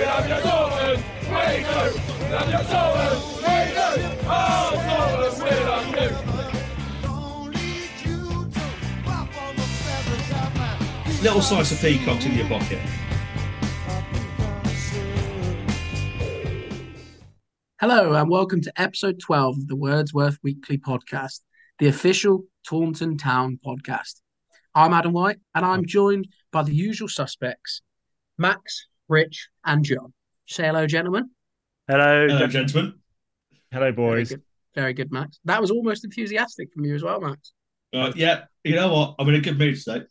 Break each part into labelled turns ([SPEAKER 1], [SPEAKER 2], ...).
[SPEAKER 1] Ramyazoran, Raiders! Ramyazoran, Raiders! All Zoran, we're on you!
[SPEAKER 2] Little slice of peacocks in your pocket.
[SPEAKER 3] Hello, and welcome to episode 12 of the Wordsworth Weekly Podcast, the official Taunton Town podcast. I'm Adam White, and I'm joined by the usual suspects Max, Rich, and John. Say hello, gentlemen.
[SPEAKER 4] Hello,
[SPEAKER 2] Hello,
[SPEAKER 4] gen-
[SPEAKER 2] gentlemen.
[SPEAKER 4] hello, boys.
[SPEAKER 3] Very good, Very good, Max. That was almost enthusiastic from you as well, Max.
[SPEAKER 2] Uh, yeah, you know what? I'm in a good mood today.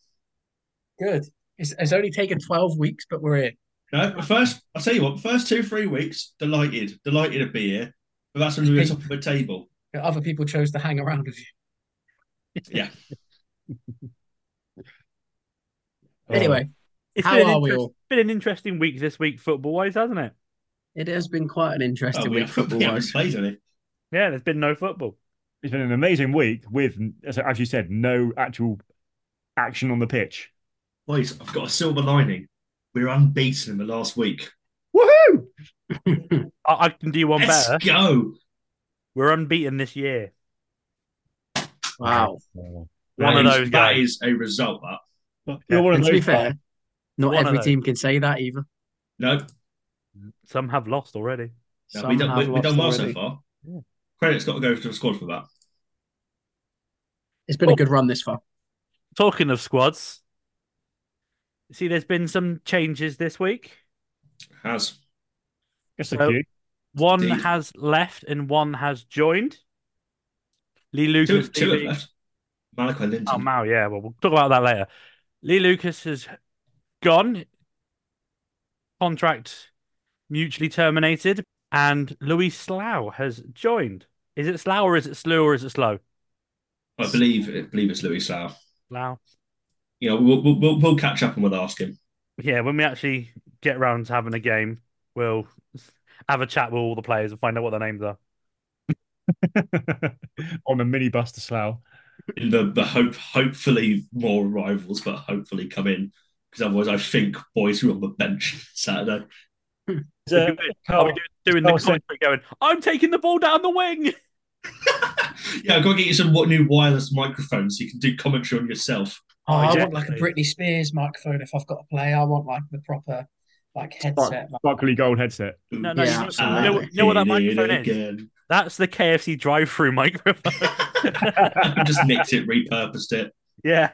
[SPEAKER 3] Good. It's, it's only taken 12 weeks, but we're here.
[SPEAKER 2] No, but first, I'll tell you what, first two, three weeks, delighted, delighted to be here. But that's when we were top of the table.
[SPEAKER 3] Other people chose to hang around with you.
[SPEAKER 2] Yeah.
[SPEAKER 4] Oh.
[SPEAKER 3] Anyway,
[SPEAKER 4] It's
[SPEAKER 3] how
[SPEAKER 4] been an
[SPEAKER 3] are we
[SPEAKER 4] interest-
[SPEAKER 3] all?
[SPEAKER 4] Been an interesting week this week, football-wise, hasn't it?
[SPEAKER 3] It has been quite an
[SPEAKER 2] Oh,
[SPEAKER 3] interesting
[SPEAKER 2] we
[SPEAKER 3] week
[SPEAKER 2] haven't-
[SPEAKER 3] football
[SPEAKER 2] we haven't
[SPEAKER 3] wise.
[SPEAKER 2] played any.
[SPEAKER 4] Yeah, there's been no football.
[SPEAKER 5] it's been an amazing week with, as as you said, no actual action on the pitch.
[SPEAKER 2] Boys, I've got a silver lining. We're unbeaten in the last week.
[SPEAKER 5] Woohoo!
[SPEAKER 4] I, I can do one
[SPEAKER 2] Let's
[SPEAKER 4] better.
[SPEAKER 2] go.
[SPEAKER 4] We're unbeaten this year.
[SPEAKER 3] Wow.
[SPEAKER 4] One of
[SPEAKER 2] That is-
[SPEAKER 4] those
[SPEAKER 2] That
[SPEAKER 4] games.
[SPEAKER 2] is a result, that.
[SPEAKER 5] You're one of
[SPEAKER 3] And to be
[SPEAKER 5] those.
[SPEAKER 3] fair, not
[SPEAKER 4] One of
[SPEAKER 3] every
[SPEAKER 4] those.
[SPEAKER 3] team can say that either.
[SPEAKER 2] No,
[SPEAKER 4] Some have lost already.
[SPEAKER 2] no
[SPEAKER 3] Some
[SPEAKER 2] we done,
[SPEAKER 3] have
[SPEAKER 2] we, we
[SPEAKER 3] lost
[SPEAKER 2] done well so
[SPEAKER 3] already.
[SPEAKER 2] far.
[SPEAKER 4] Yeah.
[SPEAKER 2] Credit's got to go to the squad for that.
[SPEAKER 3] It's been a good run this far.
[SPEAKER 4] Talking of squads, see, there's been some changes this week.
[SPEAKER 2] Has.
[SPEAKER 5] That's a
[SPEAKER 4] So-
[SPEAKER 5] few.
[SPEAKER 4] One
[SPEAKER 2] Indeed.
[SPEAKER 4] has left and one has joined. Lee
[SPEAKER 2] Two,
[SPEAKER 4] Lucas.
[SPEAKER 2] two have
[SPEAKER 4] leaving-
[SPEAKER 2] left. Malachi Linton.
[SPEAKER 4] Oh, Mal, yeah. Well, we'll talk about that later. Lee Lucas has gone, contract mutually terminated, and Louis Slough has joined. Is it Slough or is it Slew or is it Slow?
[SPEAKER 2] I believe, I believe it's Louis Slough.
[SPEAKER 4] Slough.
[SPEAKER 2] You know, we'll, we'll, we'll, we'll catch up and we'll ask him.
[SPEAKER 4] Yeah, when we actually get round to having a game, we'll have a chat with all the players and find out what their names are.
[SPEAKER 5] on a minibus to Slough.
[SPEAKER 2] In the, the hope, hopefully more arrivals, but hopefully come in. Because otherwise, I think boys who are on the bench Saturday.
[SPEAKER 5] Is, uh,
[SPEAKER 4] Are we Are we doing, doing
[SPEAKER 5] Carl
[SPEAKER 4] the
[SPEAKER 5] said-
[SPEAKER 4] commentary going, I'm taking the ball down the wing?
[SPEAKER 2] Yeah, I've got to get you some what new wireless microphones so you can do commentary on yourself.
[SPEAKER 3] Oh, I want
[SPEAKER 4] Exactly.
[SPEAKER 3] like a Britney Spears microphone if I've got to play. I want like the proper like headset. Like,
[SPEAKER 5] sparkly gold headset.
[SPEAKER 2] No,
[SPEAKER 4] no,
[SPEAKER 3] you know- you know-
[SPEAKER 4] you know what that microphone is? That's the KFC drive through microphone.
[SPEAKER 2] I just nicked it, repurposed it.
[SPEAKER 4] yeah.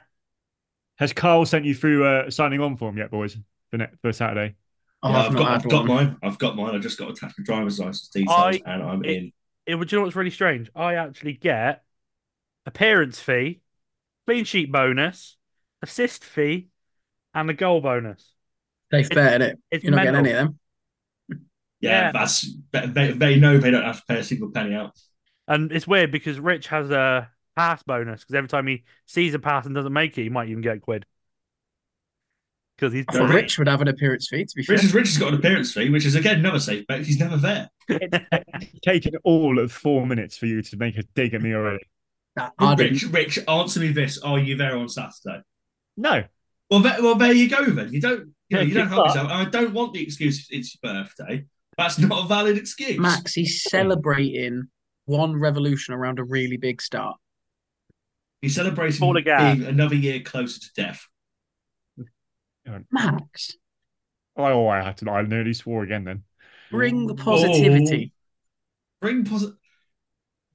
[SPEAKER 5] Has Carl sent you through uh, signing on form yet, boys? For, ne- for Saturday.
[SPEAKER 3] oh,
[SPEAKER 2] Yeah,
[SPEAKER 3] I've
[SPEAKER 2] I've,
[SPEAKER 3] not
[SPEAKER 2] got,
[SPEAKER 3] had
[SPEAKER 2] I've got
[SPEAKER 3] one.
[SPEAKER 2] mine. I've got mine. I just got attached to driver's license details,
[SPEAKER 4] I-
[SPEAKER 2] and I'm
[SPEAKER 4] it-
[SPEAKER 2] in.
[SPEAKER 4] it would you know what's really strange? I actually get appearance fee, clean sheet bonus, assist fee, and a goal bonus.
[SPEAKER 3] They've betted it.
[SPEAKER 4] It's
[SPEAKER 3] You're not getting
[SPEAKER 4] mental.
[SPEAKER 3] any of them.
[SPEAKER 2] Yeah,
[SPEAKER 4] yeah.
[SPEAKER 2] that's they, they know they don't have to pay a single penny out.
[SPEAKER 4] And it's weird because Rich has a pass bonus because every time he sees a pass and doesn't make it, he might even get a quid. Because he's
[SPEAKER 3] I
[SPEAKER 2] So
[SPEAKER 3] thought
[SPEAKER 2] Rich-
[SPEAKER 3] Rich would have an appearance fee, to be fair.
[SPEAKER 2] Richard's Rich has got an appearance fee, which is again another safe bet. He's never there.
[SPEAKER 5] It's taken all of four minutes for you to make a dig at me already.
[SPEAKER 3] Nah, I didn't.
[SPEAKER 2] Rich, Rich, answer me this: Are you there on Saturday?
[SPEAKER 5] No.
[SPEAKER 2] Well, there, well, there you go. Then you don't, you, know,
[SPEAKER 4] Yeah,
[SPEAKER 2] you don't
[SPEAKER 4] good
[SPEAKER 2] help
[SPEAKER 4] luck.
[SPEAKER 2] yourself. And I don't want the excuse. It's your birthday. That's not a valid excuse.
[SPEAKER 3] Max, he's celebrating one revolution around a really big star.
[SPEAKER 2] He's celebrating
[SPEAKER 4] Paul Lagarde.
[SPEAKER 2] being another year closer to death.
[SPEAKER 3] Max,
[SPEAKER 5] I, oh, I had to. I nearly swore again then.
[SPEAKER 3] bring the positivity.
[SPEAKER 2] Bring positive.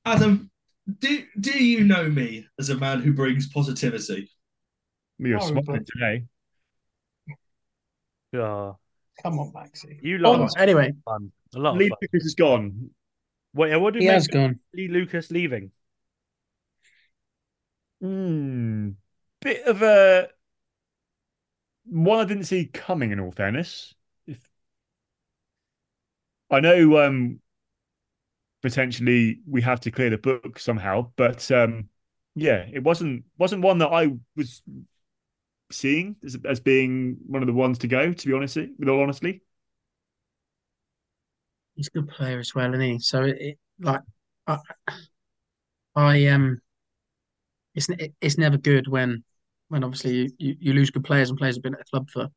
[SPEAKER 2] Adam, do do you know me as a man who brings positivity?
[SPEAKER 5] You're
[SPEAKER 3] Horrible.
[SPEAKER 5] smiling today.
[SPEAKER 4] Oh,
[SPEAKER 3] Come on, Maxie.
[SPEAKER 4] you lot
[SPEAKER 3] Oh,
[SPEAKER 4] of
[SPEAKER 3] anyway,
[SPEAKER 4] fun. A lot of
[SPEAKER 5] Lee
[SPEAKER 4] fun.
[SPEAKER 5] Lucas is gone.
[SPEAKER 4] Wait, what do
[SPEAKER 3] he
[SPEAKER 4] you
[SPEAKER 3] has
[SPEAKER 4] make of
[SPEAKER 3] gone.
[SPEAKER 4] Lee Lucas leaving?
[SPEAKER 5] Mm, bit of a one I didn't see coming. In all fairness, if I know, um, potentially we have to clear the book somehow, but um, yeah, it wasn't wasn't one that I was seeing as, as being one of the ones to go. To be honest, with all honestly,
[SPEAKER 3] He's a good player as well, isn't he? So it, it like I, I um, it's ne- it, it's never good when when obviously you, you, you lose good players and players have been at the club for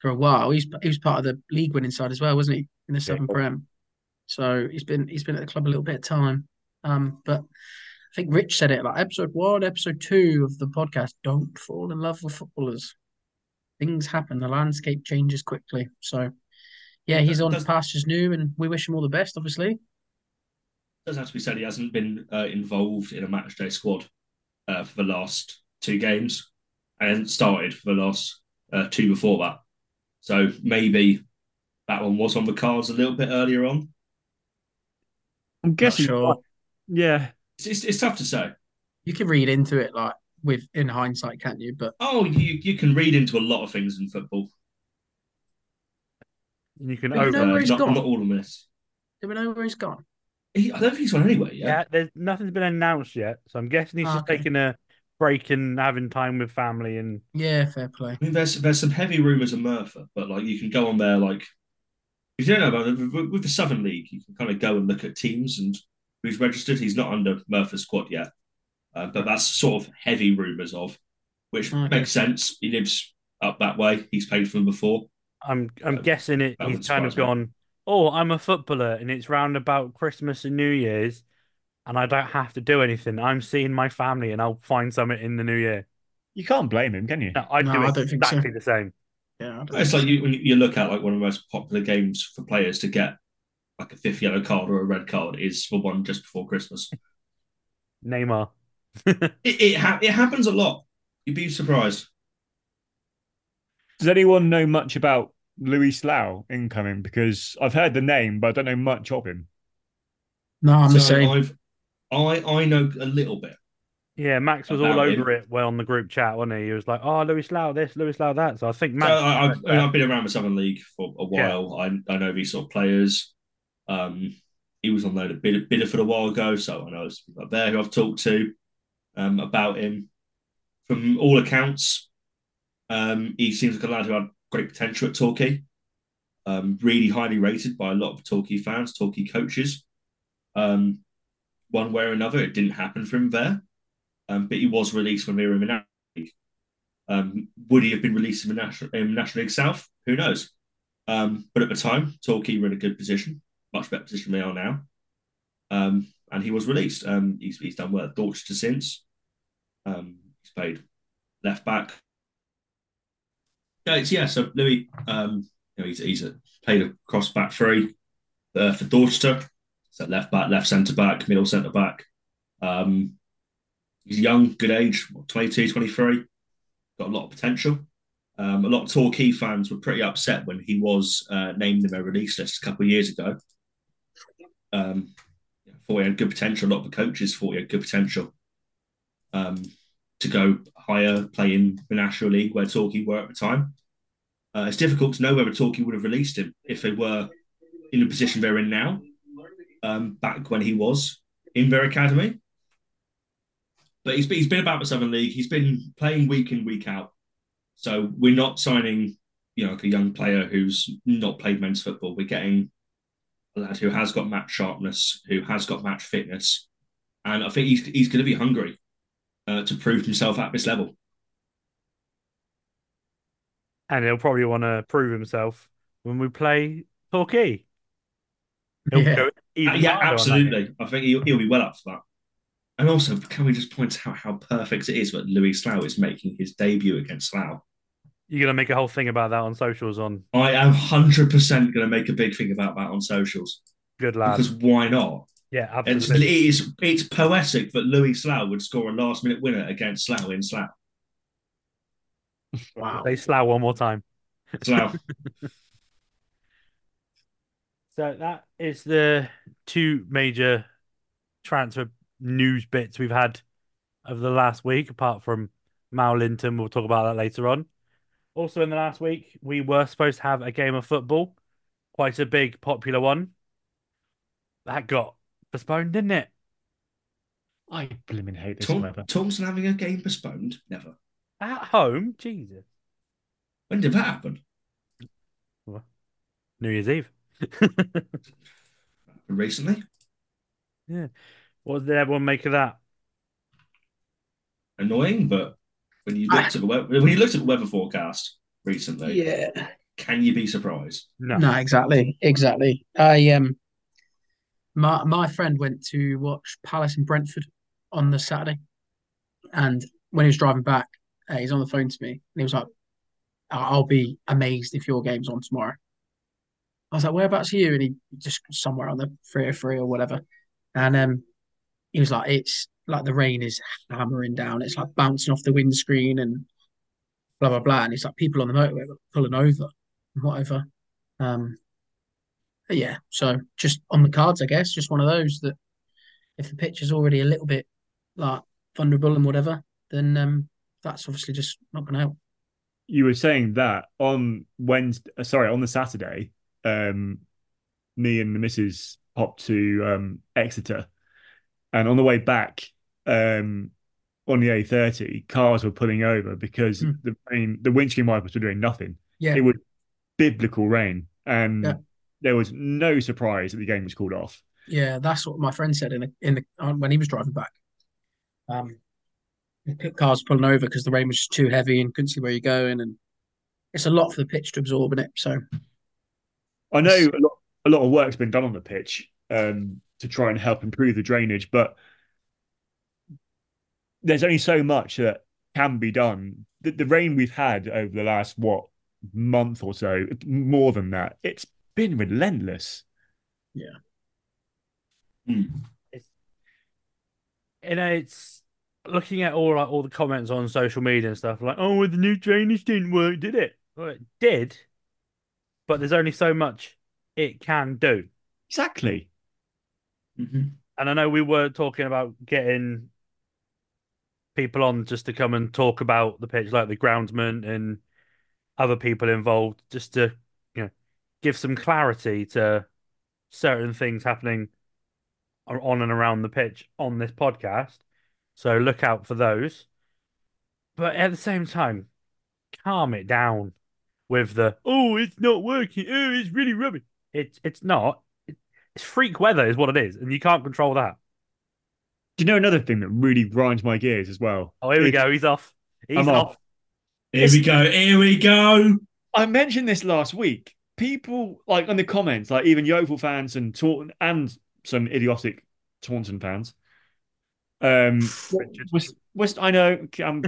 [SPEAKER 3] for a while. He's he was part of the league winning side as well, wasn't he? In the Southern Prem. So he's been he's been at the club a little bit of time. Um, but I think Rich said it like episode one, episode two of the podcast. Don't fall in love with footballers. Things happen. The landscape changes quickly. So yeah, he's on
[SPEAKER 2] Does-
[SPEAKER 3] pastures new, and we wish him all the best. Obviously,
[SPEAKER 2] does have to be said he hasn't been uh, involved in a match day squad uh, for the last two games and hasn't started for the last uh, two before that. So maybe that one was on the cards a little bit earlier on.
[SPEAKER 5] I'm guessing.
[SPEAKER 3] sure.
[SPEAKER 5] Yeah,
[SPEAKER 2] It's, it's, it's tough to say.
[SPEAKER 3] you can read into it like with in hindsight, can't you? But
[SPEAKER 2] Oh, you, you can read into a lot of things in football.
[SPEAKER 4] And you can
[SPEAKER 3] But you
[SPEAKER 4] over.
[SPEAKER 3] know where he's
[SPEAKER 2] Uh, not,
[SPEAKER 3] gone?
[SPEAKER 2] not all of this.
[SPEAKER 3] do we know where he's gone?
[SPEAKER 2] He, I don't think he's gone anywhere
[SPEAKER 4] yeah.
[SPEAKER 2] yet.
[SPEAKER 4] there's nothing's been announced yet, so I'm guessing he's
[SPEAKER 3] Ah,
[SPEAKER 4] just
[SPEAKER 3] okay.
[SPEAKER 4] taking a break and having time with family. And
[SPEAKER 3] Yeah, fair play.
[SPEAKER 2] I mean, there's there's some heavy rumours of Murphy, but like you can go on there, like if you don't know about it, with, with the Southern League, you can kind of go and look at teams and who's registered. He's not under Murphy's squad yet, uh, but that's sort of heavy rumours of, which
[SPEAKER 3] Okay.
[SPEAKER 2] makes sense. He lives up that way. He's played for them before.
[SPEAKER 4] I'm I'm
[SPEAKER 2] Uh,
[SPEAKER 4] guessing it.
[SPEAKER 2] that
[SPEAKER 4] He's
[SPEAKER 2] would
[SPEAKER 4] kind of
[SPEAKER 2] surprise me.
[SPEAKER 4] gone. Oh, I'm a footballer, and it's round about Christmas and New Year's, and I don't have to do anything. I'm seeing my family, and I'll find something in the new year.
[SPEAKER 5] you can't blame him, can you?
[SPEAKER 4] No, I'd
[SPEAKER 3] No,
[SPEAKER 4] do
[SPEAKER 3] I don't think so.
[SPEAKER 4] exactly the same.
[SPEAKER 3] Yeah, I don't
[SPEAKER 2] It's like you when you you look at like one of the most popular games for players to get like a fifth yellow card or a red card is the one just before Christmas.
[SPEAKER 4] Neymar.
[SPEAKER 2] It it, ha- it happens a lot. You'd be surprised.
[SPEAKER 5] Does anyone know much about Luis Lau incoming? Because I've heard the name, but I don't know much of him.
[SPEAKER 3] no, I'm the
[SPEAKER 2] So
[SPEAKER 3] same.
[SPEAKER 2] I've, I I know a little bit.
[SPEAKER 4] Yeah, Max was all
[SPEAKER 2] About him.
[SPEAKER 4] over it well on the group chat, wasn't he? He was like, "Oh, Lewis Lau this, Lewis Lau that." So I think Max.
[SPEAKER 2] so Uh, I, I've, I mean, I've been around the Southern League for a
[SPEAKER 4] Yeah.
[SPEAKER 2] while. I, I know these sort of players. Um, he was on loan at Bidd- Biddeford a while ago, so I know some people up there who I've talked to um, about him. From all accounts, um, he seems like a lad who had great potential at Torquay. Um, really highly rated by a lot of Torquay fans, Torquay coaches. Um, one way or another, it didn't happen for him there, um, but he was released when we were in the National League. Um, would he have been released in the National, in National League South? Who knows? Um, but at the time, Torquay were in a good position, much better position than they are now. Um, and he was released. Um, he's, he's done well at Dorchester since. Um, he's played left back. Yeah, it's- yeah so Louis, um, you know, he's, he's a, played across back three uh, for Dorchester. So left back, left centre back, middle centre back. Um, he's young, good age, what, 22, 23 got a lot of potential. Um, a lot of Torquay fans were pretty upset when he was uh, named in their release list a couple of years ago. Um, yeah, thought he had good potential. A lot of the coaches thought he had good potential um, to go higher, play in the National League where Torquay were at the time. Uh, it's difficult to know whether Torquay would have released him if they were in the position they're in now, um, back when he was in their academy but he's he's been about the Southern League. He's been playing week in week out. So we're not signing, you know, like a young player who's not played men's football. We're getting a lad who has got match sharpness, who has got match fitness, and I think he's he's going to be hungry uh, to prove himself at this level.
[SPEAKER 4] and he'll probably want to prove himself when we play Torquay. He'll
[SPEAKER 3] Yeah.
[SPEAKER 4] go even
[SPEAKER 2] Uh, yeah,
[SPEAKER 4] harder on that game.
[SPEAKER 2] absolutely. I think he'll, he'll be well up for that. And also, can we just point out how perfect it is that Louis Slough is making his debut against Slough?
[SPEAKER 4] You're gonna make a whole thing about that on socials. On
[SPEAKER 2] I am hundred percent going to make a big thing about that on socials
[SPEAKER 4] good lad.
[SPEAKER 2] because why not?
[SPEAKER 4] Yeah,
[SPEAKER 2] It's,
[SPEAKER 4] absolutely.
[SPEAKER 2] it's it's poetic that Louis Slough would score a last minute winner against Slough in Slough.
[SPEAKER 3] Wow.
[SPEAKER 4] They slow one more time.
[SPEAKER 2] Slough.
[SPEAKER 4] So that is the two major transfer news bits we've had over the last week, apart from Mal Linton. We'll talk about that later on. Also, in the last week, we were supposed to have a game of football, quite a big, popular one. That got postponed, didn't it?
[SPEAKER 5] I blimmin' hate this
[SPEAKER 2] Taun-
[SPEAKER 5] weather.
[SPEAKER 2] Taunton having a game postponed? Never.
[SPEAKER 4] At home, Jesus.
[SPEAKER 2] When did that happen?
[SPEAKER 4] New Year's Eve.
[SPEAKER 2] Recently.
[SPEAKER 4] What did everyone make of that?
[SPEAKER 2] Annoying, but when you looked at the weather, when you looked at the weather forecast recently,
[SPEAKER 3] Yeah,
[SPEAKER 2] can you be surprised?
[SPEAKER 4] No.
[SPEAKER 3] No, exactly, exactly. I um, my my friend went to watch Palace and Brentford on the Saturday, and when he was driving back, uh, he's on the phone to me, and he was like, "I- "I'll be amazed if your game's on tomorrow." I was like, "Whereabouts are you?" And he just somewhere on the three or three or whatever, and um, he was like, "It's like the rain is hammering down. It's like bouncing off the windscreen and blah blah blah." And it's like people on the motorway were pulling over, and whatever. Um, yeah, so just on the cards, I guess, just one of those that if the pitch is already a little bit like vulnerable and whatever, then um, that's obviously just not going to help.
[SPEAKER 5] you were saying that on Wednesday, uh, sorry, on the Saturday, um, me and the missus popped to um, Exeter, and on the way back, um, on the A30, cars were pulling over because
[SPEAKER 3] Hmm.
[SPEAKER 5] the rain, the windscreen wipers were doing nothing.
[SPEAKER 3] Yeah,
[SPEAKER 5] It was biblical rain, and
[SPEAKER 3] Yeah.
[SPEAKER 5] there was no surprise that the game was called off.
[SPEAKER 3] yeah, that's what my friend said in the in the uh, when he was driving back. Um, the pit cars pulling over because the rain was just too heavy and couldn't see where you're going, and it's a lot for the pitch to absorb in it. So
[SPEAKER 5] I know a lot, a lot of work's been done on the pitch um, to try and help improve the drainage, but there's only so much that can be done. The, the rain we've had over the last what month or so, more than that, it's been relentless.
[SPEAKER 2] Hmm.
[SPEAKER 4] and it's looking at all like all the comments on social media and stuff like oh well, the new drainage didn't work did it well it did but there's only so much it can do
[SPEAKER 5] Exactly.
[SPEAKER 2] Mm-hmm.
[SPEAKER 4] and i know we were talking about getting people on just to come and talk about the pitch like the groundsman and other people involved just to you know give some clarity to certain things happening are on and around the pitch on this podcast. So look out for those. But at the same time, calm it down with the oh, it's not working. Oh, it's really rubbish. It's it's not. It's freak weather is what it is, and you can't control that.
[SPEAKER 5] Do you know another thing that really grinds my gears as well?
[SPEAKER 4] Oh, here we
[SPEAKER 5] It's-
[SPEAKER 4] go. He's off. He's
[SPEAKER 5] I'm
[SPEAKER 4] off.
[SPEAKER 5] off.
[SPEAKER 2] Here we go. Here we go.
[SPEAKER 5] I mentioned this last week. People like in the comments, like even Yeovil fans and Taunton and some idiotic Taunton fans. Um,
[SPEAKER 4] Richard.
[SPEAKER 5] was, was I know I'm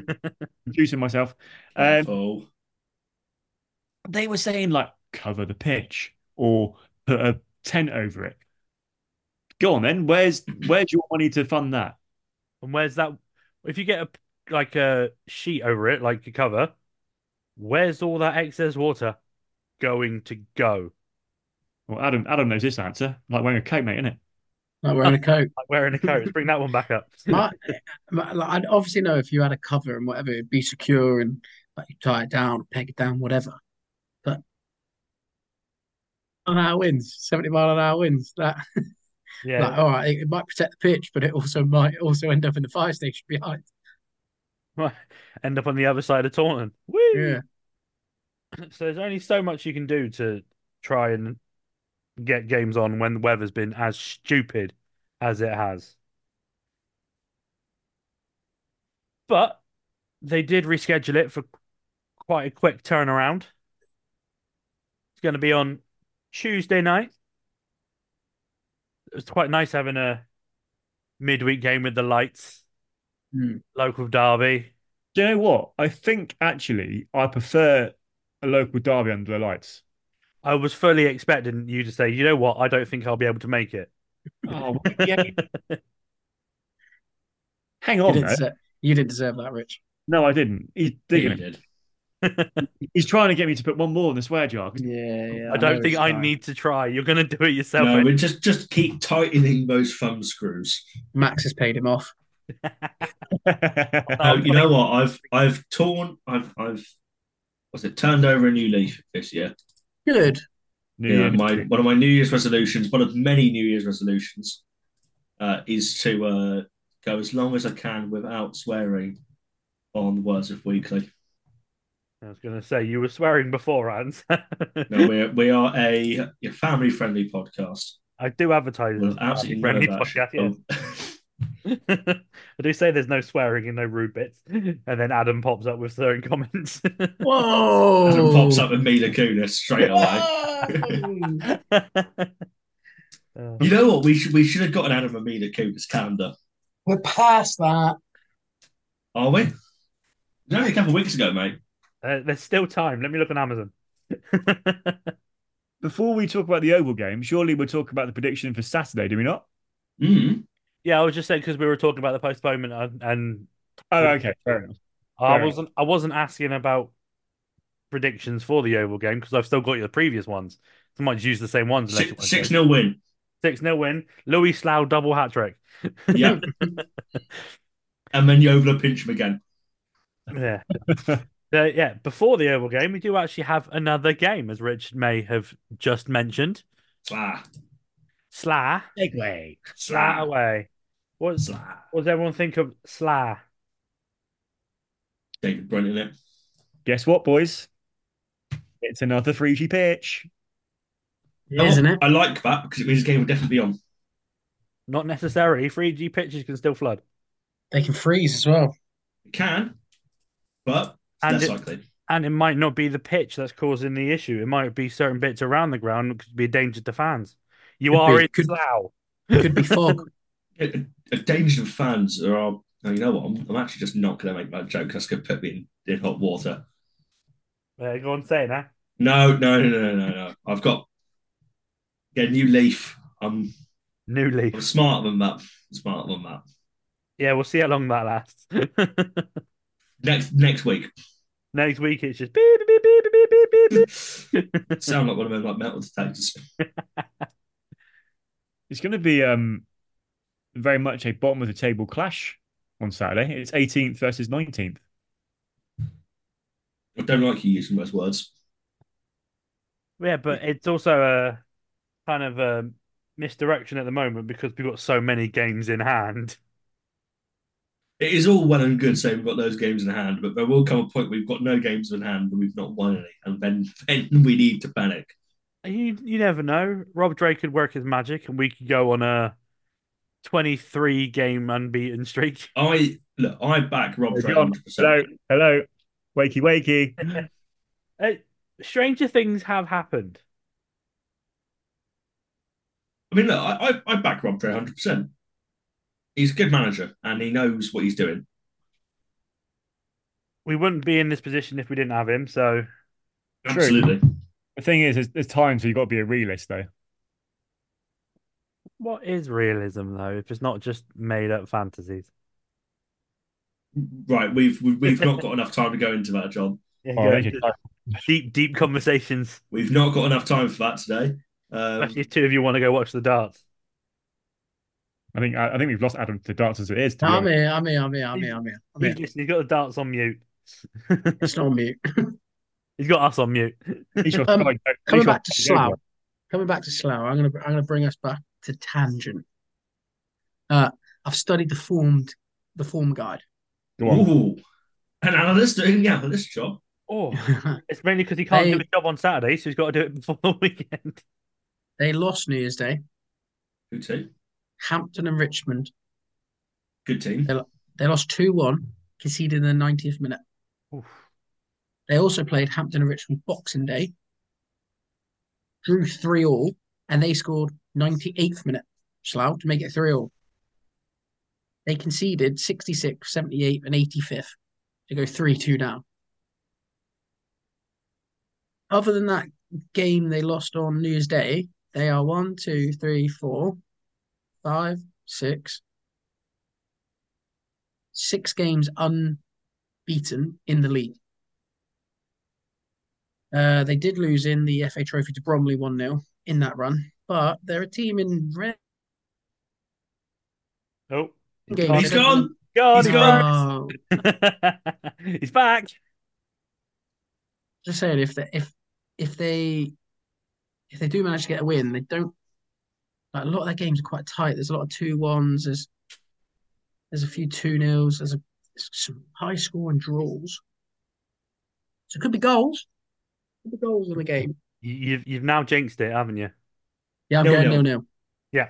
[SPEAKER 5] confusing myself.
[SPEAKER 2] Oh,
[SPEAKER 5] Um,
[SPEAKER 2] Careful.
[SPEAKER 5] they were saying like cover the pitch or put a tent over it. Go on then. Where's where's your money to fund that?
[SPEAKER 4] And where's that? If you get a like a sheet over it, like a cover, where's all that excess water going to go?
[SPEAKER 5] Well, Adam Adam knows this answer. Like wearing a coat, mate, innit?
[SPEAKER 3] not wearing a coat.
[SPEAKER 4] Like wearing a coat. Let's bring that one back up.
[SPEAKER 3] my, my, like, I'd obviously know if you had a cover and whatever, it'd be secure and like you tie it down, peg it down, whatever. But an hour winds, seventy mile an hour winds. That
[SPEAKER 4] Yeah,
[SPEAKER 3] like, all right, it, it might protect the pitch, but it also might also end up in the fire station behind.
[SPEAKER 4] Right. end up on the other side of Taunton. Woo!
[SPEAKER 3] Yeah,
[SPEAKER 4] So there's only so much you can do to try and get games on when the weather's been as stupid as it has. But they did reschedule it for quite a quick turnaround. It's going to be on Tuesday night. It was quite nice having a midweek game with the lights,
[SPEAKER 3] Hmm.
[SPEAKER 4] local derby.
[SPEAKER 5] Do you know what? I think actually I prefer a local derby under the lights.
[SPEAKER 4] I was fully expecting you to say, you know what, I don't think I'll be able to make it.
[SPEAKER 5] Oh, yeah.
[SPEAKER 4] Oh,
[SPEAKER 5] Hang
[SPEAKER 3] you
[SPEAKER 5] on,
[SPEAKER 3] didn't
[SPEAKER 5] though.
[SPEAKER 3] deserve, you didn't deserve that, Rich.
[SPEAKER 5] No, I didn't. He's digging
[SPEAKER 2] He
[SPEAKER 5] it.
[SPEAKER 2] did.
[SPEAKER 5] He's trying to get me to put one more in the swear jar.
[SPEAKER 3] Yeah, yeah.
[SPEAKER 4] I don't think I need to try. You're going to do it yourself. eh?
[SPEAKER 2] No,
[SPEAKER 4] ain't
[SPEAKER 2] we just just keep tightening those thumb screws.
[SPEAKER 3] Max has paid him off.
[SPEAKER 2] Oh, you know what? I've I've torn. I've I've was it turned over a new leaf this year.
[SPEAKER 3] Good.
[SPEAKER 5] New
[SPEAKER 2] Yeah,
[SPEAKER 5] Year,
[SPEAKER 2] my
[SPEAKER 5] new-
[SPEAKER 2] one of my New Year's resolutions, one of many New Year's resolutions, uh, is to uh, go as long as I can without swearing on Words of Weekly.
[SPEAKER 4] I was going to say you were swearing beforehand.
[SPEAKER 2] No, we're we are a, family friendly podcast.
[SPEAKER 4] I do advertise
[SPEAKER 2] With
[SPEAKER 4] as a
[SPEAKER 2] absolutely Oh. no
[SPEAKER 4] friendly
[SPEAKER 2] bashing.
[SPEAKER 4] podcast. Yeah. I do say there's no swearing and no rude bits, and then Adam pops up with certain comments.
[SPEAKER 3] Whoa!
[SPEAKER 2] Adam pops up with Mila Kunis straight away.
[SPEAKER 3] Whoa!
[SPEAKER 4] Uh,
[SPEAKER 2] You know what? We should we should have got an Adam and Mila Kunis calendar.
[SPEAKER 3] We're past that.
[SPEAKER 2] Are we? It was only a couple of weeks ago, mate.
[SPEAKER 4] uh, there's still time. Let me look on Amazon.
[SPEAKER 5] Before we talk about the Oval game, surely we're talking about the prediction for Saturday, do we not?
[SPEAKER 2] Mm.
[SPEAKER 4] yeah, I was just saying because we were talking about the postponement, and, and
[SPEAKER 5] Oh, okay, fair enough.
[SPEAKER 4] I
[SPEAKER 5] Fair
[SPEAKER 4] wasn't I wasn't asking about predictions for the Oval game because I've still got your previous ones. So I might just use the same ones. unless you want
[SPEAKER 2] Six,
[SPEAKER 4] to.
[SPEAKER 2] six nil win.
[SPEAKER 4] six nil win. Louis Slough double hat trick.
[SPEAKER 2] Yep. and then Yovler pinch him again.
[SPEAKER 4] Yeah. Uh, yeah, before the Oval game, we do actually have another game, as Rich may have just mentioned.
[SPEAKER 2] Slah.
[SPEAKER 4] Slah,
[SPEAKER 5] Segue.
[SPEAKER 4] slah away. What, does-
[SPEAKER 2] Slah.
[SPEAKER 4] what does everyone think of slah?
[SPEAKER 2] David Brunt in it.
[SPEAKER 5] Guess what, boys? It's another 3G pitch.
[SPEAKER 3] Isn't it?
[SPEAKER 2] I like that because it means the game will definitely be on.
[SPEAKER 4] Not necessarily. 3G pitches can still flood.
[SPEAKER 3] They can freeze as well.
[SPEAKER 2] It can, but
[SPEAKER 4] And
[SPEAKER 2] that's
[SPEAKER 4] it-
[SPEAKER 2] likely.
[SPEAKER 4] And it might not be the pitch that's causing the issue. It might be certain bits around the ground that could be a danger to fans. You
[SPEAKER 3] Could
[SPEAKER 4] are
[SPEAKER 3] be.
[SPEAKER 4] in
[SPEAKER 3] Could-
[SPEAKER 4] Slough.
[SPEAKER 3] Could be fog.
[SPEAKER 2] A, a danger of fans are. all- Oh, you know what? I'm, I'm actually just not going to make that joke. That's going to put me in, in hot water.
[SPEAKER 4] Uh, go on, say it now.
[SPEAKER 2] No, no, no, no, no, no. I've got yeah, new leaf. I'm,
[SPEAKER 4] New
[SPEAKER 2] I'm
[SPEAKER 4] Leaf.
[SPEAKER 2] smarter than that. Smarter than that.
[SPEAKER 4] Yeah, we'll see how long that lasts.
[SPEAKER 2] Next next week.
[SPEAKER 4] Next week, it's just beep, beep, beep, beep, beep, beep, beep.
[SPEAKER 2] Sound like one of them like metal detectors.
[SPEAKER 5] It's going to be um very much a bottom of the table clash on Saturday. It's 18th versus 19th.
[SPEAKER 2] I don't like you using those words.
[SPEAKER 4] Yeah, but it's also a kind of a misdirection at the moment because we've got so many games in hand.
[SPEAKER 2] It is all well and good saying we've got those games in hand, but there will come a point we've got no games in hand and we've not won any, and then then we need to panic.
[SPEAKER 4] You you never know. Rob Drake could work his magic, and we could go on a twenty-three game unbeaten streak.
[SPEAKER 2] I look, I back Rob Drake
[SPEAKER 5] John,
[SPEAKER 2] 100%.
[SPEAKER 5] Hello, hello, wakey, wakey.
[SPEAKER 4] Uh, stranger things have happened.
[SPEAKER 2] I mean, look, I, I, I back Rob Drake 100%. He's a good manager and he knows what he's doing.
[SPEAKER 4] We wouldn't be in this position if we didn't have him. So
[SPEAKER 5] True.
[SPEAKER 2] Absolutely.
[SPEAKER 5] The thing is, there's, there's times where you've got to be a realist, though.
[SPEAKER 4] what is realism though? If it's not just made-up fantasies.
[SPEAKER 2] Right, we've we- we've not got enough time to go into that, John.
[SPEAKER 4] Yeah,
[SPEAKER 5] Oh,
[SPEAKER 4] go
[SPEAKER 5] thank you.
[SPEAKER 4] into deep deep conversations.
[SPEAKER 2] We've not got enough time for that today. Um,
[SPEAKER 4] Especially if two of you want to go watch the darts.
[SPEAKER 5] I think I, I think we've lost Adam to darts as it is. To be
[SPEAKER 3] I'm
[SPEAKER 5] honest.
[SPEAKER 3] here. I'm here. I'm here. I'm here. I'm here. I'm
[SPEAKER 4] He's,
[SPEAKER 3] here.
[SPEAKER 4] just, he's got the darts on mute.
[SPEAKER 3] It's not on mute.
[SPEAKER 4] He's got us on mute.
[SPEAKER 5] He's your
[SPEAKER 3] Um,
[SPEAKER 5] side, mate.
[SPEAKER 3] Coming
[SPEAKER 5] He's your
[SPEAKER 3] back to
[SPEAKER 5] side.
[SPEAKER 3] Slough. Coming back to Slough. I'm gonna. I'm gonna bring us back to tangent. Uh, I've studied the formed, the form guide.
[SPEAKER 5] Go on.
[SPEAKER 2] Ooh, an analyst doing the analyst job.
[SPEAKER 4] Oh, it's mainly because he can't do
[SPEAKER 3] Hey.
[SPEAKER 4] his job on Saturday, so he's got to do it before the weekend.
[SPEAKER 3] they lost New Year's Day.
[SPEAKER 2] Good team.
[SPEAKER 3] Hampton and Richmond.
[SPEAKER 2] Good team.
[SPEAKER 3] They lost two one, conceded in the 90th minute.
[SPEAKER 4] Oof.
[SPEAKER 3] They also played Hampton and Richmond Boxing Day, drew three all, and they scored 98th minute Slough to make it three all. They conceded 66, 78, and 85th to go 3 2 down. Other than that game they lost on New Year's Day, they are one, two, three, four, five, six, six games unbeaten in the league. Uh, they did lose in the FA Trophy to Bromley 1 0 in that run, but they're a team in red.
[SPEAKER 4] Oh, he
[SPEAKER 3] Game.
[SPEAKER 4] can't-
[SPEAKER 2] He's gone.
[SPEAKER 4] God,
[SPEAKER 2] He's
[SPEAKER 4] he's
[SPEAKER 2] gone.
[SPEAKER 4] gone.
[SPEAKER 3] Oh,
[SPEAKER 4] he's back.
[SPEAKER 3] just saying, if they, if if they if they do manage to get a win, they don't. Like, a lot of their games are quite tight. There's a lot of two ones. There's there's a few two nils. There's a there's some high scoring draws. So it could be goals. Could be goals in the game.
[SPEAKER 4] You- You've you've now jinxed it, haven't you?
[SPEAKER 3] Yeah, I'm
[SPEAKER 2] Nil
[SPEAKER 3] going
[SPEAKER 2] nil.
[SPEAKER 3] nil nil.
[SPEAKER 4] Yeah.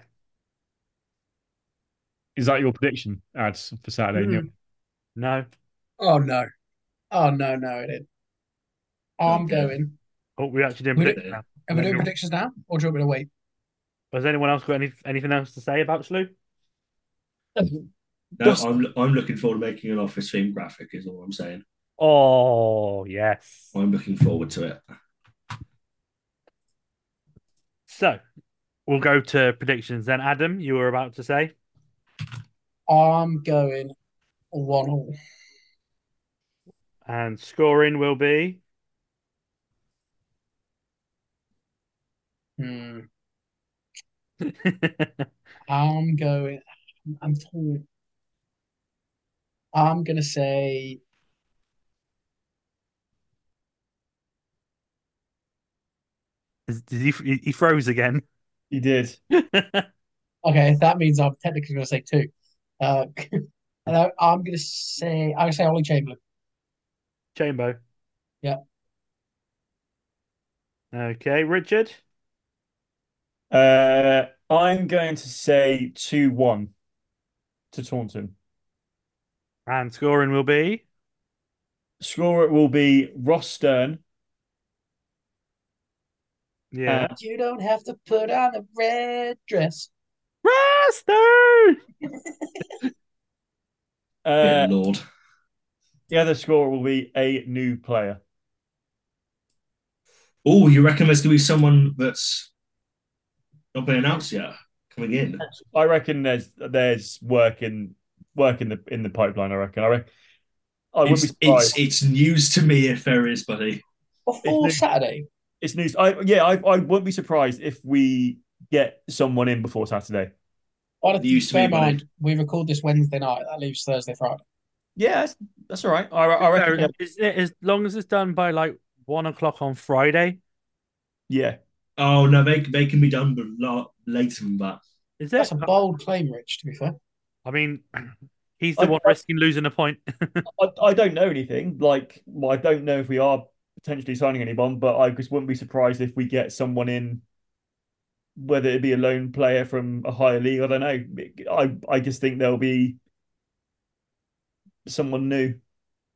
[SPEAKER 5] Is that your prediction, ads for Saturday?
[SPEAKER 3] Hmm.
[SPEAKER 5] Neil?
[SPEAKER 4] No.
[SPEAKER 3] Oh no. Oh no, no, it is. I'm going.
[SPEAKER 4] Oh, we actually didn't
[SPEAKER 3] We
[SPEAKER 4] predict
[SPEAKER 2] don't-
[SPEAKER 4] that.
[SPEAKER 3] Are we doing predictions now? Or do you want me to wait?
[SPEAKER 4] Has anyone else got any, anything else to say about Slew?
[SPEAKER 2] No, I'm, I'm looking forward to making an office theme graphic, is all I'm saying.
[SPEAKER 4] Oh, yes.
[SPEAKER 2] I'm looking forward to
[SPEAKER 4] Uh,
[SPEAKER 2] it.
[SPEAKER 4] So we'll go to predictions then. Adam, you were about to say.
[SPEAKER 3] I'm going one all.
[SPEAKER 4] And scoring will be.
[SPEAKER 3] Hmm. I'm going I'm talking, I'm gonna say
[SPEAKER 4] Is- Did he, he he froze again.
[SPEAKER 5] He did.
[SPEAKER 3] okay, that means I'm technically gonna say two. Uh and I, I'm gonna say I'm gonna say Ollie Chamberlain.
[SPEAKER 4] Chambo.
[SPEAKER 3] Yeah.
[SPEAKER 4] Okay, Richard.
[SPEAKER 5] Uh, I'm going to say 2 1 to Taunton.
[SPEAKER 4] And scoring will be.
[SPEAKER 5] Scorer will be Ross Stern.
[SPEAKER 4] Yeah.
[SPEAKER 3] You don't have to put on a red dress.
[SPEAKER 4] Rasta!
[SPEAKER 5] Uh,
[SPEAKER 2] Dear
[SPEAKER 3] Hmm.
[SPEAKER 2] Lord.
[SPEAKER 5] The other scorer will be a new player.
[SPEAKER 2] Oh, you reckon there's going to be someone that's not been announced yet coming in?
[SPEAKER 5] I reckon there's there's work in work in the in the pipeline. I reckon. I reckon. I wouldn't be
[SPEAKER 2] It's,
[SPEAKER 5] surprised.
[SPEAKER 2] it's,
[SPEAKER 5] It's,
[SPEAKER 2] it's news to me if there is, buddy.
[SPEAKER 5] Isn't
[SPEAKER 3] Before
[SPEAKER 5] it?
[SPEAKER 3] Saturday.
[SPEAKER 5] news. I yeah. I I wouldn't be surprised if we get someone in before Saturday.
[SPEAKER 3] Well,
[SPEAKER 2] News to me,
[SPEAKER 3] bear in
[SPEAKER 2] buddy.
[SPEAKER 3] mind, we record this Wednesday night. That leaves Thursday, Friday.
[SPEAKER 5] Yeah, that's, that's all right. I, I reckon.
[SPEAKER 4] So, is it- as long as it's done by like one o'clock on Friday,
[SPEAKER 5] Yeah,
[SPEAKER 2] Oh, no, they, they can be done but lot later than that.
[SPEAKER 4] is
[SPEAKER 3] That's
[SPEAKER 4] it?
[SPEAKER 3] a bold claim, Rich, to be fair.
[SPEAKER 4] I mean, he's the
[SPEAKER 5] I-
[SPEAKER 4] one risking losing a point.
[SPEAKER 5] I, I don't know anything. Like, well, I don't know if we are potentially signing anyone, but I just wouldn't be surprised if we get someone in. Whether it be a lone player from a higher league, I don't know. I I just think there'll be someone new.
[SPEAKER 3] To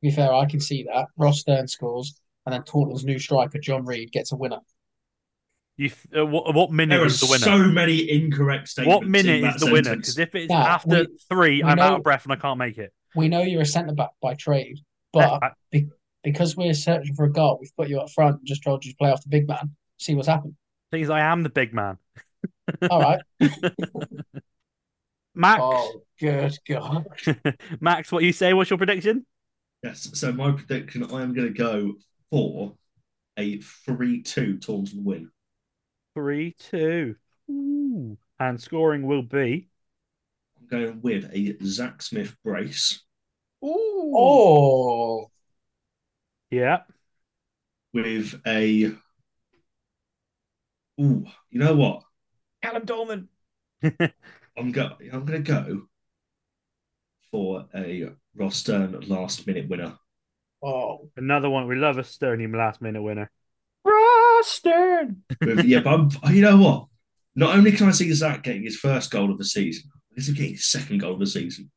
[SPEAKER 3] be fair, I can see that. Ross Stern scores, and then Taunton's new striker, John Reed, gets a winner.
[SPEAKER 4] You th- uh, what, what minute
[SPEAKER 2] There are
[SPEAKER 4] is the winner?
[SPEAKER 2] so many incorrect statements.
[SPEAKER 4] what minute
[SPEAKER 2] in that
[SPEAKER 4] is the winner?
[SPEAKER 2] sentence.
[SPEAKER 4] Because if it's
[SPEAKER 3] Nah,
[SPEAKER 4] after
[SPEAKER 3] we-
[SPEAKER 4] three,
[SPEAKER 3] we
[SPEAKER 4] I'm out
[SPEAKER 3] know-
[SPEAKER 4] of breath and I can't make it.
[SPEAKER 3] We know you're a centre back by trade, but
[SPEAKER 4] Left back.
[SPEAKER 3] because we're searching for a goal, we've put you up front and just told you to play off the big man, see what's happened.
[SPEAKER 4] Thing is, I am the big man.
[SPEAKER 3] All right.
[SPEAKER 4] Max,
[SPEAKER 3] Oh, good God.
[SPEAKER 4] Max, what you say? What's your prediction?
[SPEAKER 2] Yes. So my prediction, I am going to go for a three-two Taunton win.
[SPEAKER 4] Three, two, Ooh. and scoring will be.
[SPEAKER 2] I'm going with a Zach Smith brace
[SPEAKER 3] Oh,
[SPEAKER 4] Yeah,
[SPEAKER 2] with a. Ooh, you know what?
[SPEAKER 5] Callum Dolman.
[SPEAKER 2] I'm go. I'm going to go for a Ross Stern last-minute winner.
[SPEAKER 3] oh,
[SPEAKER 4] another one. We love a Stonium last minute winner.
[SPEAKER 5] Rostern.
[SPEAKER 2] With, yeah, but I'm, you know what? Not only can I see Zach getting his first goal of the season, I can see him getting his second goal of the season.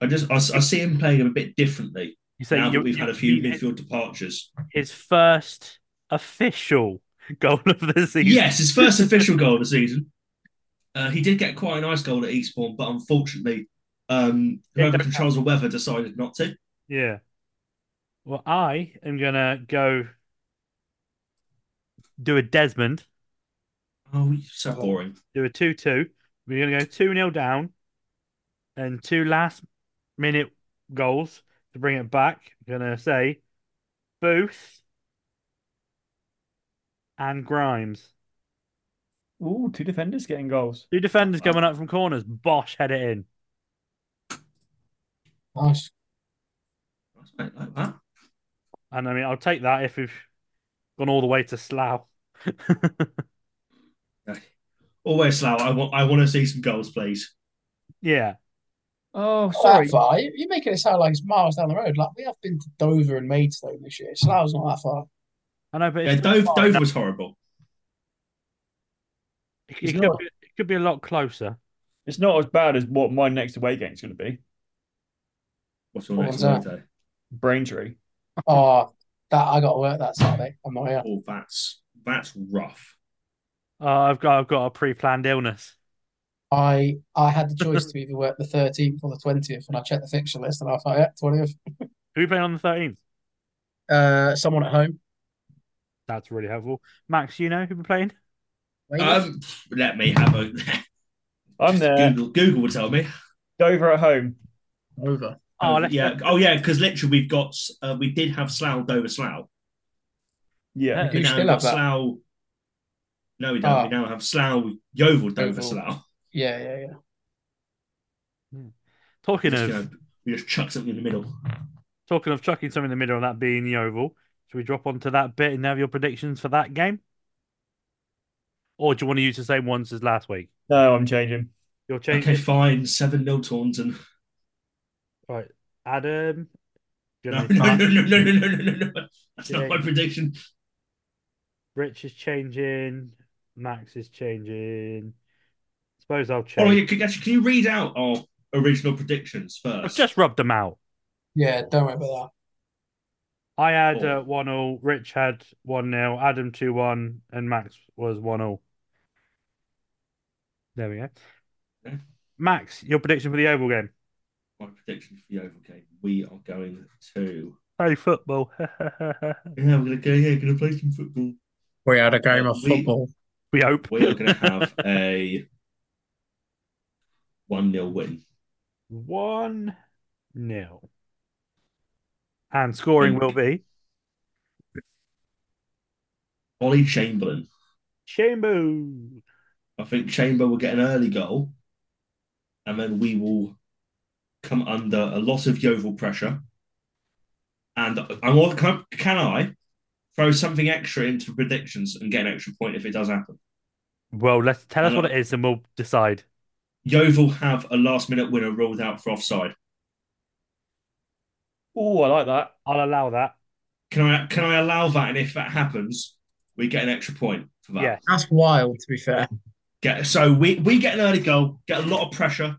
[SPEAKER 2] I just I, I see him playing a bit differently
[SPEAKER 4] You say
[SPEAKER 2] now
[SPEAKER 4] you-
[SPEAKER 2] that we've
[SPEAKER 4] you-
[SPEAKER 2] had a few
[SPEAKER 4] you-
[SPEAKER 2] midfield departures.
[SPEAKER 4] his first official goal of the season.
[SPEAKER 2] Yes, his first official goal of the season. Uh, he did get quite a nice goal at Eastbourne, but unfortunately, um,
[SPEAKER 4] Yeah,
[SPEAKER 2] whoever
[SPEAKER 4] don't
[SPEAKER 2] controls the weather decided not to.
[SPEAKER 4] Yeah. Well, I am gonna go do a Desmond,
[SPEAKER 2] Oh, you're so boring.
[SPEAKER 4] do a two-two. We're gonna go two 0 down, and two last minute goals to bring it back. I'm gonna say Booth and Grimes.
[SPEAKER 5] Ooh, two defenders getting goals.
[SPEAKER 4] Two defenders coming up from corners. Bosh head it in.
[SPEAKER 3] nice.
[SPEAKER 2] Nice, mate, like that.
[SPEAKER 4] And I mean, I'll take that if we've gone all the way to Slough.
[SPEAKER 2] Okay. Always Slough. I want. I want to see some goals, please.
[SPEAKER 4] yeah.
[SPEAKER 5] Oh, sorry.
[SPEAKER 3] Sorry. That far. You- You're making it sound like it's miles down the road. Like, we have been to Dover and Maidstone this year. Slough's not that far.
[SPEAKER 4] I know, but
[SPEAKER 2] Yeah,
[SPEAKER 4] it's not
[SPEAKER 2] Dove,
[SPEAKER 4] far
[SPEAKER 2] Dover
[SPEAKER 4] enough.
[SPEAKER 2] was horrible.
[SPEAKER 4] It,
[SPEAKER 5] It's
[SPEAKER 4] it could
[SPEAKER 5] not.
[SPEAKER 4] be, it could be a lot closer.
[SPEAKER 5] It's not as bad as what my next away game is going to be.
[SPEAKER 2] What's your
[SPEAKER 3] What
[SPEAKER 2] next
[SPEAKER 3] was that?
[SPEAKER 2] holiday?
[SPEAKER 5] Braintree.
[SPEAKER 3] Oh, that I got to work that Saturday. I'm not here.
[SPEAKER 2] Oh, that's that's rough.
[SPEAKER 4] Uh, I've got I've got a pre-planned illness.
[SPEAKER 3] I I had the choice to either work the 13th or the 20th, and I checked the fixture list, and I thought, yeah, 20th.
[SPEAKER 4] Who are you playing on the thirteenth?
[SPEAKER 3] Uh, someone at home.
[SPEAKER 4] That's really helpful. Max, you know who we're playing?
[SPEAKER 2] Um, let me have a.
[SPEAKER 5] I'm
[SPEAKER 3] Uh,
[SPEAKER 5] there.
[SPEAKER 2] Google, Google will tell
[SPEAKER 3] oh,
[SPEAKER 2] me.
[SPEAKER 5] Dover at home.
[SPEAKER 3] Over.
[SPEAKER 4] Oh,
[SPEAKER 2] Oh,
[SPEAKER 4] let's,
[SPEAKER 2] yeah. Oh, yeah. Because literally, we've got uh, we did have Slough Dover Slough.
[SPEAKER 5] Yeah.
[SPEAKER 3] Do you
[SPEAKER 2] We now
[SPEAKER 3] still
[SPEAKER 2] got
[SPEAKER 3] have that?
[SPEAKER 2] Slough. No, we don't.
[SPEAKER 3] Ah.
[SPEAKER 2] We now have Slough Yeovil Dover
[SPEAKER 3] Yeovil.
[SPEAKER 2] Slough.
[SPEAKER 3] Yeah, yeah, yeah.
[SPEAKER 4] Talking
[SPEAKER 2] Just,
[SPEAKER 4] of
[SPEAKER 2] you know, we just chuck something in the middle.
[SPEAKER 4] talking of chucking something in the middle and that being the oval, should we drop onto that bit and have your predictions for that game? Or do you want to use the same ones as last week?
[SPEAKER 5] No, I'm changing.
[SPEAKER 4] You'll change
[SPEAKER 2] Okay,
[SPEAKER 4] it.
[SPEAKER 2] fine. Seven nil Taunton.
[SPEAKER 4] Right. Adam. do you
[SPEAKER 2] No,
[SPEAKER 4] know
[SPEAKER 2] no, no,
[SPEAKER 4] Pat?
[SPEAKER 2] no, no, no, no, no, no. That's
[SPEAKER 4] Yeah.
[SPEAKER 2] not my prediction.
[SPEAKER 4] Rich is changing. Max is changing. Suppose I'll change.
[SPEAKER 2] Oh, yeah, can, actually, can you read out our original predictions
[SPEAKER 4] I've
[SPEAKER 2] first?
[SPEAKER 4] just rubbed them out.
[SPEAKER 3] Yeah, don't worry about
[SPEAKER 4] I had
[SPEAKER 2] Oh.
[SPEAKER 4] uh, 1 0, Rich had 1 0, Adam 2 1, and Max was 1 0. There we go.
[SPEAKER 2] Okay.
[SPEAKER 4] Max, your prediction for the Oval game?
[SPEAKER 2] My prediction for the Oval game. We are going to.
[SPEAKER 4] Play football.
[SPEAKER 2] Yeah, we're going to go. Yeah, going to play some football.
[SPEAKER 3] that. We had a game
[SPEAKER 2] of We- football.
[SPEAKER 4] we hope.
[SPEAKER 2] We are going to have a one 0 win.
[SPEAKER 4] 1 0. And scoring will be
[SPEAKER 2] Ollie Chamberlain.
[SPEAKER 4] Chambu.
[SPEAKER 2] I think Chamber will get an early goal, and then we will come under a lot of Yeovil pressure. And I'm all, can, can I throw something extra into predictions and get an extra point if it does happen?
[SPEAKER 4] Well, let's tell us
[SPEAKER 2] Hello.
[SPEAKER 4] what it is and we'll decide.
[SPEAKER 2] Yeovil have a last minute winner ruled out for offside.
[SPEAKER 5] Oh, I like that.
[SPEAKER 4] I'll allow that.
[SPEAKER 2] Can I can I allow that? And if that happens, we get an extra point for that.
[SPEAKER 4] Yes.
[SPEAKER 3] That's wild, to be fair.
[SPEAKER 2] Get so we we get an early goal, get a lot of pressure.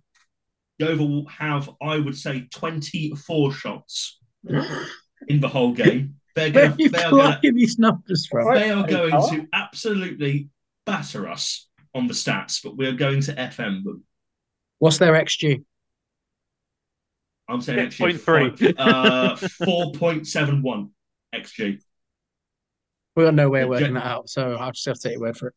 [SPEAKER 2] Yeovil will have, I would say, 24 shots in the whole game. They're
[SPEAKER 3] Where are
[SPEAKER 2] gonna,
[SPEAKER 3] you
[SPEAKER 2] they are gonna,
[SPEAKER 3] plucking these numbers from?
[SPEAKER 2] they are going
[SPEAKER 5] Huh?
[SPEAKER 2] to absolutely batter us on the stats, but we are going to FM them.
[SPEAKER 3] What's their XG?
[SPEAKER 2] I'm saying actually five-
[SPEAKER 4] 6.3.
[SPEAKER 2] uh, 4.71 XG.
[SPEAKER 3] We got no way of
[SPEAKER 2] Yeah,
[SPEAKER 3] working
[SPEAKER 2] Jen-
[SPEAKER 3] that out, so I'll just have to take your word for it.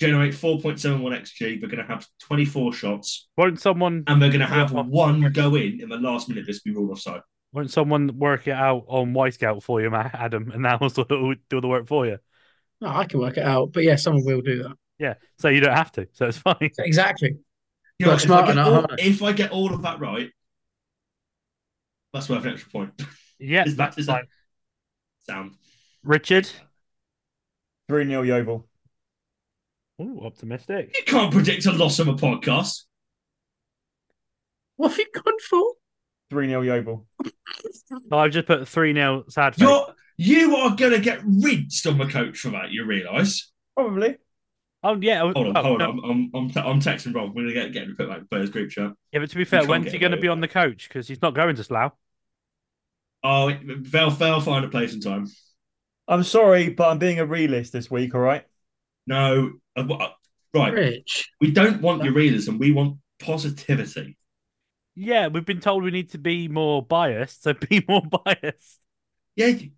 [SPEAKER 2] Generate 4.71 XG. They're going to have 24 shots,
[SPEAKER 4] Won't someone
[SPEAKER 2] and they're going to have
[SPEAKER 4] Yeah.
[SPEAKER 2] one go in in the last minute. This be ruled offside.
[SPEAKER 4] won't someone work it out on Y Scout for you, Ma- Adam, and that will sort of do the work for you?
[SPEAKER 3] No, I can work it out, but yeah, someone will do that.
[SPEAKER 4] Yeah. So you don't have to. So it's fine.
[SPEAKER 3] Exactly.
[SPEAKER 2] You know,
[SPEAKER 3] Look,
[SPEAKER 2] if,
[SPEAKER 3] smart
[SPEAKER 2] I get
[SPEAKER 3] enough,
[SPEAKER 2] all,
[SPEAKER 3] aren't I?
[SPEAKER 2] if I get all of that right, that's worth an extra point.
[SPEAKER 4] Yeah,
[SPEAKER 2] Is that-
[SPEAKER 4] that's
[SPEAKER 2] is that-
[SPEAKER 4] fine.
[SPEAKER 2] Sam,
[SPEAKER 4] Richard.
[SPEAKER 5] 3 0 Yeovil.
[SPEAKER 4] Ooh, optimistic.
[SPEAKER 2] you can't predict a loss of a podcast.
[SPEAKER 3] What have you gone for?
[SPEAKER 5] 3 0 Yeovil.
[SPEAKER 4] No, I've just put 3 0 sad face.
[SPEAKER 2] You're you are going to get rinsed on the coach for that. You realise?
[SPEAKER 5] Probably.
[SPEAKER 4] Oh, yeah. I was-
[SPEAKER 2] Hold on,
[SPEAKER 4] oh,
[SPEAKER 2] hold
[SPEAKER 4] no.
[SPEAKER 2] on. I'm I'm I'm, te- I'm texting Rob. We're going to get get him to put that players group chat.
[SPEAKER 4] Yeah, but to be fair,
[SPEAKER 2] can't
[SPEAKER 4] when's
[SPEAKER 2] get
[SPEAKER 4] he going to
[SPEAKER 2] away
[SPEAKER 4] be
[SPEAKER 2] with
[SPEAKER 4] on the coach? Because he's not going to Slough.
[SPEAKER 2] Oh, they'll they'll find a place in time.
[SPEAKER 5] I'm sorry, but I'm being a realist this week, all right?
[SPEAKER 2] No, uh, wh- uh, right.
[SPEAKER 3] Rich.
[SPEAKER 2] We don't want your realism. We want positivity.
[SPEAKER 4] Yeah, we've been told we need to be more biased, so be more biased.
[SPEAKER 2] Yeah, you-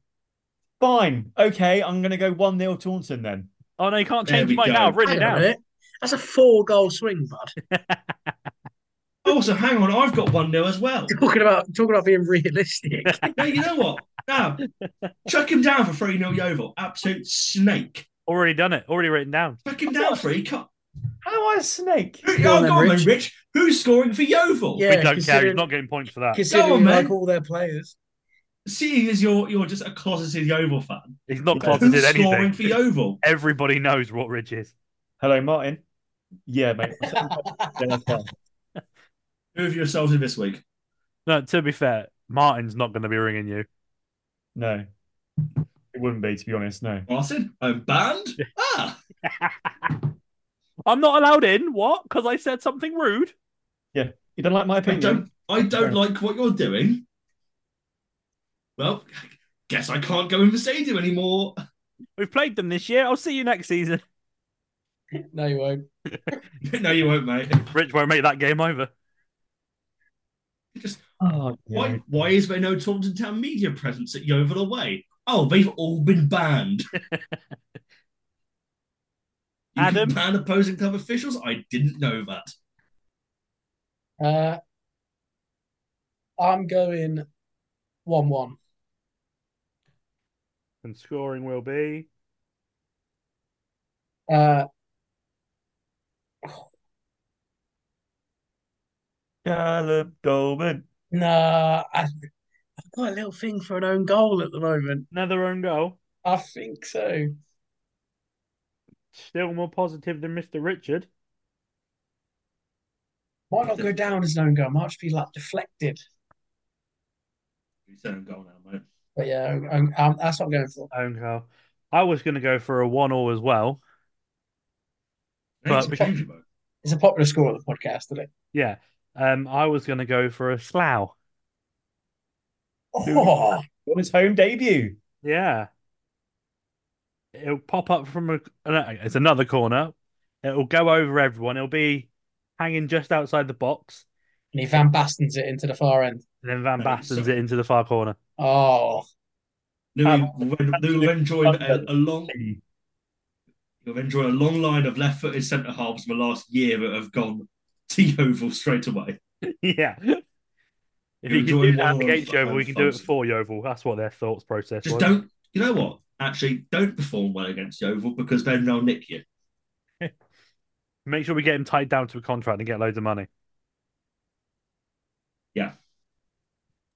[SPEAKER 5] Fine. Okay, I'm going to go 1 0 Taunton then.
[SPEAKER 4] Oh no, you can't
[SPEAKER 2] There
[SPEAKER 4] change
[SPEAKER 2] we
[SPEAKER 4] mine
[SPEAKER 2] go.
[SPEAKER 4] now. I've written
[SPEAKER 3] Hang
[SPEAKER 4] it
[SPEAKER 3] on a
[SPEAKER 4] down.
[SPEAKER 3] minute. That's a four goal swing, bud.
[SPEAKER 2] Also, oh, hang on, I've got one nil as well.
[SPEAKER 3] Talking about talking about being realistic.
[SPEAKER 2] Now you know what? Now chuck him down for three nil Yeovil. Absolute snake.
[SPEAKER 4] Already done it. Already written down.
[SPEAKER 2] Chuck him down for he can't.
[SPEAKER 5] How am I a snake?
[SPEAKER 2] Who,
[SPEAKER 3] Go
[SPEAKER 2] oh,
[SPEAKER 3] on then,
[SPEAKER 2] go on then,
[SPEAKER 3] Rich.
[SPEAKER 2] Rich. Who's scoring for Yeovil?
[SPEAKER 3] Yeah,
[SPEAKER 4] we don't care. He's
[SPEAKER 3] considering-
[SPEAKER 4] not getting points for that.
[SPEAKER 3] Considering
[SPEAKER 2] Go on,
[SPEAKER 3] like
[SPEAKER 2] mate.
[SPEAKER 3] all their players.
[SPEAKER 2] Seeing as you're you're just a closeted Yeovil fan,
[SPEAKER 4] He's not
[SPEAKER 5] Yeah.
[SPEAKER 4] closeted
[SPEAKER 2] who's scoring
[SPEAKER 4] anything.
[SPEAKER 2] for Yeovil?
[SPEAKER 4] Everybody knows what Ridge is.
[SPEAKER 5] Hello, Martin. Yeah, mate. Yeah, that's fine.
[SPEAKER 2] Who have you assaulted this week?
[SPEAKER 4] No, to be fair, Martin's not going to be ringing you.
[SPEAKER 5] no, it wouldn't be, to be honest. No.
[SPEAKER 2] Martin? I'm banned. Ah,
[SPEAKER 4] I'm not allowed in. What? Because I said something rude.
[SPEAKER 5] You don't like my
[SPEAKER 2] I
[SPEAKER 5] opinion.
[SPEAKER 2] don't, I
[SPEAKER 5] Fair.
[SPEAKER 2] don't like what you're doing. Well, guess I can't go in the stadium anymore.
[SPEAKER 4] We've played them this year. I'll see you next season.
[SPEAKER 3] No, you won't.
[SPEAKER 2] no, you won't, mate.
[SPEAKER 4] Rich won't make that game either.
[SPEAKER 2] Just
[SPEAKER 5] Oh, yeah.
[SPEAKER 2] why? Why is there no Taunton Town media presence at Yeovil away? Oh, they've all been banned. you
[SPEAKER 4] Adam?
[SPEAKER 2] can ban opposing club officials. I didn't know that.
[SPEAKER 3] Uh, I'm going 1 1.
[SPEAKER 4] And scoring will be
[SPEAKER 3] Uh,
[SPEAKER 5] Caleb Dolman.
[SPEAKER 3] nah, I, I've got a little thing for an own goal at the moment.
[SPEAKER 4] another own goal.
[SPEAKER 3] I think so.
[SPEAKER 4] Still more positive than Mr. Richard.
[SPEAKER 3] Might not go down as an own goal. Might just be like deflected.
[SPEAKER 2] You said I'm going now, mate.
[SPEAKER 3] But yeah, own- um, that's what I'm going for.
[SPEAKER 4] Own goal. I was going to go for a one all as well. But-
[SPEAKER 2] Thanks, Benjibo.
[SPEAKER 3] It's a popular score at the podcast, isn't it?
[SPEAKER 4] Yeah. Um, I was going to go for a slough.
[SPEAKER 3] Oh,
[SPEAKER 5] On his home debut.
[SPEAKER 4] Yeah. It'll pop up from a, uh, it's another corner. It'll go over everyone. It'll be hanging just outside the box.
[SPEAKER 3] and he Van Bastens it into the far end.
[SPEAKER 4] And then Van
[SPEAKER 2] Mate,
[SPEAKER 4] Basten's
[SPEAKER 2] so-
[SPEAKER 4] it into the far corner.
[SPEAKER 3] Oh,
[SPEAKER 2] Louis,
[SPEAKER 4] Um,
[SPEAKER 2] will- Louis will enjoy a, a long, you'll enjoy a long line of left-footed centre halves from the last year that have gone to Yeovil straight away.
[SPEAKER 4] yeah. If
[SPEAKER 2] You're
[SPEAKER 4] you can do
[SPEAKER 2] enjoying
[SPEAKER 4] that
[SPEAKER 2] one
[SPEAKER 4] against
[SPEAKER 2] on-
[SPEAKER 4] Yeovil,
[SPEAKER 2] on
[SPEAKER 4] we can do it
[SPEAKER 2] Thursday.
[SPEAKER 4] for Yeovil. That's what their thoughts process
[SPEAKER 2] Just
[SPEAKER 4] was.
[SPEAKER 2] don't. You know what? Actually, don't perform well against Yeovil because then they'll nick you.
[SPEAKER 4] Make sure we get him tied down to a contract and get loads of money.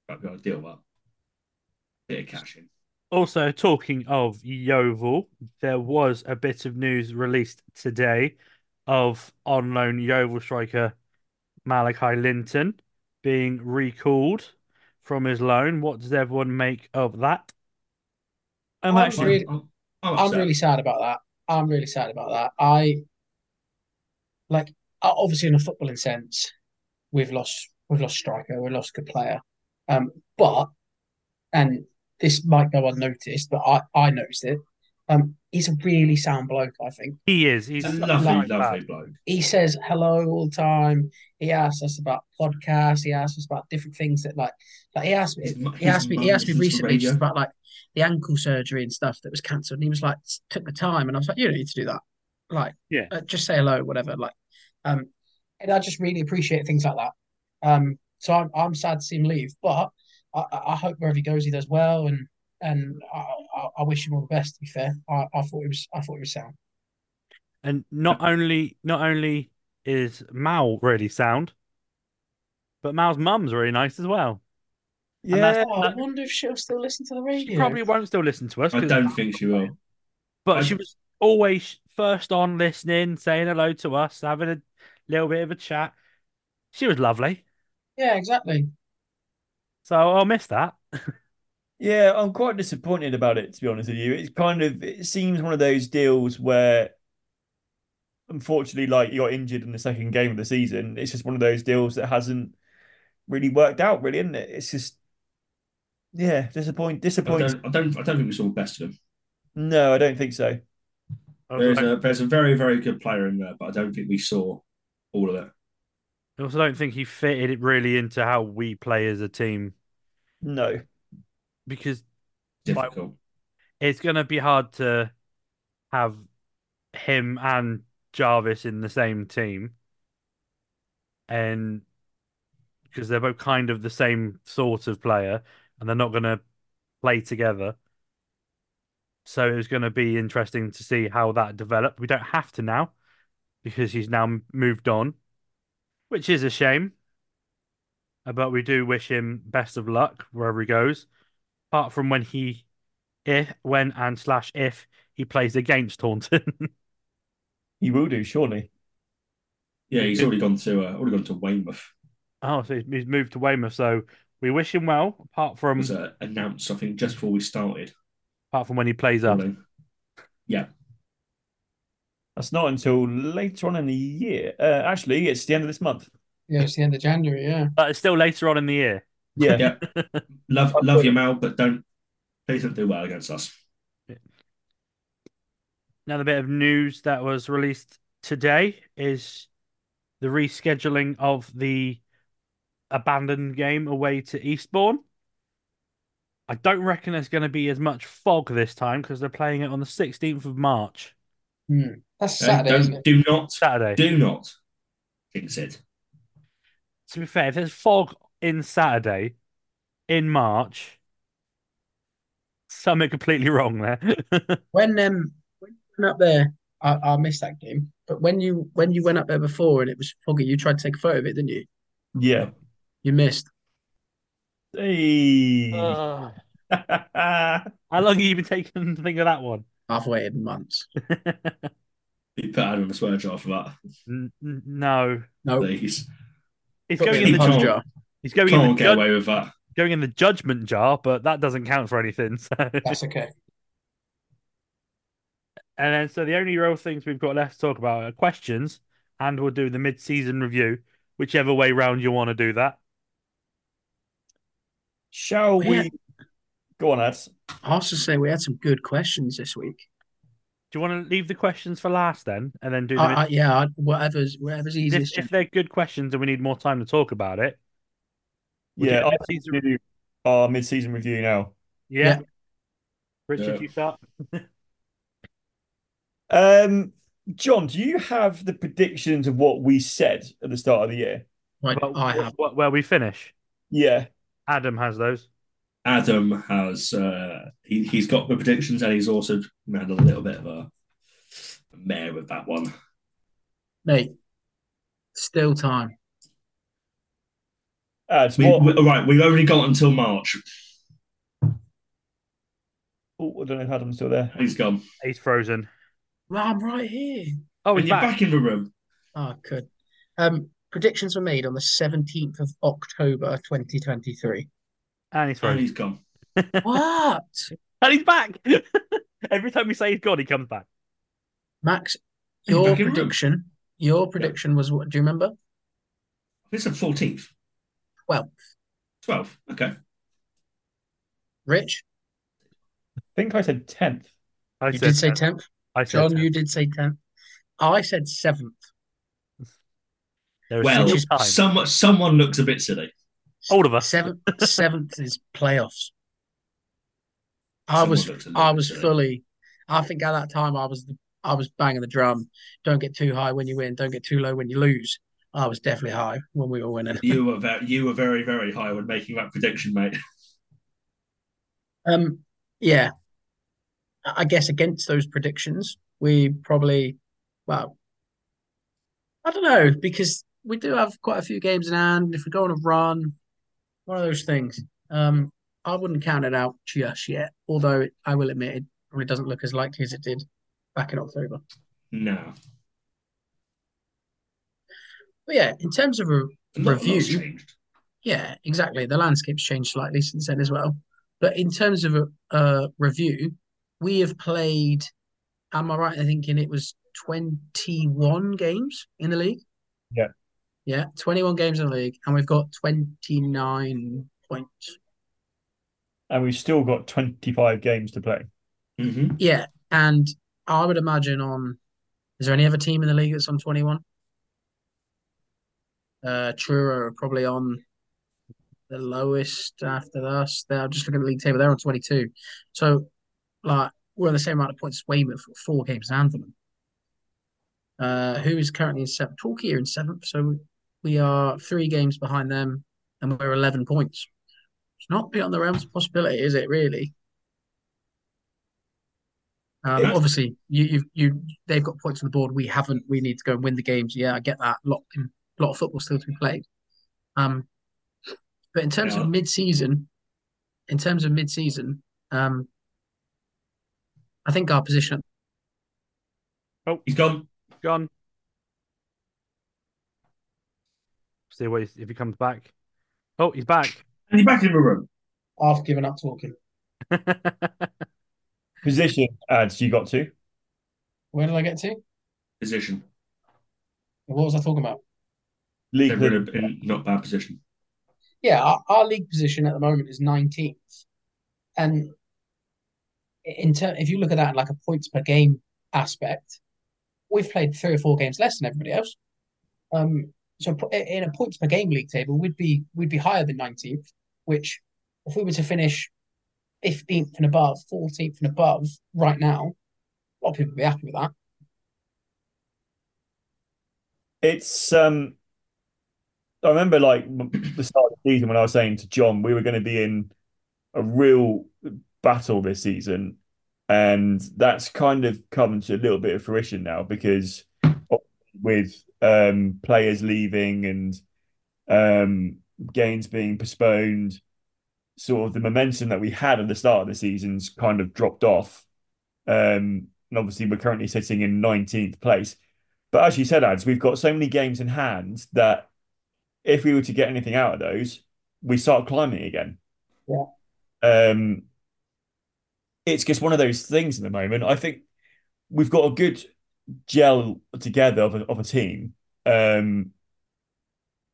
[SPEAKER 2] I've got to deal with that. Bit of cash in.
[SPEAKER 4] Also, talking of Yeovil, there was a bit of news released today of on loan Yeovil striker Malachi Linton being recalled from his loan. What does everyone make of that?
[SPEAKER 5] I'm
[SPEAKER 3] I'm
[SPEAKER 5] actually.
[SPEAKER 3] really-
[SPEAKER 2] I'm, I'm
[SPEAKER 3] I'm
[SPEAKER 2] upset.
[SPEAKER 3] really sad about that. I'm really sad about that. I like o- obviously in a footballing sense, we've lost we've lost striker, we've lost a good player. Um, but and this might go unnoticed, but I I noticed it. Um, he's a really sound bloke. I think
[SPEAKER 4] He is. He's
[SPEAKER 2] He's a
[SPEAKER 4] not
[SPEAKER 2] lovely,
[SPEAKER 4] like
[SPEAKER 2] lovely
[SPEAKER 4] that.
[SPEAKER 2] bloke.
[SPEAKER 3] he says hello all the time. He asks us about podcasts. He asks us about different things that like like he asked me
[SPEAKER 2] His mu-
[SPEAKER 3] he
[SPEAKER 2] his
[SPEAKER 3] asked me he
[SPEAKER 2] mum
[SPEAKER 3] asked me
[SPEAKER 2] listens to
[SPEAKER 3] recently just
[SPEAKER 2] radio.
[SPEAKER 3] about like the ankle surgery and stuff that was cancelled. And he was like "S- took the time and I was like you don't need to do that. Like
[SPEAKER 4] Yeah.
[SPEAKER 3] uh, just say hello whatever like um and I just really appreciate things like that. Um so I'm I'm sad to see him leave, but I, I I hope wherever he goes he does well and and I, I, I wish him all the best. To be fair, I, I thought he was I thought he was sound.
[SPEAKER 4] And not only not only is Mal really sound, but Mal's mum's really nice as well. And that's-
[SPEAKER 5] Yeah.
[SPEAKER 3] Oh, I wonder if she'll still listen to the radio.
[SPEAKER 4] She probably won't still listen to us.
[SPEAKER 2] I
[SPEAKER 4] 'cause-
[SPEAKER 2] don't think she will.
[SPEAKER 4] But
[SPEAKER 2] I-
[SPEAKER 4] she was always first on listening, saying hello to us, having a little bit of a chat. She was lovely.
[SPEAKER 3] Yeah, exactly.
[SPEAKER 4] So I'll miss that.
[SPEAKER 5] Yeah, I'm quite disappointed about it, to be honest with you. It's kind of it seems one of those deals where unfortunately, like you got injured in the second game of the season. It's just one of those deals that hasn't really worked out, really, isn't it? It's just yeah, disappoint
[SPEAKER 2] I
[SPEAKER 5] disappointing.
[SPEAKER 2] don't, I don't. I don't think we saw the best of him.
[SPEAKER 5] No, I don't think so.
[SPEAKER 2] There's
[SPEAKER 4] I
[SPEAKER 2] a there's a very very good player in there, but I don't think we saw all of it.
[SPEAKER 4] also don't think he fitted it really into how we play as a team
[SPEAKER 5] No.
[SPEAKER 4] because
[SPEAKER 2] Difficult.
[SPEAKER 4] it's going to be hard to have him and Jarvis in the same team. And because they're both kind of the same sort of player and they're not going to play together. So it was going to be interesting to see how that developed. We don't have to now because he's now m- moved on, which is a shame. Uh, But we do wish him best of luck wherever he goes. Apart from when he if when and slash if he plays against Taunton.
[SPEAKER 5] He will do, surely.
[SPEAKER 2] Yeah, he's already gone to uh, already gone to Weymouth.
[SPEAKER 4] oh, so he's- he's moved to Weymouth. So we wish him well. Apart from
[SPEAKER 2] Was uh, announced I think just before we started.
[SPEAKER 4] apart from when he plays up.
[SPEAKER 5] That's not until later on in the year. Uh, actually, it's the end of this month.
[SPEAKER 3] Yeah, it's the end of January. Yeah.
[SPEAKER 4] But it's still later on in the year.
[SPEAKER 5] Yeah.
[SPEAKER 2] Yeah. love love you, Mal, but don't please don't do well against us.
[SPEAKER 4] Another bit of news that was released today is the rescheduling of the abandoned game away to Eastbourne. I don't reckon there's going to be as much fog this time because they're playing it on the 16th of March,
[SPEAKER 3] That's
[SPEAKER 2] Okay?
[SPEAKER 3] Saturday,
[SPEAKER 2] Don't-
[SPEAKER 3] isn't it?
[SPEAKER 2] do not
[SPEAKER 4] Saturday.
[SPEAKER 2] do not jinx it.
[SPEAKER 4] to be fair, if there's fog in Saturday, in March, something completely wrong there.
[SPEAKER 3] When um when you went up there, I, I missed that game. But when you when you went up there before and it was foggy, you tried to take a photo of it, didn't you?
[SPEAKER 5] Yeah.
[SPEAKER 3] You missed.
[SPEAKER 5] Hey.
[SPEAKER 4] How long have you been taking to think of that one?
[SPEAKER 3] I've waited months.
[SPEAKER 2] You put Adam in the swear jar for that,
[SPEAKER 4] N- n- no,
[SPEAKER 3] No,
[SPEAKER 2] please.
[SPEAKER 4] it's
[SPEAKER 3] put
[SPEAKER 4] going
[SPEAKER 3] me
[SPEAKER 4] in the
[SPEAKER 2] Can't-
[SPEAKER 3] punch jar.
[SPEAKER 4] he's going in the
[SPEAKER 2] Can't get
[SPEAKER 4] jud-
[SPEAKER 2] away with that.
[SPEAKER 4] going in the judgment jar, but that doesn't count for anything. So. and
[SPEAKER 3] That's okay.
[SPEAKER 4] then, so the only real things we've got left to talk about are questions, and we'll do the mid-season review, whichever way round you want to do that.
[SPEAKER 5] Shall
[SPEAKER 3] Yeah.
[SPEAKER 5] we go on, ads?
[SPEAKER 3] I also say we had some good questions this week.
[SPEAKER 4] Do you want to leave the questions for last then, and then do the
[SPEAKER 3] I,
[SPEAKER 4] mid-
[SPEAKER 3] I, yeah, I, whatever's whatever's easiest.
[SPEAKER 4] if, if they're good questions and we need more time to talk about it, we'll do
[SPEAKER 5] Yeah,
[SPEAKER 4] the
[SPEAKER 5] I'll
[SPEAKER 4] mid-season-
[SPEAKER 5] do our mid-season review now.
[SPEAKER 3] Yeah.
[SPEAKER 4] yeah. Richard,
[SPEAKER 2] Yeah.
[SPEAKER 4] you start.
[SPEAKER 5] Um, John, do you have the predictions of what we said at the start of the year?
[SPEAKER 3] Right,
[SPEAKER 4] About
[SPEAKER 3] I
[SPEAKER 4] wh-
[SPEAKER 3] have.
[SPEAKER 4] wh- where we finish.
[SPEAKER 5] Yeah.
[SPEAKER 4] Adam has those.
[SPEAKER 2] Adam has uh, he, he's got the predictions and he's also had a little bit of a mare with that one.
[SPEAKER 3] Mate, still time.
[SPEAKER 5] Ads,
[SPEAKER 2] We,
[SPEAKER 5] what?
[SPEAKER 2] we, all right, we've only got until March.
[SPEAKER 5] Oh, I don't know if Adam's still there.
[SPEAKER 2] He's gone.
[SPEAKER 4] He's frozen.
[SPEAKER 3] Well, I'm right here.
[SPEAKER 4] Oh,
[SPEAKER 2] and
[SPEAKER 4] he's
[SPEAKER 2] you're
[SPEAKER 4] back.
[SPEAKER 2] back. in the room.
[SPEAKER 3] Oh, good. Um, predictions were made on the 17th of October 2023.
[SPEAKER 4] And he's
[SPEAKER 2] And
[SPEAKER 4] frozen.
[SPEAKER 2] he's gone.
[SPEAKER 3] What?
[SPEAKER 4] And he's back. Every time we say he's gone, he comes back.
[SPEAKER 3] Max,
[SPEAKER 2] He's
[SPEAKER 3] your
[SPEAKER 2] back in room.
[SPEAKER 3] prediction, your prediction was what? Do you remember?
[SPEAKER 2] It's the 14th.
[SPEAKER 3] 12th.
[SPEAKER 2] 12th. Okay.
[SPEAKER 3] Rich,
[SPEAKER 5] I think I said 10th.
[SPEAKER 4] I
[SPEAKER 3] you
[SPEAKER 4] said
[SPEAKER 3] did say
[SPEAKER 4] 10th.
[SPEAKER 3] 10th.
[SPEAKER 4] I said
[SPEAKER 3] John,
[SPEAKER 4] 10th.
[SPEAKER 3] you did say 10th. I said 7th.
[SPEAKER 4] There is
[SPEAKER 2] Well,
[SPEAKER 4] still
[SPEAKER 3] Which is
[SPEAKER 4] time.
[SPEAKER 2] someone someone looks a bit silly.
[SPEAKER 4] All of us.
[SPEAKER 3] 7th, 7th is playoffs. I
[SPEAKER 2] Someone
[SPEAKER 3] was
[SPEAKER 2] looks a little
[SPEAKER 3] I
[SPEAKER 2] bit
[SPEAKER 3] was
[SPEAKER 2] silly.
[SPEAKER 3] fully. I think at that time I was the, I was banging the drum. Don't get too high when you win. Don't get too low when you lose. I was definitely high when we were winning.
[SPEAKER 2] You were very, you were very very high when making that prediction, mate.
[SPEAKER 3] Um, yeah, I I guess against those predictions, we probably, well, I don't know because we do have quite a few games in hand. If we go on a run, one of those things. Um, I wouldn't count it out just yet. Although I will admit it probably doesn't look as likely as it did back in October.
[SPEAKER 2] No,
[SPEAKER 3] But yeah, in terms of a
[SPEAKER 2] A lot- a lot's
[SPEAKER 3] Review.
[SPEAKER 2] changed.
[SPEAKER 3] Yeah, exactly. The landscape's changed slightly since then as well. But in terms of a, a review, we have played, am I right in thinking it was 21 games in the league?
[SPEAKER 5] Yeah.
[SPEAKER 3] Yeah, 21 games in the league, and we've got 29 points.
[SPEAKER 5] And we've still got 25 games to play.
[SPEAKER 2] Mhm.
[SPEAKER 3] Yeah, and I would imagine on, is there any other team in the league that's on 21? Uh, Truro are probably on the lowest after us. They're just looking at the league table. They're on 22. So, like, we're on the same amount of points as Weymouth, with four games in hand for them. Uh, who is currently in seventh? Torquay are in seventh. So, we are three games behind them, and we're 11 points. It's not beyond the realms of possibility, is it, really? Um,
[SPEAKER 2] Yeah.
[SPEAKER 3] obviously, you, you, you, they've got points on the board. We haven't. We need to go and win the games. Yeah, I get that. A lot, can- a lot of football still to be played. Um, but in terms
[SPEAKER 2] Yeah.
[SPEAKER 3] of mid-season, in terms of mid-season, um, I think our position.
[SPEAKER 4] Oh,
[SPEAKER 2] He's gone.
[SPEAKER 4] John. See what he's, if he comes back. Oh, he's back.
[SPEAKER 2] And you're back in the room.
[SPEAKER 3] I've given up talking.
[SPEAKER 5] Position ads you got to.
[SPEAKER 3] Where did I get to?
[SPEAKER 2] Position.
[SPEAKER 3] What was I talking about?
[SPEAKER 5] League
[SPEAKER 2] They're in, a, in not bad position.
[SPEAKER 3] Yeah, our, our league position at the moment is 19th, and in ter- if you look at that in like a points per game aspect, we've played three or four games less than everybody else. Um, so po- in a points per game league table, we'd be we'd be higher than 19th, which if we were to finish 15th and above, 14th and above right now, a lot of people would be happy with that.
[SPEAKER 5] It's um, I remember like m- the start of the season when I was saying to John we were going to be in a real battle this season, and that's kind of come to a little bit of fruition now because with um players leaving and um games being postponed, sort of the momentum that we had at the start of the season's kind of dropped off. Um, and obviously we're currently sitting in 19th place. But as you said, Ads, we've got so many games in hand that if we were to get anything out of those, we start climbing again.
[SPEAKER 3] Yeah.
[SPEAKER 5] Um, it's just one of those things at the moment. I think we've got a good gel together of a, of a team. Um,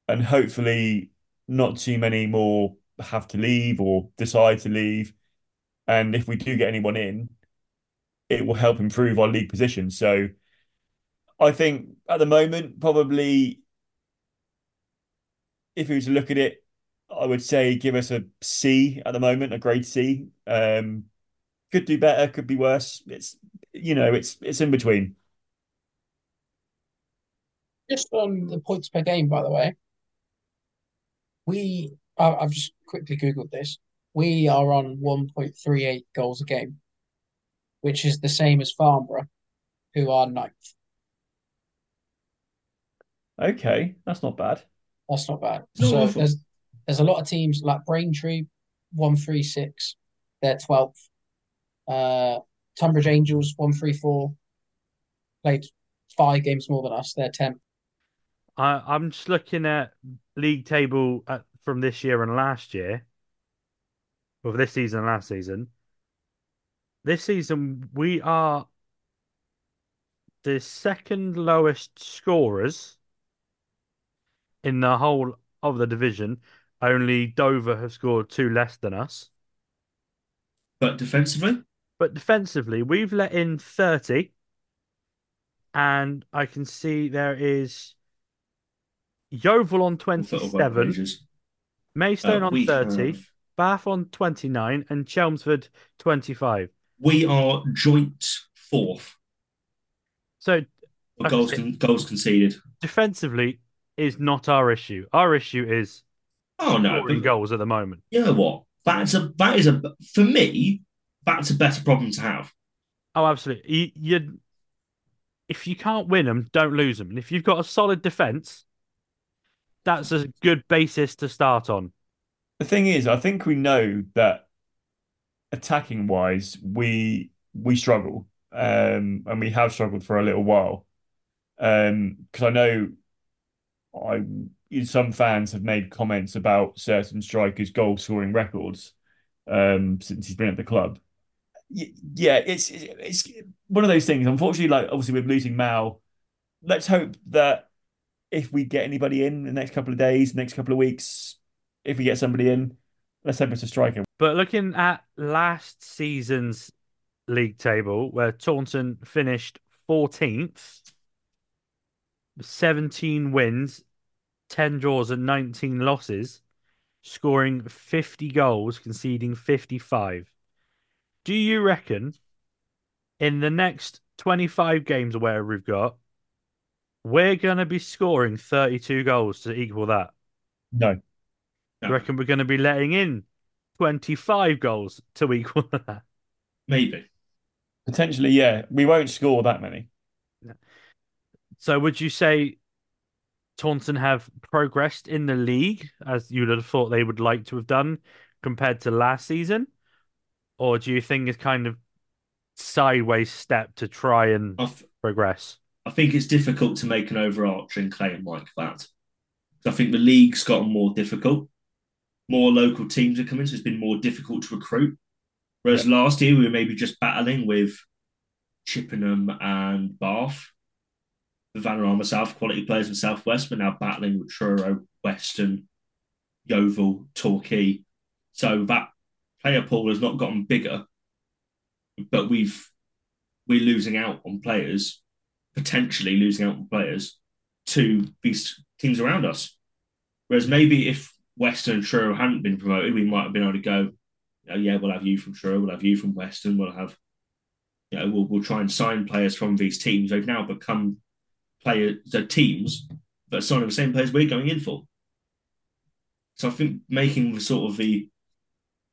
[SPEAKER 5] and hopefully not too many more have to leave or decide to leave. And if we do get anyone in, it will help improve our league position. So I think at the moment, probably if we were to look at it, I would say give us a C at the moment, a grade C. Um, could do better, could be worse. It's you know, it's it's in between.
[SPEAKER 3] Just on the points per game, by the way, we I- I've just quickly googled this. We are on 1.38 goals a game, which is the same as Farnborough, who are ninth.
[SPEAKER 5] Okay, that's not bad.
[SPEAKER 3] That's not bad.
[SPEAKER 2] Not
[SPEAKER 3] so
[SPEAKER 2] awful.
[SPEAKER 3] there's there's a lot of teams like Braintree, one three six, they're twelfth. Uh, Tunbridge Angels one three four, played five games more than us. They're tenth.
[SPEAKER 4] I, I'm just looking at league table at, from this year and last year, well, this season and last season. This season, we are the second lowest scorers in the whole of the division. Only Dover have scored two less than us.
[SPEAKER 2] But defensively,
[SPEAKER 4] But defensively, we've let in 30. And I can see there is Yeovil
[SPEAKER 2] we'll
[SPEAKER 4] on
[SPEAKER 2] put away
[SPEAKER 4] 27,
[SPEAKER 2] Rangers.
[SPEAKER 4] Maidstone
[SPEAKER 2] Uh,
[SPEAKER 4] on
[SPEAKER 2] we
[SPEAKER 4] 30,
[SPEAKER 2] have-
[SPEAKER 4] Bath on 29, and Chelmsford 25.
[SPEAKER 2] we are joint fourth
[SPEAKER 4] So
[SPEAKER 2] for goals,
[SPEAKER 4] Okay.
[SPEAKER 2] con- goals conceded.
[SPEAKER 4] defensively is not our issue. Our issue is
[SPEAKER 2] Oh no!
[SPEAKER 4] scoring
[SPEAKER 2] but
[SPEAKER 4] goals at the moment.
[SPEAKER 2] You know what? That's a that is a for me. That's a better problem to have.
[SPEAKER 4] Oh, absolutely. You, you, if you can't win them, don't lose them. And if you've got a solid defense, that's a good basis to start on.
[SPEAKER 5] The thing is, I think we know that attacking wise, we we struggle, um, and we have struggled for a little while. Um, because I know, I some fans have made comments about certain strikers' goal scoring records, um, since he's been at the club. Y- Yeah, it's it's it's one of those things. Unfortunately, like obviously we're losing Mal. Let's hope that if we get anybody in the next couple of days, next couple of weeks, if we get somebody in, let's hope it's a striker.
[SPEAKER 4] But looking at last season's league table, where Taunton finished 14th, 17 wins, 10 draws, and 19 losses, scoring 50 goals, conceding 55. Do you reckon in the next 25 games, or whatever we've got, we're going to be scoring 32 goals to equal that?
[SPEAKER 5] No,
[SPEAKER 4] I
[SPEAKER 2] No.
[SPEAKER 4] reckon we're going to be letting in 25 goals to equal that.
[SPEAKER 2] Maybe
[SPEAKER 5] potentially, yeah, we won't score that many.
[SPEAKER 4] So, would you say Taunton have progressed in the league as you would have thought they would like to have done compared to last season? Or do you think it's kind of sideways step to try and
[SPEAKER 2] I, th-
[SPEAKER 4] progress?
[SPEAKER 2] I think it's difficult to make an overarching claim like that. I think the league's gotten more difficult. More local teams are coming, so it's been more difficult to recruit. Whereas last year we were maybe just battling with Chippenham and Bath. Vanarama South quality players from Southwest were now battling with Truro, Western, Yeovil, Torquay. So that player pool has not gotten bigger, but we've we're losing out on players, potentially losing out on players to these teams around us. Whereas maybe if Western and Truro hadn't been promoted, we might have been able to go, oh, yeah, we'll have you from Truro, we'll have you from Western, we'll have, you know, we'll, we'll try and sign players from these teams. They've now become players, the teams that are signing the same players we're going in for. So I think making the sort of the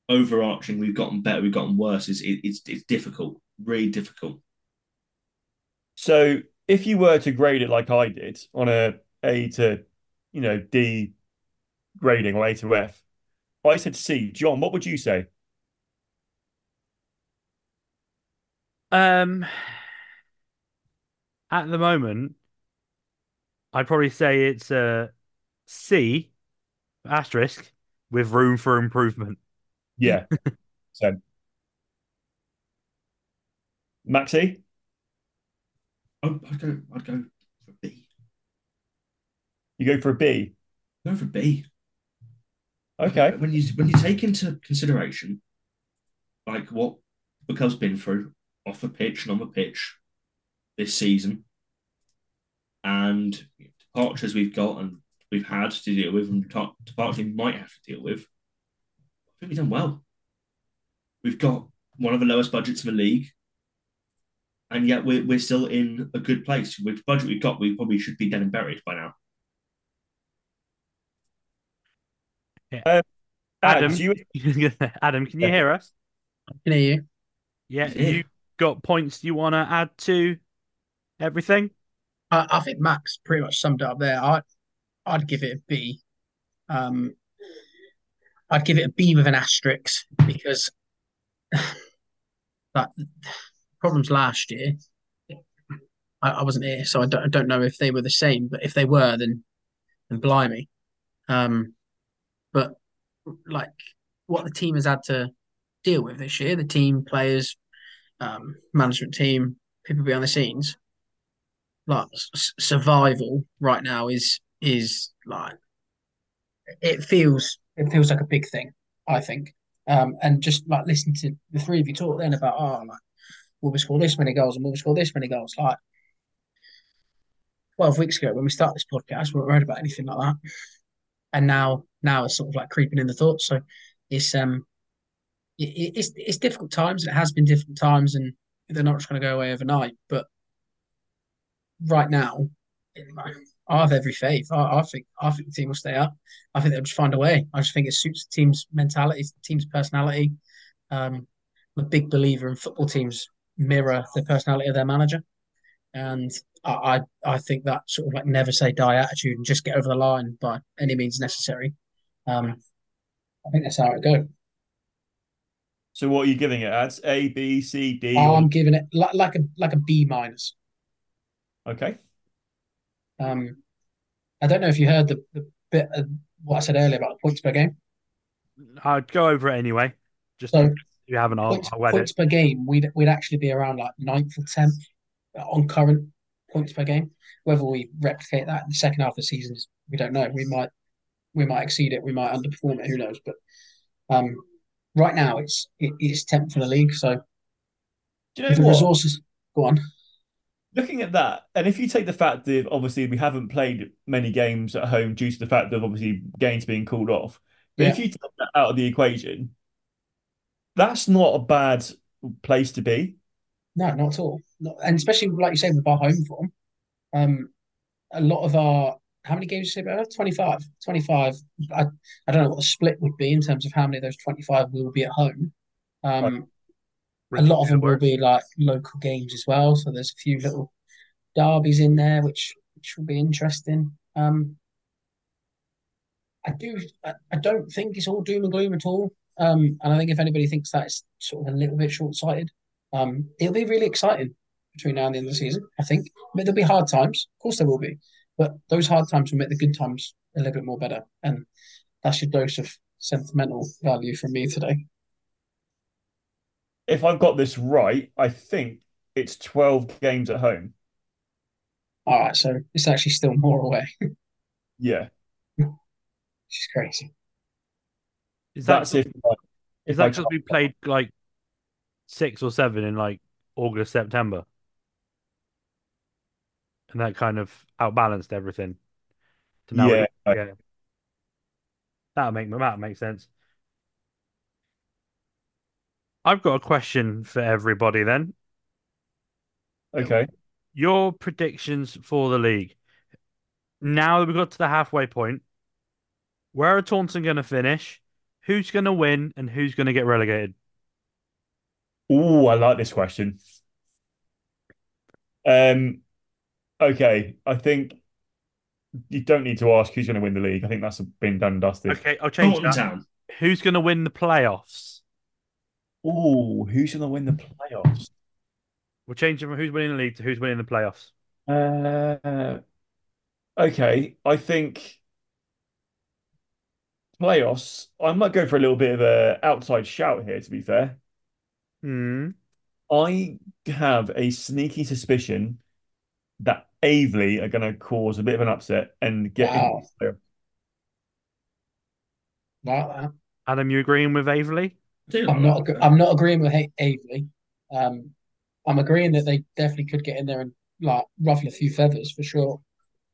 [SPEAKER 2] overarching, we've gotten better, we've gotten worse, is it, it's, it's difficult, really difficult.
[SPEAKER 6] So if you were to grade it like I did on a A to, you know, D grading or A to F, I said C. John, what would you say?
[SPEAKER 4] Um, at the moment, I'd probably say it's a C asterisk with room for improvement.
[SPEAKER 6] Yeah. so, Maxi,
[SPEAKER 2] Oh, I'd go, I'd go for B.
[SPEAKER 6] you go for a B.
[SPEAKER 2] Go for B.
[SPEAKER 6] Okay.
[SPEAKER 2] When you when you take into consideration, like what Bukel's been through off the pitch and on the pitch this season, and departures we've got and we've had to deal with, and depart- departures we might have to deal with, I think we've done well. We've got one of the lowest budgets in the league, and yet we're we're still in a good place. With the budget we've got, we probably should be dead and buried by now.
[SPEAKER 4] Adam,
[SPEAKER 6] Ads, you
[SPEAKER 4] Adam, can you hear us?
[SPEAKER 3] Can hear you.
[SPEAKER 4] Yeah,
[SPEAKER 2] Yeah.
[SPEAKER 4] you got points you want to add to everything?
[SPEAKER 3] I, I think Max pretty much summed it up there. I, I'd give it a B. Um, I'd give it a B with an asterisk because like problems last year. I, I wasn't here, so I don't, I don't know if they were the same. But if they were, then then blimey. Um, but like what the team has had to deal with this year, the team, players, um, management team, people behind the scenes like s- s- survival right now is is like it feels it feels like a big thing i think um and just like listening to the three of you talk then about oh like will we score this many goals and will we score this many goals like 12 weeks ago when we started this podcast we weren't worried about anything like that and now now it's sort of like creeping in the thoughts so it's um it, it- it's it's difficult times and it has been difficult times and they're not just going to go away overnight but right now, I have every faith. I, I think I think the team will stay up. I think they'll just find a way. I just think it suits the team's mentality, the team's personality. Um, I'm a big believer in football teams mirror the personality of their manager, and I, I I think that sort of like never say die attitude and just get over the line by any means necessary. Um, I think that's how it go.
[SPEAKER 6] So what are you giving it? Ads A, B, C, D. or-
[SPEAKER 3] I'm giving it like, like a like a B minus.
[SPEAKER 6] Okay.
[SPEAKER 3] Um, I don't know if you heard the, the bit of what I said earlier about the points per game.
[SPEAKER 4] I'd go over it anyway. Just
[SPEAKER 3] So
[SPEAKER 4] in case you haven't, I'll,
[SPEAKER 3] Um, points,
[SPEAKER 4] I'll wed
[SPEAKER 3] points
[SPEAKER 4] it.
[SPEAKER 3] per game, we'd we'd actually be around like ninth or tenth on current points per game. Whether we replicate that in the second half of the season, is- we don't know. We might we might exceed it. We might underperform it. Who knows? But um, right now, it's it, it's tenth for the league. So
[SPEAKER 6] Do you know
[SPEAKER 3] if the
[SPEAKER 6] what?
[SPEAKER 3] resources go on.
[SPEAKER 6] Looking at that, and if you take the fact that obviously we haven't played many games at home due to the fact of obviously games being called off, but if you take that out of the equation, that's not a bad place to be.
[SPEAKER 3] No, not at all. Not, and especially like you say with our home form, um, a lot of our how many games did you say about 25, 25. I, I don't know what the split would be in terms of how many of those 25 will be at home. Um, a lot of them will be like local games as well. So there's a few little derbies in there, which which will be interesting. Um, I do, I, I don't think it's all doom and gloom at all. Um, and I think if anybody thinks that, it's sort of a little bit short sighted. Um, it'll be really exciting between now and the end of the season, I think. But there'll be hard times, of course there will be, but those hard times will make the good times a little bit more better. And that's your dose of sentimental value from me today.
[SPEAKER 6] If I've got this right, I think it's 12 games at home.
[SPEAKER 3] All right, so it's actually still more away.
[SPEAKER 5] Yeah,
[SPEAKER 3] She's crazy.
[SPEAKER 4] Is that
[SPEAKER 5] that's if
[SPEAKER 4] is
[SPEAKER 5] I
[SPEAKER 4] that because we played like six or seven in like August, September? And that kind of outbalanced everything. To now
[SPEAKER 5] yeah, I-
[SPEAKER 4] yeah. That'll make that'll make sense. I've got a question for everybody then.
[SPEAKER 5] okay.
[SPEAKER 4] Your predictions for the league. Now that we got to the halfway point, where are Taunton going to finish? Who's going to win and who's going to get relegated?
[SPEAKER 5] Ooh, I like this question. Um, okay, I think you don't need to ask who's going to win the league. I think that's been done and dusted.
[SPEAKER 4] Okay, I'll change
[SPEAKER 2] Taunton
[SPEAKER 4] that.
[SPEAKER 2] Town.
[SPEAKER 4] Who's going to win the playoffs?
[SPEAKER 5] Ooh, who's going to win the playoffs?
[SPEAKER 4] We'll change it from who's winning the league to who's winning the playoffs.
[SPEAKER 5] Uh, okay, I think playoffs. I might go for a little bit of a outside shout here, to be fair.
[SPEAKER 4] Hmm.
[SPEAKER 5] I have a sneaky suspicion that Avely are going to cause a bit of an upset and get in
[SPEAKER 3] Wow.
[SPEAKER 5] the playoffs.
[SPEAKER 3] Like that.
[SPEAKER 4] Adam, you agreeing with Averley?
[SPEAKER 2] I do like
[SPEAKER 3] I'm not.
[SPEAKER 2] that.
[SPEAKER 3] ag- I'm not agreeing with Ha- Avery. Um, I'm agreeing that they definitely could get in there and like ruffle a few feathers for sure,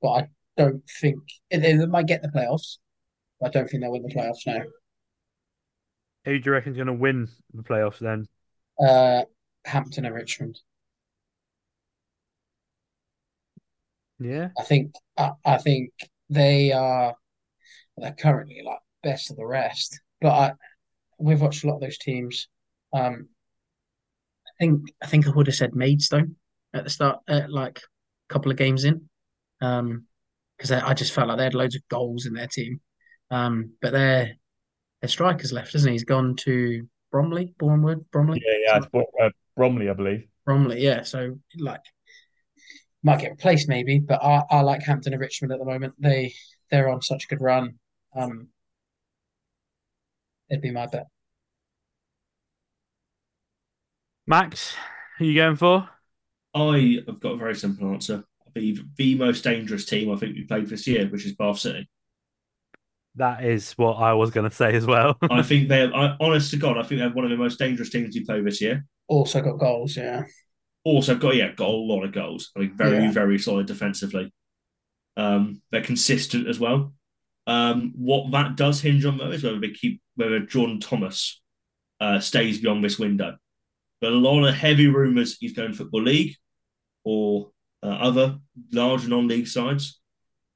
[SPEAKER 3] but I don't think and they might get the playoffs. But I don't think they'll win the playoffs now.
[SPEAKER 4] Who do you reckon's going to win the playoffs then?
[SPEAKER 3] Uh, Hampton and Richmond.
[SPEAKER 4] Yeah.
[SPEAKER 3] I think. I, I think they are. They're currently like best of the rest, but I, we've watched a lot of those teams. Um, I think. I think I would have said Maidstone at the start, at like a couple of games in, um, because I just felt like they had loads of goals in their team. Um, but their their striker's left, isn't he? He's gone to Bromley, Bournemouth, Bromley.
[SPEAKER 5] Yeah, yeah, it's Bro- uh, Bromley, I believe.
[SPEAKER 3] Bromley, yeah. So like might get replaced maybe, but I, I like Hampton and Richmond at the moment. They they're on such a good run. Um it'd be my bet.
[SPEAKER 4] Max, who you going for?
[SPEAKER 2] I have got a very simple answer. I believe the most dangerous team I think we played this year, which is Bath City.
[SPEAKER 4] That is what I was going to say as well.
[SPEAKER 2] I think they're, I, honest to God, I think they're one of the most dangerous teams we played this year.
[SPEAKER 3] Also got goals, yeah.
[SPEAKER 2] also got yeah got a lot of goals. I mean, very
[SPEAKER 3] Yeah.
[SPEAKER 2] very solid defensively. Um, they're consistent as well. Um, what that does hinge on though is whether they keep whether John Thomas uh, stays beyond this window. But a lot of heavy rumours he's going football league or uh, other large non-league sides.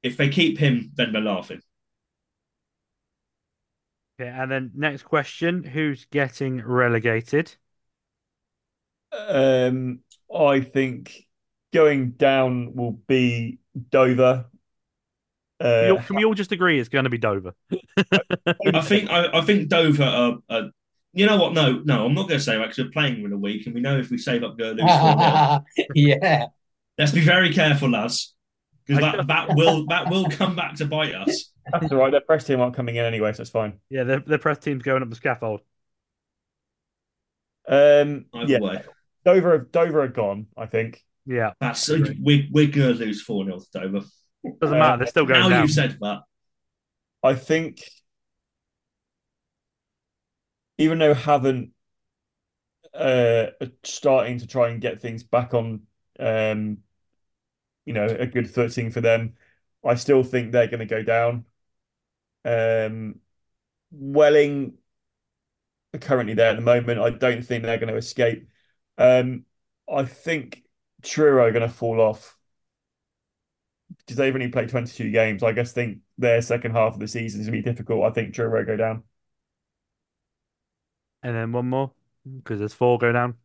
[SPEAKER 2] If they keep him, then they're laughing.
[SPEAKER 4] Okay, and then next question who's getting relegated?
[SPEAKER 5] Um, I think going down will be Dover.
[SPEAKER 4] We all-
[SPEAKER 5] Uh,
[SPEAKER 4] Can we all just agree it's going to be Dover?
[SPEAKER 2] I think I, I think Dover are, are. You know what? No, no, I'm not going to say that 'cause we're playing in a week, and we know if we save up, go lose. 4-0.
[SPEAKER 3] yeah.
[SPEAKER 2] Let's be very careful, lads, because
[SPEAKER 4] I
[SPEAKER 2] that, that will that will come back to bite us.
[SPEAKER 5] that's all right. Their press team aren't coming in anyway, so that's fine.
[SPEAKER 4] Yeah, the, the press team's going up the scaffold.
[SPEAKER 5] Um,
[SPEAKER 2] Either
[SPEAKER 5] yeah,
[SPEAKER 2] way,
[SPEAKER 5] Dover, Dover are gone. I think.
[SPEAKER 4] Yeah,
[SPEAKER 2] that's we we're gonna lose four 0 to Dover.
[SPEAKER 4] doesn't
[SPEAKER 5] Uh,
[SPEAKER 4] matter. They're still going
[SPEAKER 2] now
[SPEAKER 4] down.
[SPEAKER 2] you've said that,
[SPEAKER 5] I think, even though haven't uh starting to try and get things back on, um, you know, a good footing for them, I still think they're going to go down. Um, Welling are currently there at the moment. I don't think they're going to escape. Um, I think Truro are going to fall off because they've only played 22 games. I guess think their second half of the season is going to be difficult. I think Truro go down.
[SPEAKER 4] And then one more because there's four go down.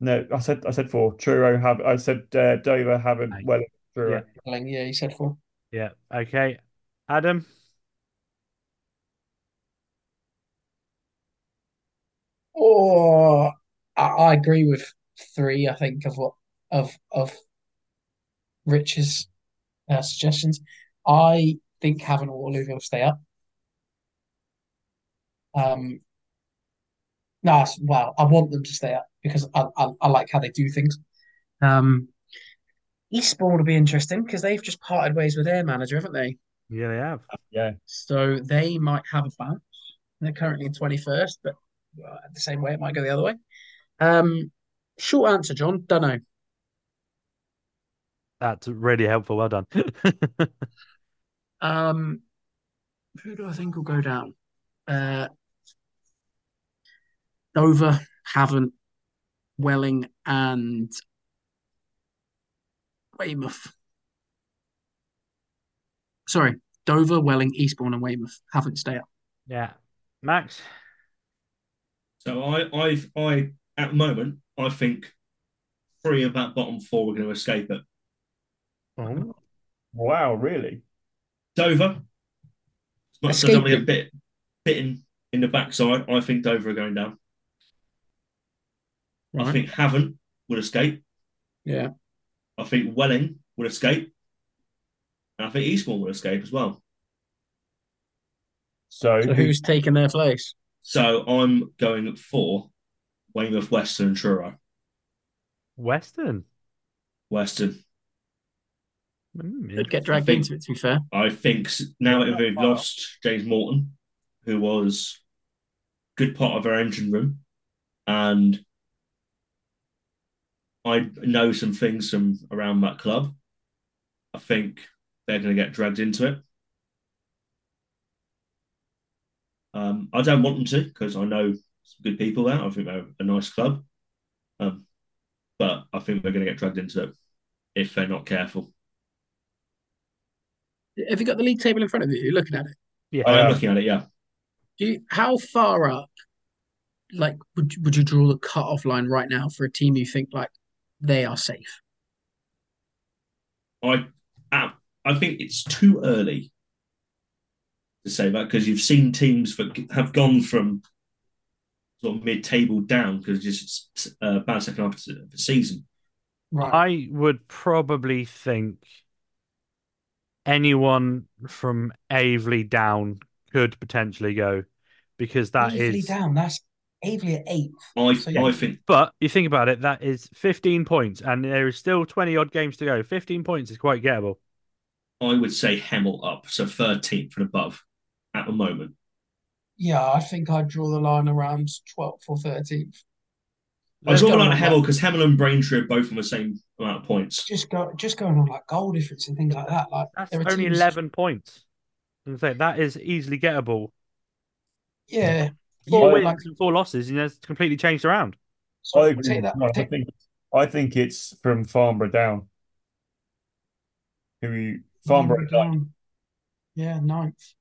[SPEAKER 5] No, I said I said four. Truro have. I said uh, Dover haven't.
[SPEAKER 4] Aye.
[SPEAKER 5] Well, Truro.
[SPEAKER 4] Yeah.
[SPEAKER 3] Like, yeah, you said four.
[SPEAKER 4] Yeah. Okay. Adam,
[SPEAKER 3] Or Oh, I, I agree with three, I think, of what of of Rich's uh, suggestions. I think Havant or Waterloo will stay up. Um, no, I s- well, I want them to stay up because I, I, I like how they do things. Um, Eastbourne will be interesting because they've just parted ways with their manager, haven't they?
[SPEAKER 4] Yeah, they have.
[SPEAKER 3] So they might have a bounce. They're currently in 21st, but uh, the same way, it might go the other way. Um, short answer, John. Don't know.
[SPEAKER 4] That's really helpful. Well done.
[SPEAKER 3] Um, who do I think will go down? Uh, Dover, Havant, Welling, and Weymouth. Sorry, Dover, Welling, Eastbourne, and Weymouth haven't stay up.
[SPEAKER 4] yeah. Max,
[SPEAKER 2] So I, I've, I, at the moment, I think three of that bottom four are going to escape it.
[SPEAKER 4] oh,
[SPEAKER 6] Wow, really?
[SPEAKER 2] Dover, as much as I don't want to
[SPEAKER 3] Escaping.
[SPEAKER 2] get bit, bitten in the backside, I think Dover are going down. I
[SPEAKER 3] Right.
[SPEAKER 2] think Haven't will escape.
[SPEAKER 3] Yeah.
[SPEAKER 2] I think Welling will escape. And I think Eastbourne will escape as well.
[SPEAKER 6] So,
[SPEAKER 3] So who's taking their place?
[SPEAKER 2] So I'm going for Weymouth, Western, and Truro.
[SPEAKER 4] Western.
[SPEAKER 2] Western.
[SPEAKER 4] Mm,
[SPEAKER 3] Could get dragged
[SPEAKER 2] think-
[SPEAKER 3] into it, to be fair.
[SPEAKER 2] I think s- now that they've lost James Morton, who was good part of our engine room, and I know some things from around that club. I think they're going to get dragged into it. Um, I don't want them to because I know some good people there. I think they're a nice club, um, but I think they're going to get dragged into it if they're not careful.
[SPEAKER 3] Have you got the league table in front of you? You're looking at it.
[SPEAKER 4] yeah.
[SPEAKER 2] I am
[SPEAKER 6] Yeah.
[SPEAKER 2] looking at it, yeah.
[SPEAKER 3] Do you, how far up, like, would would you draw the cut-off line right now for a team you think like they are safe?
[SPEAKER 2] I I I think it's too early to say that because you've seen teams that g- have gone from sort of mid-table down because just s- uh, bad second half of the season.
[SPEAKER 3] Right.
[SPEAKER 4] I would probably think anyone from Avely down could potentially go because that is.
[SPEAKER 3] down. That's Avely at eight.
[SPEAKER 2] I
[SPEAKER 3] So, yeah.
[SPEAKER 2] I think
[SPEAKER 4] But you think about it, that is 15 points, and there is still 20 odd games to go. 15 points is quite gettable.
[SPEAKER 2] I would say Hemel up, so thirteenth and above at the moment.
[SPEAKER 3] Yeah, I think I'd draw the line around twelfth or thirteenth.
[SPEAKER 2] I
[SPEAKER 3] Let's
[SPEAKER 2] draw
[SPEAKER 3] go
[SPEAKER 2] a line
[SPEAKER 3] on
[SPEAKER 2] at Hemel because Hemel and Braintree are both on the same amount of points.
[SPEAKER 3] Just go, just going on like goal difference and things like that. Like
[SPEAKER 4] That's
[SPEAKER 3] there are
[SPEAKER 4] only
[SPEAKER 3] teams-
[SPEAKER 4] 11 points. And so that is easily gettable.
[SPEAKER 3] Yeah,
[SPEAKER 4] Four
[SPEAKER 6] Yeah,
[SPEAKER 4] wins
[SPEAKER 3] like-
[SPEAKER 4] and four losses, and it's completely changed around.
[SPEAKER 3] so
[SPEAKER 6] I
[SPEAKER 3] we'll
[SPEAKER 6] agree
[SPEAKER 3] take that.
[SPEAKER 6] with Mark. I
[SPEAKER 3] take-
[SPEAKER 6] think I think it's from Farnborough down. Who you, Farnborough? down.
[SPEAKER 3] Yeah, ninth.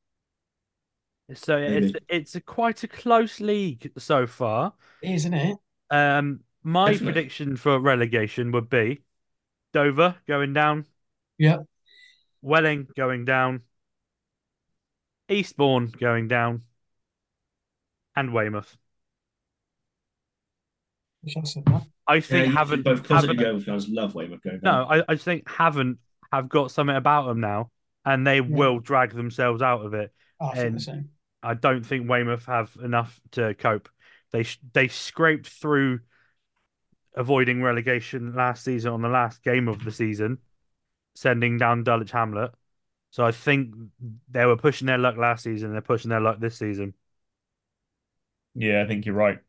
[SPEAKER 4] So it's it's a, quite a close league so far.
[SPEAKER 3] Isn't it?
[SPEAKER 4] Um, my
[SPEAKER 2] Definitely.
[SPEAKER 4] prediction for relegation would be Dover going down,
[SPEAKER 3] Yep.
[SPEAKER 4] Welling going down, Eastbourne going down, and Weymouth.
[SPEAKER 3] Which I said that.
[SPEAKER 4] I
[SPEAKER 2] Yeah,
[SPEAKER 4] think
[SPEAKER 2] you-
[SPEAKER 4] haven't
[SPEAKER 2] both
[SPEAKER 4] haven't
[SPEAKER 2] constantly going fans love Weymouth going down.
[SPEAKER 4] no, I, I just think haven't have got something about them now, and they
[SPEAKER 2] Hmm.
[SPEAKER 4] will drag themselves out of it.
[SPEAKER 3] Oh, I think the
[SPEAKER 4] And-
[SPEAKER 3] same.
[SPEAKER 4] I don't think Weymouth have enough to cope. They sh- they scraped through avoiding relegation last season on the last game of the season, sending down Dulwich Hamlet. So I think they were pushing their luck last season. They're pushing their luck this season.
[SPEAKER 6] Yeah, I think you're right.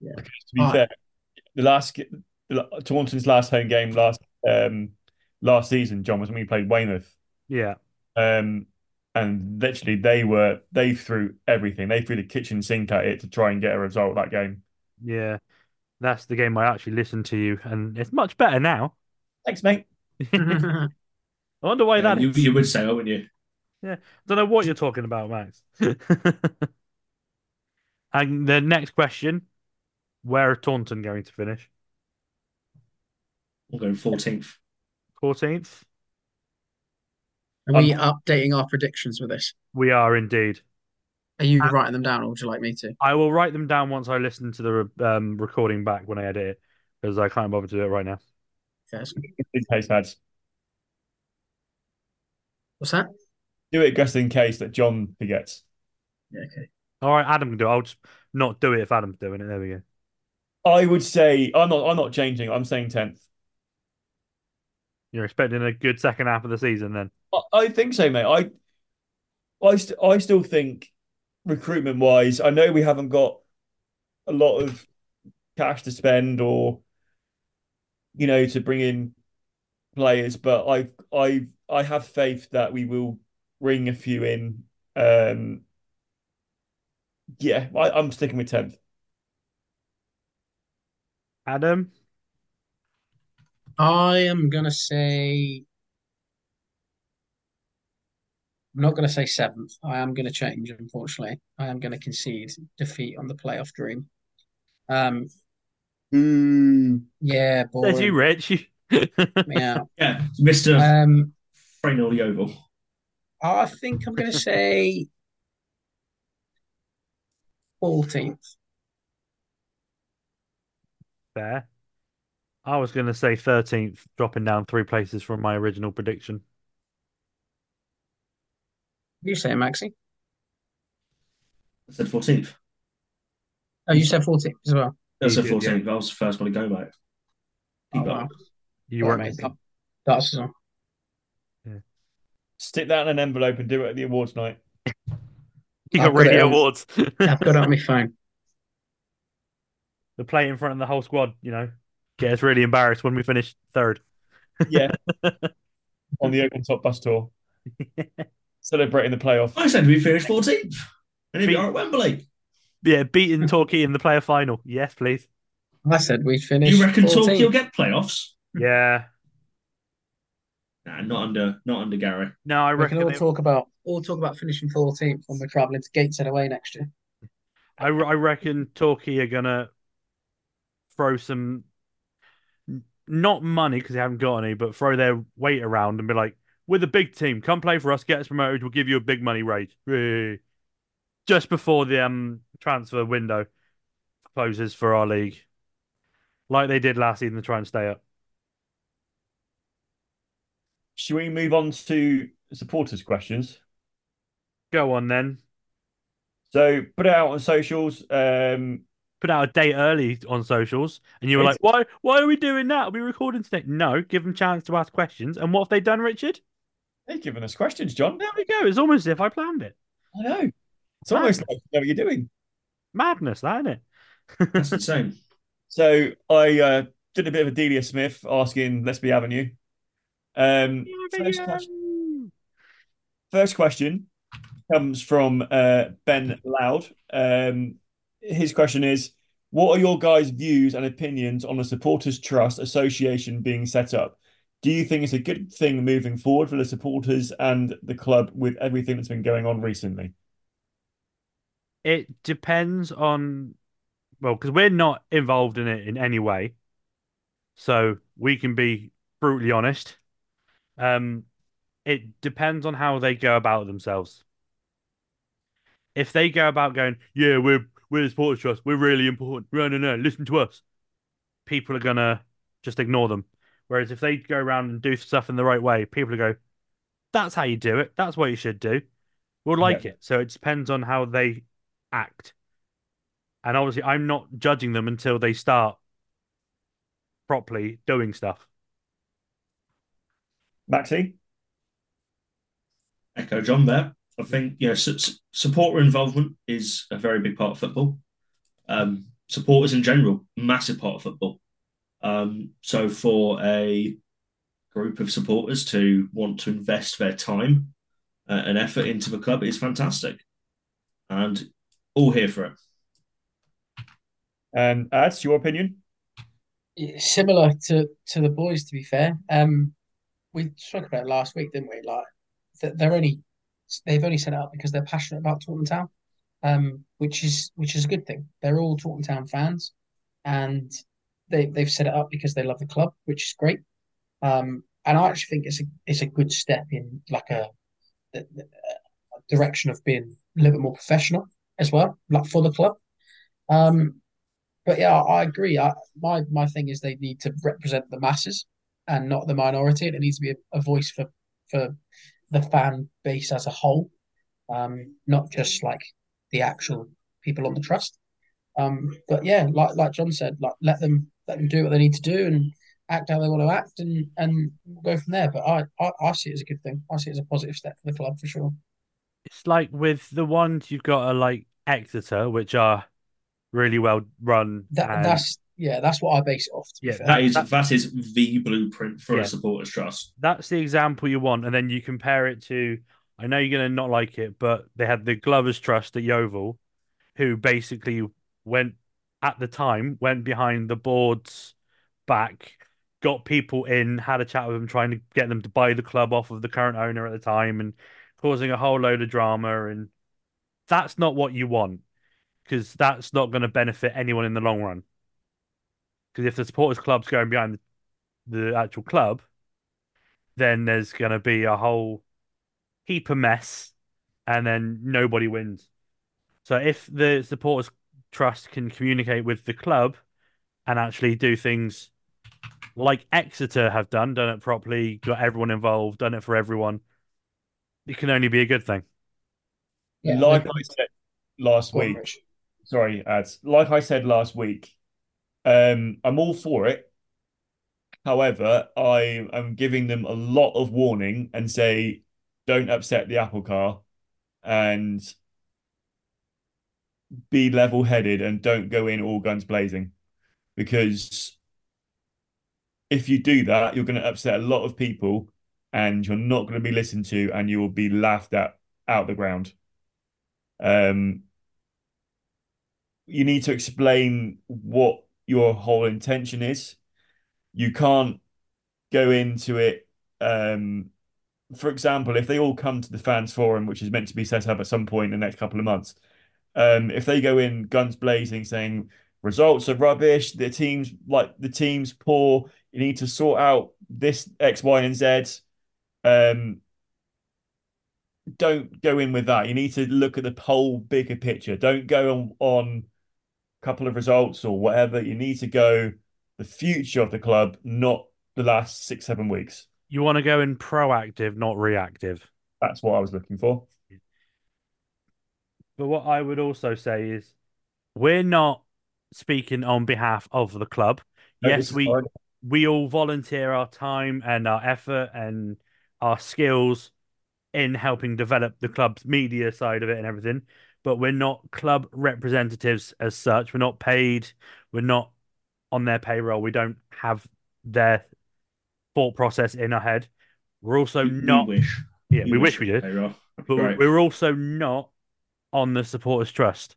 [SPEAKER 3] Yeah.
[SPEAKER 6] Because to be fair,
[SPEAKER 3] Alright.
[SPEAKER 6] the last g- the la- Taunton's last home game last um last season, John was when we played Weymouth.
[SPEAKER 4] Yeah,
[SPEAKER 6] Um, and literally they were they threw everything. They threw the kitchen sink at it to try and get a result that game.
[SPEAKER 4] yeah. That's the game I actually listened to you, and it's much better now.
[SPEAKER 6] Thanks, mate.
[SPEAKER 4] I wonder why
[SPEAKER 2] Mm-hmm. Yeah,
[SPEAKER 4] that.
[SPEAKER 2] you,
[SPEAKER 4] is.
[SPEAKER 2] you would say, that, wouldn't you?
[SPEAKER 4] Don't know what you're talking about, Max. and the next question: Where are Taunton going to finish?
[SPEAKER 2] I'm going fourteenth.
[SPEAKER 4] Fourteenth.
[SPEAKER 3] Are we updating our predictions with this?
[SPEAKER 4] We are indeed.
[SPEAKER 3] Are you writing them down, or would you like me to?
[SPEAKER 4] I will write them down once I listen to the re- um, recording back when I edit it because I can't bother to do it right now.
[SPEAKER 3] Yes.
[SPEAKER 6] Just in case, lads.
[SPEAKER 3] What's that?
[SPEAKER 6] Do it just in case that John forgets.
[SPEAKER 3] Yeah, okay.
[SPEAKER 4] All right, Adam can do it. I'll just not do it if Adam's doing it. There we go.
[SPEAKER 6] I would say I'm not I'm not changing. I'm saying tenth.
[SPEAKER 4] You're expecting a good second half of the season then.
[SPEAKER 5] I, I think so, mate. I, I, st- I still think recruitment wise, I know we haven't got a lot of cash to spend or, you know, to bring in players, but I, I, I have faith that we will bring a few in. Um, yeah, I, I'm sticking with tenth.
[SPEAKER 4] Adam,
[SPEAKER 3] I am gonna say. I'm not gonna say seventh. I am gonna change. Unfortunately, I am gonna concede defeat on the playoff dream. Um. Yeah.
[SPEAKER 4] there's you,
[SPEAKER 3] boring.
[SPEAKER 4] Rich. You-
[SPEAKER 3] Yeah.
[SPEAKER 2] Yeah, Mr.
[SPEAKER 3] Um.
[SPEAKER 2] Frame the Oval.
[SPEAKER 3] I think I'm gonna say. Fourteenth.
[SPEAKER 4] Fair. I was going to say 13th, dropping down three places from my original prediction.
[SPEAKER 3] You say Maxi?
[SPEAKER 2] I said 14th.
[SPEAKER 3] Oh, you said fourteenth as well.
[SPEAKER 2] I said
[SPEAKER 4] You did, yeah.
[SPEAKER 2] 14th. I was the first one to go, mate.
[SPEAKER 3] Oh,
[SPEAKER 2] Keep up.
[SPEAKER 3] wow.
[SPEAKER 4] You
[SPEAKER 3] Well,
[SPEAKER 4] weren't.
[SPEAKER 3] mate, that- That's all.
[SPEAKER 5] Stick that in an envelope and do it at the awards night.
[SPEAKER 4] You
[SPEAKER 3] I've got
[SPEAKER 4] got
[SPEAKER 3] it
[SPEAKER 4] radio
[SPEAKER 3] on-
[SPEAKER 4] awards.
[SPEAKER 3] I've got it on my phone.
[SPEAKER 4] the plate in front of the whole squad, you know, get us really embarrassed when we finish third.
[SPEAKER 5] Yeah. On the open top bus tour. Celebrating the playoff.
[SPEAKER 2] I said we finished 14th. And if
[SPEAKER 4] Beat-
[SPEAKER 2] you are at Wembley,
[SPEAKER 4] Yeah, beating Torquay in the player final. Yes, please.
[SPEAKER 3] I said we'd finish.
[SPEAKER 2] you reckon Torquay
[SPEAKER 3] 14th.
[SPEAKER 2] will get playoffs?
[SPEAKER 4] Yeah.
[SPEAKER 2] Nah, not under, not under Gary.
[SPEAKER 4] No, I
[SPEAKER 3] We can
[SPEAKER 4] reckon.
[SPEAKER 3] all
[SPEAKER 4] it-
[SPEAKER 3] talk about all talk about finishing fourteenth when we're travelling to Gateshead away next year.
[SPEAKER 4] I, re- I reckon Torquay are gonna throw some, n- not money because they haven't got any, but throw their weight around and be like, "We're the big team. Come play for us. Get us promoted. We'll give you a big money raise." Yay. Just before the um transfer window closes for our league, like they did last season, to try and stay up.
[SPEAKER 5] Should we move on to supporters' questions?
[SPEAKER 4] Go on then.
[SPEAKER 5] So put it out on socials. Um,
[SPEAKER 4] Put out a day early on socials, and you were like,
[SPEAKER 5] Yes.
[SPEAKER 4] "Why? Why are we doing that? Are we recording today?" No, give them chance to ask questions. And what have they done, Richard?
[SPEAKER 5] they've given us questions, John.
[SPEAKER 4] There we go. It's almost as if I planned it.
[SPEAKER 5] I know. It's almost like you know what you're doing.
[SPEAKER 4] Madness, that isn't it?
[SPEAKER 2] That's the same.
[SPEAKER 5] So I uh, did a bit of a Delia Smith asking, let's be Avenue. Um, first, question, first question comes from uh, Ben Loud. Um, his question is What are your guys' views and opinions on the Supporters Trust Association being set up? Do you think it's a good thing moving forward for the supporters and the club with everything that's been going on recently?
[SPEAKER 4] It depends on, well, because we're not involved in it in any way, so we can be brutally honest. Um, it depends on how they go about themselves. If they go about going, yeah, we're we're the supporters trust, we're really important. No, no, no, listen to us. People are gonna just ignore them. Whereas if they go around and do stuff in the right way, people will go, that's how you do it. That's what you should do. We'll like it. So it depends on how they act. And obviously, I'm not judging them until they start properly doing stuff.
[SPEAKER 5] Maxi?
[SPEAKER 2] Echo John there. I think you know su- su- supporter involvement is a very big part of football. Um, supporters in general, massive part of football. Um, so for a group of supporters to want to invest their time uh, and effort into the club is fantastic, and all here for it.
[SPEAKER 5] And um, Ads, your opinion?
[SPEAKER 3] Similar to to the boys, to be fair. Um, we spoke about it last week, didn't we? Like that they're only they've only set it up because they're passionate about Taunton Town, um, which is which is a good thing. They're all Taunton Town fans, and they they've set it up because they love the club, which is great. Um, and I actually think it's a it's a good step in like a, a direction of being a little bit more professional as well, like for the club. Um, but yeah, I agree. I, my my thing is they need to represent the masses and not the minority, and it needs to be a, a voice for for the fan base as a whole, um, not just like the actual people on the trust. Um, but yeah, like like John said, like let them let them do what they need to do, and act how they want to act, and and we'll go from there. But I, I I see it as a good thing. I see it as a positive step for the club for sure.
[SPEAKER 4] It's like with the ones you've got, uh, like Exeter, which are really well run.
[SPEAKER 3] That
[SPEAKER 4] and-
[SPEAKER 3] that's yeah, that's what I base it off. To be
[SPEAKER 4] Yeah,
[SPEAKER 3] fair.
[SPEAKER 2] That is
[SPEAKER 4] That-
[SPEAKER 2] that is the blueprint for
[SPEAKER 4] Yeah.
[SPEAKER 2] a supporters trust.
[SPEAKER 4] that's the example you want, and then you compare it to. I know you're going to not like it, but they had the Glovers Trust at Yeovil, who basically went at the time went behind the board's back, got people in, had a chat with them, trying to get them to buy the club off of the current owner at the time, and causing a whole load of drama. And that's not what you want, because that's not going to benefit anyone in the long run. Because if the supporters club's going behind the actual club, then there's going to be a whole heap of mess and then nobody wins. So if the supporters trust can communicate with the club and actually do things like Exeter have done, done it properly, got everyone involved, done it for everyone, it can only be a good thing.
[SPEAKER 3] Yeah,
[SPEAKER 5] like
[SPEAKER 3] they've
[SPEAKER 5] I said last
[SPEAKER 3] got-
[SPEAKER 5] week, sorry, ads. Like I said last week, um, I'm all for it. However, I am giving them a lot of warning and say, don't upset the apple car, and be level-headed and don't go in all guns blazing, because if you do that, you're going to upset a lot of people, and you're not going to be listened to, and you will be laughed at out the ground. Um, you need to explain what your whole intention is. You can't go into it. Um, for example, if they all come to the fans forum, which is meant to be set up at some point in the next couple of months, um, if they go in guns blazing, saying results are rubbish, the teams like the team's poor, you need to sort out this X, Y, and Z. Um, don't go in with that. You need to look at the whole bigger picture. Don't go on on a couple of results or whatever. You need to go the future of the club, not the last six, seven weeks.
[SPEAKER 4] You want to go in proactive, not reactive.
[SPEAKER 5] That's what I was looking for.
[SPEAKER 4] But what I would also say is we're not speaking on behalf of the club.
[SPEAKER 5] No,
[SPEAKER 4] yes,
[SPEAKER 5] this is
[SPEAKER 4] we
[SPEAKER 5] fine.
[SPEAKER 4] we all volunteer our time and our effort and our skills in helping develop the club's media side of it and everything. But we're not club representatives as such. We're not paid. We're not on their payroll. We don't have their thought process in our head. We're also
[SPEAKER 2] We- we
[SPEAKER 4] not.
[SPEAKER 2] wish.
[SPEAKER 4] yeah, we wish we did
[SPEAKER 2] There you are.
[SPEAKER 4] but we-
[SPEAKER 2] Right.
[SPEAKER 4] we're also not on the supporters trust.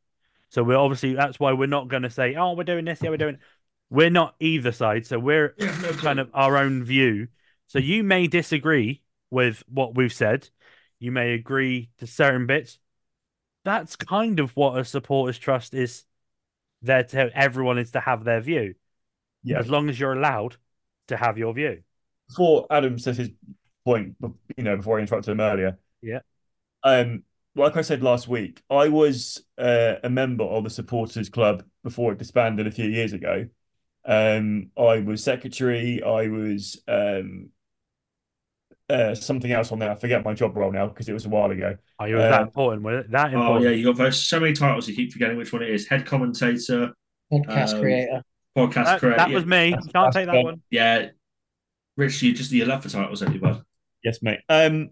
[SPEAKER 4] So we're obviously that's why we're not going to say, "Oh, we're doing this, yeah, we're doing." We're not either side, so we're
[SPEAKER 2] Yeah, no
[SPEAKER 4] kind of our own view. So you may disagree with what we've said, you may agree to certain bits. That's kind of what a supporters trust is there to everyone is to have their view.
[SPEAKER 5] Yeah.
[SPEAKER 4] As long as you're allowed to have your view.
[SPEAKER 5] before Adam says his point, you know, before I interrupted him earlier.
[SPEAKER 4] Yeah.
[SPEAKER 5] Um, like I said last week, I was uh, a member of the supporters club before it disbanded a few years ago. Um, I was secretary. I was um, uh, something else on there. I forget my job role now because it was a while ago.
[SPEAKER 4] Are you that
[SPEAKER 5] Uh,
[SPEAKER 4] important? Was it that
[SPEAKER 2] Oh
[SPEAKER 4] important?
[SPEAKER 2] yeah, you got those- so many titles. You keep forgetting which one it is. Head commentator,
[SPEAKER 3] podcast
[SPEAKER 2] Um,
[SPEAKER 3] creator.
[SPEAKER 2] podcast
[SPEAKER 4] that,
[SPEAKER 2] creator.
[SPEAKER 4] that
[SPEAKER 2] yeah.
[SPEAKER 4] was me. Can't
[SPEAKER 5] that's
[SPEAKER 4] take that
[SPEAKER 5] done.
[SPEAKER 4] one.
[SPEAKER 2] yeah. Rich, you just you love for titles, don't you, bud?
[SPEAKER 5] Yes, mate. Um,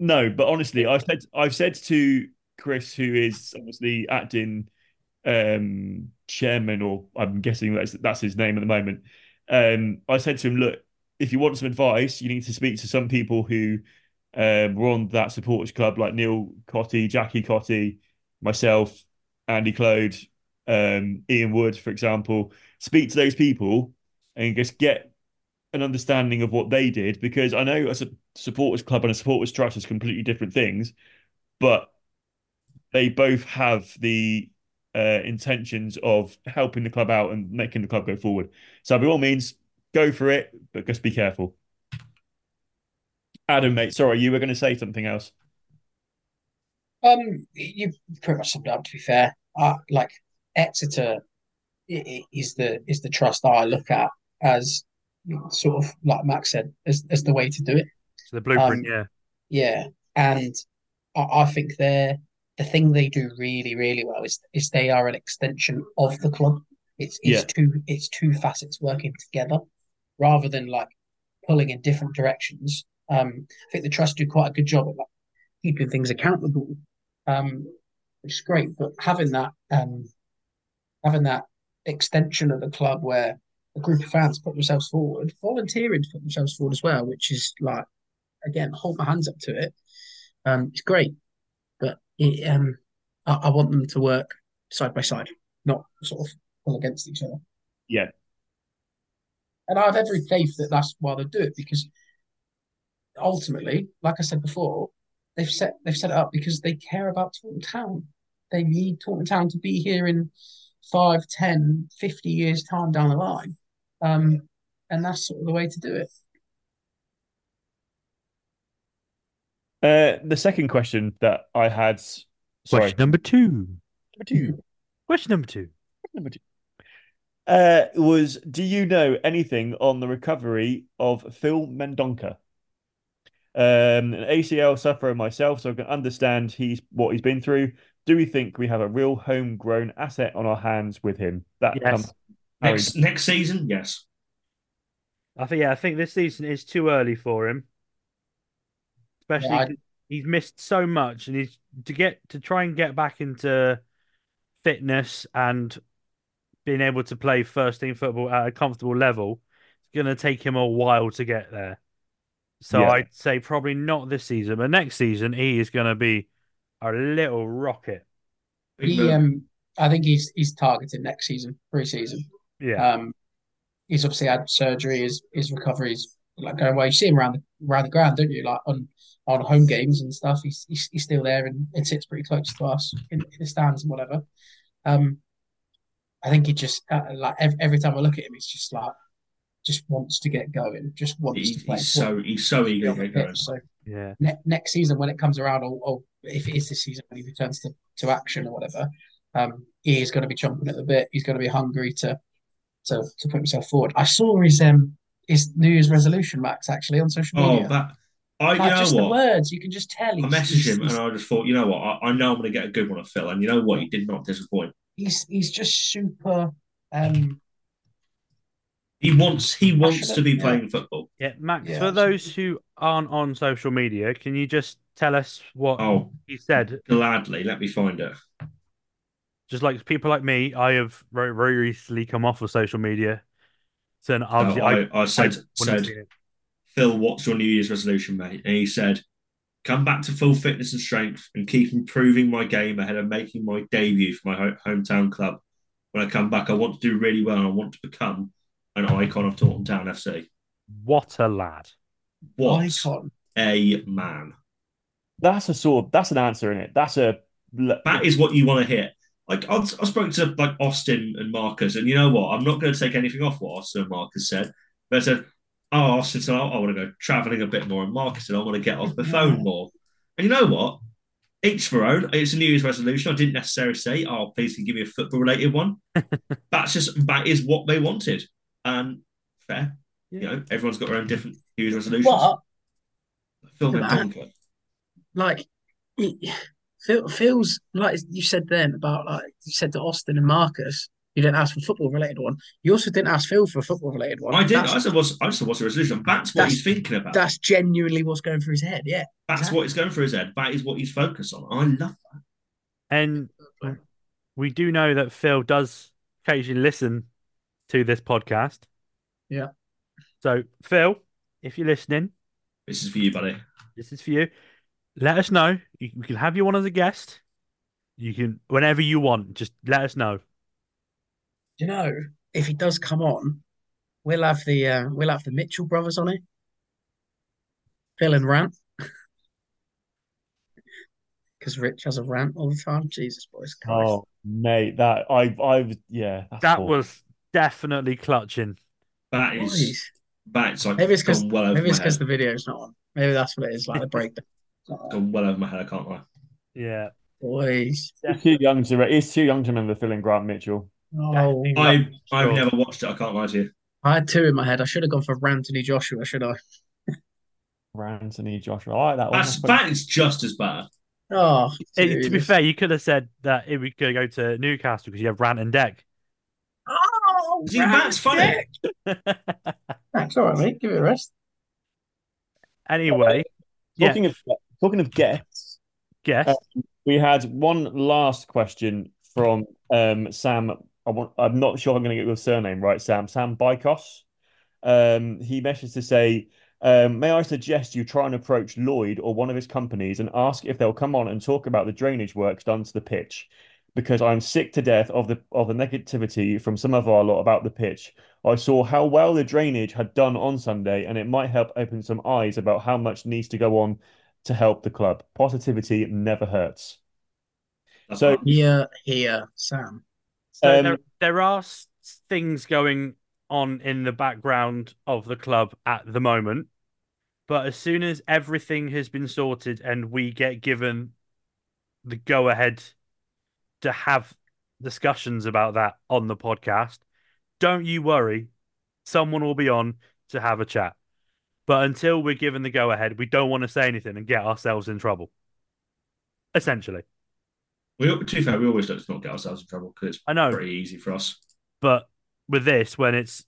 [SPEAKER 5] no, but honestly, I've said I've said to Chris, who is obviously acting um chairman, or I'm guessing that's that's his name at the moment. Um, I said to him, look, if you want some advice, you need to speak to some people who um were on that supporters club, like Neil Cotty, Jackie Cotty, myself, Andy Clode, um, Ian Wood, for example. Speak to those people and just get an understanding of what they did because I know a su- supporters club and a supporters trust is completely different things, but they both have the uh, intentions of helping the club out and making the club go forward. So by all means, go for it, but just be careful. Adam, mate, sorry, you were going to say something else.
[SPEAKER 3] Um, you pretty much summed it up. To be fair, uh, like Exeter i- i- is the is the trust that I look at as sort of like Max said as as the way to do it.
[SPEAKER 4] So the blueprint, yeah.
[SPEAKER 3] Yeah, and I, I think they're the thing they do really, really well is is they are an extension of the club. It's
[SPEAKER 5] Yeah.
[SPEAKER 3] it's two it's two facets working together. rather than like pulling in different directions. Um, I think the trust do quite a good job at like, keeping things accountable, um, which is great. But having that um, having that extension of the club where a group of fans put themselves forward, volunteering to put themselves forward as well, which is like again, hold my hands up to it. Um, it's great, but it, um, I, I want them to work side by side, not sort of pull against each other.
[SPEAKER 5] Yeah.
[SPEAKER 3] And I have every faith that that's why they do it because ultimately, like I said before, they've set they've set it up because they care about Taunton Town. They need Taunton Town to be here in five, 10, 50 years time down the line. Um, and that's sort of the way to do it.
[SPEAKER 6] Uh, the second question that I had, sorry,
[SPEAKER 4] Question number two.
[SPEAKER 6] number two.
[SPEAKER 4] Question number two.
[SPEAKER 6] Number two. Uh, was do you know anything on the recovery of Phil Mendonca? Um, an ACL sufferer myself, so I can understand he's what he's been through. Do we think we have a real homegrown asset on our hands with him? That
[SPEAKER 4] Yes.
[SPEAKER 6] comes- Harry,
[SPEAKER 2] Next next season, yes.
[SPEAKER 4] I think yeah, I think this season is too early for him. Especially
[SPEAKER 3] Yeah, I-
[SPEAKER 4] 'cause he's missed so much and he's to get to try and get back into fitness and being able to play first team football at a comfortable level, it's gonna take him a while to get there. So
[SPEAKER 6] Yeah.
[SPEAKER 4] I'd say probably not this season, but next season he is gonna be a little rocket.
[SPEAKER 3] He, um, I think he's he's targeted next season, pre-season.
[SPEAKER 4] Yeah.
[SPEAKER 3] Um, he's obviously had surgery. His his recovery's like going well. You see him around the around the ground, don't you? Like on on home games and stuff. He's he's, he's still there and, and sits pretty close to us in, in the stands and whatever. Um, I think he just uh, like every, every time I look at him, it's just like just wants to get going, just wants
[SPEAKER 2] He-
[SPEAKER 3] to play.
[SPEAKER 2] he's so he's so eager to get going.
[SPEAKER 3] So
[SPEAKER 4] yeah.
[SPEAKER 3] ne- next season when it comes around, or, or if it is this season when he returns to, to action or whatever, um, he is going to be chomping at the bit. He's going to be hungry to to to put himself forward. I saw his um his New Year's resolution, Max, actually on social
[SPEAKER 2] Oh,
[SPEAKER 3] media.
[SPEAKER 2] that I you
[SPEAKER 3] Like,
[SPEAKER 2] know
[SPEAKER 3] just the
[SPEAKER 2] what?
[SPEAKER 3] words you can just tell.
[SPEAKER 2] I
[SPEAKER 3] He's,
[SPEAKER 2] messaged
[SPEAKER 3] he's,
[SPEAKER 2] him and I just thought, you know what, I, I know I'm going to get a good one of Phil, and you know what, he did not disappoint.
[SPEAKER 3] He's, he's he's just super. Um,
[SPEAKER 2] He wants he wants to be
[SPEAKER 3] Yeah.
[SPEAKER 2] playing football.
[SPEAKER 4] Yeah, Max,
[SPEAKER 3] Yeah,
[SPEAKER 4] for
[SPEAKER 3] absolutely.
[SPEAKER 4] those who aren't on social media, can you just tell us what
[SPEAKER 2] Oh,
[SPEAKER 4] he said
[SPEAKER 2] gladly, let me find it.
[SPEAKER 4] just like people like me, I have very, very recently come off of social media. So and
[SPEAKER 2] Uh,
[SPEAKER 4] obviously, I,
[SPEAKER 2] I, I
[SPEAKER 4] I
[SPEAKER 2] said
[SPEAKER 4] wouldn't have
[SPEAKER 2] said
[SPEAKER 4] seen it.
[SPEAKER 2] Phil, what's your New Year's resolution, mate? And he said, come back to full fitness and strength and keep improving my game ahead of making my debut for my ho- hometown club. When I come back, I want to do really well and I want to become an icon of Taunton Town FC.
[SPEAKER 4] what a lad!
[SPEAKER 2] What
[SPEAKER 3] icon.
[SPEAKER 2] a man.
[SPEAKER 6] that's a sort. That's an answer in it. That's a
[SPEAKER 2] That is what you want to hear. Like I, I spoke to like Austin and Marcus, and you know what? I'm not going to take anything off what Austin and Marcus said. They said, "Oh, Austin said I, want to go traveling a bit more," and Marcus said, "I want to get off the phone more." And you know what? Each for own. It's a New Year's resolution. I didn't necessarily say, "Oh, please can you give me a football related one." That's just that is what they wanted, and fair. You know, everyone's got their own different New Year's resolutions.
[SPEAKER 3] But
[SPEAKER 2] Phil
[SPEAKER 3] But-
[SPEAKER 2] Mendonca.
[SPEAKER 3] like it feel, feels like you said then about like you said to Austin and Marcus, you didn't ask for football related one. You also didn't ask Phil for a football related one.
[SPEAKER 2] I did. I
[SPEAKER 3] That's,
[SPEAKER 2] said, "What's?" I said, "What's the resolution?" That's what
[SPEAKER 3] That's-
[SPEAKER 2] he's thinking about.
[SPEAKER 3] that's genuinely what's going through his head. Yeah,
[SPEAKER 2] That's
[SPEAKER 3] Exactly.
[SPEAKER 2] what is going through his head. That is what he's focused on. I love that.
[SPEAKER 4] And we do know that Phil does occasionally listen to this podcast.
[SPEAKER 3] Yeah.
[SPEAKER 4] So Phil, if you're listening,
[SPEAKER 2] This is for you, buddy.
[SPEAKER 4] this is for you. Let us know. You, we can have you on as a guest. You can whenever you want. Just let us know.
[SPEAKER 3] you know, if he does come on, we'll have the uh, we'll have the Mitchell brothers on it. Phil and Rant. Because Rich has a rant all the time. Jesus, boys. Christ.
[SPEAKER 6] oh mate, that I I was yeah. That's
[SPEAKER 4] That
[SPEAKER 6] poor.
[SPEAKER 4] was definitely clutching.
[SPEAKER 2] That is
[SPEAKER 3] Boys.
[SPEAKER 2] that's like
[SPEAKER 3] Maybe it's 'cause-
[SPEAKER 2] gone well over
[SPEAKER 3] Maybe
[SPEAKER 2] my
[SPEAKER 3] it's because
[SPEAKER 2] head.
[SPEAKER 3] the video's not on. Maybe that's what it is, like the breakdown.
[SPEAKER 2] Gone well over my head. I can't lie.
[SPEAKER 4] Yeah.
[SPEAKER 3] Boys.
[SPEAKER 6] He's too young to. Re- he's too young to remember Phil and Grant Mitchell.
[SPEAKER 3] Oh,
[SPEAKER 2] I I've
[SPEAKER 4] Sure.
[SPEAKER 2] never watched it. I can't lie to you.
[SPEAKER 3] I had two in my head. I should have gone for Rantony Joshua, should I?
[SPEAKER 6] Anthony Joshua. I like that one.
[SPEAKER 2] That's that is just as bad.
[SPEAKER 3] Oh,
[SPEAKER 4] It- to be
[SPEAKER 3] Jesus.
[SPEAKER 4] fair, you could have said that it would go to Newcastle because you have Rant and Deck.
[SPEAKER 3] Oh,
[SPEAKER 2] See, that's funny.
[SPEAKER 3] Rantony. Thanks. All right, mate. Give it a rest.
[SPEAKER 4] Anyway, Yeah.
[SPEAKER 6] Talking of talking of guests,
[SPEAKER 4] guess.
[SPEAKER 6] Uh, we had one last question from um, Sam. I want, I'm not sure I'm going to get your surname right, Sam. Sam Bykos. Um, he messaged to say, um, "May I suggest you try and approach Lloyd or one of his companies and ask if they'll come on and talk about the drainage works done to the pitch." Because I'm sick to death of the of the negativity from some of our lot about the pitch. I saw how well the drainage had done on Sunday, and it might help open some eyes about how much needs to go on to help the club. Positivity never hurts. So-
[SPEAKER 3] Here, here, Sam.
[SPEAKER 4] So
[SPEAKER 6] Um,
[SPEAKER 4] there, there are s- things going on in the background of the club at the moment. But as soon as everything has been sorted and we get given the go ahead to have discussions about that on the podcast, don't you worry. Someone will be on to have a chat. But until we're given the go ahead, we don't want to say anything and get ourselves in trouble. Essentially.
[SPEAKER 2] we, to be fair, we always don't not get ourselves in trouble because it's
[SPEAKER 4] I know.
[SPEAKER 2] pretty easy for us.
[SPEAKER 4] But with this, when it's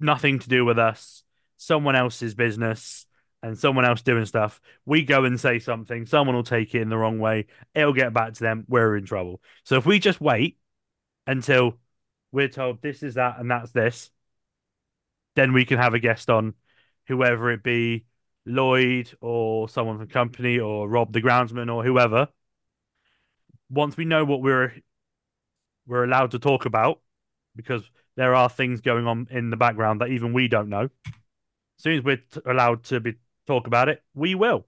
[SPEAKER 4] nothing to do with us, someone else's business, and someone else doing stuff, we go and say something, someone will take it in the wrong way, it'll get back to them, we're in trouble. So if we just wait until we're told this is that and that's this, then we can have a guest on, whoever it be, Lloyd or someone from company or Rob the groundsman or whoever. Once we know what we're we're allowed to talk about, because there are things going on in the background that even we don't know. As soon as we're t- allowed to be talk about it, we will.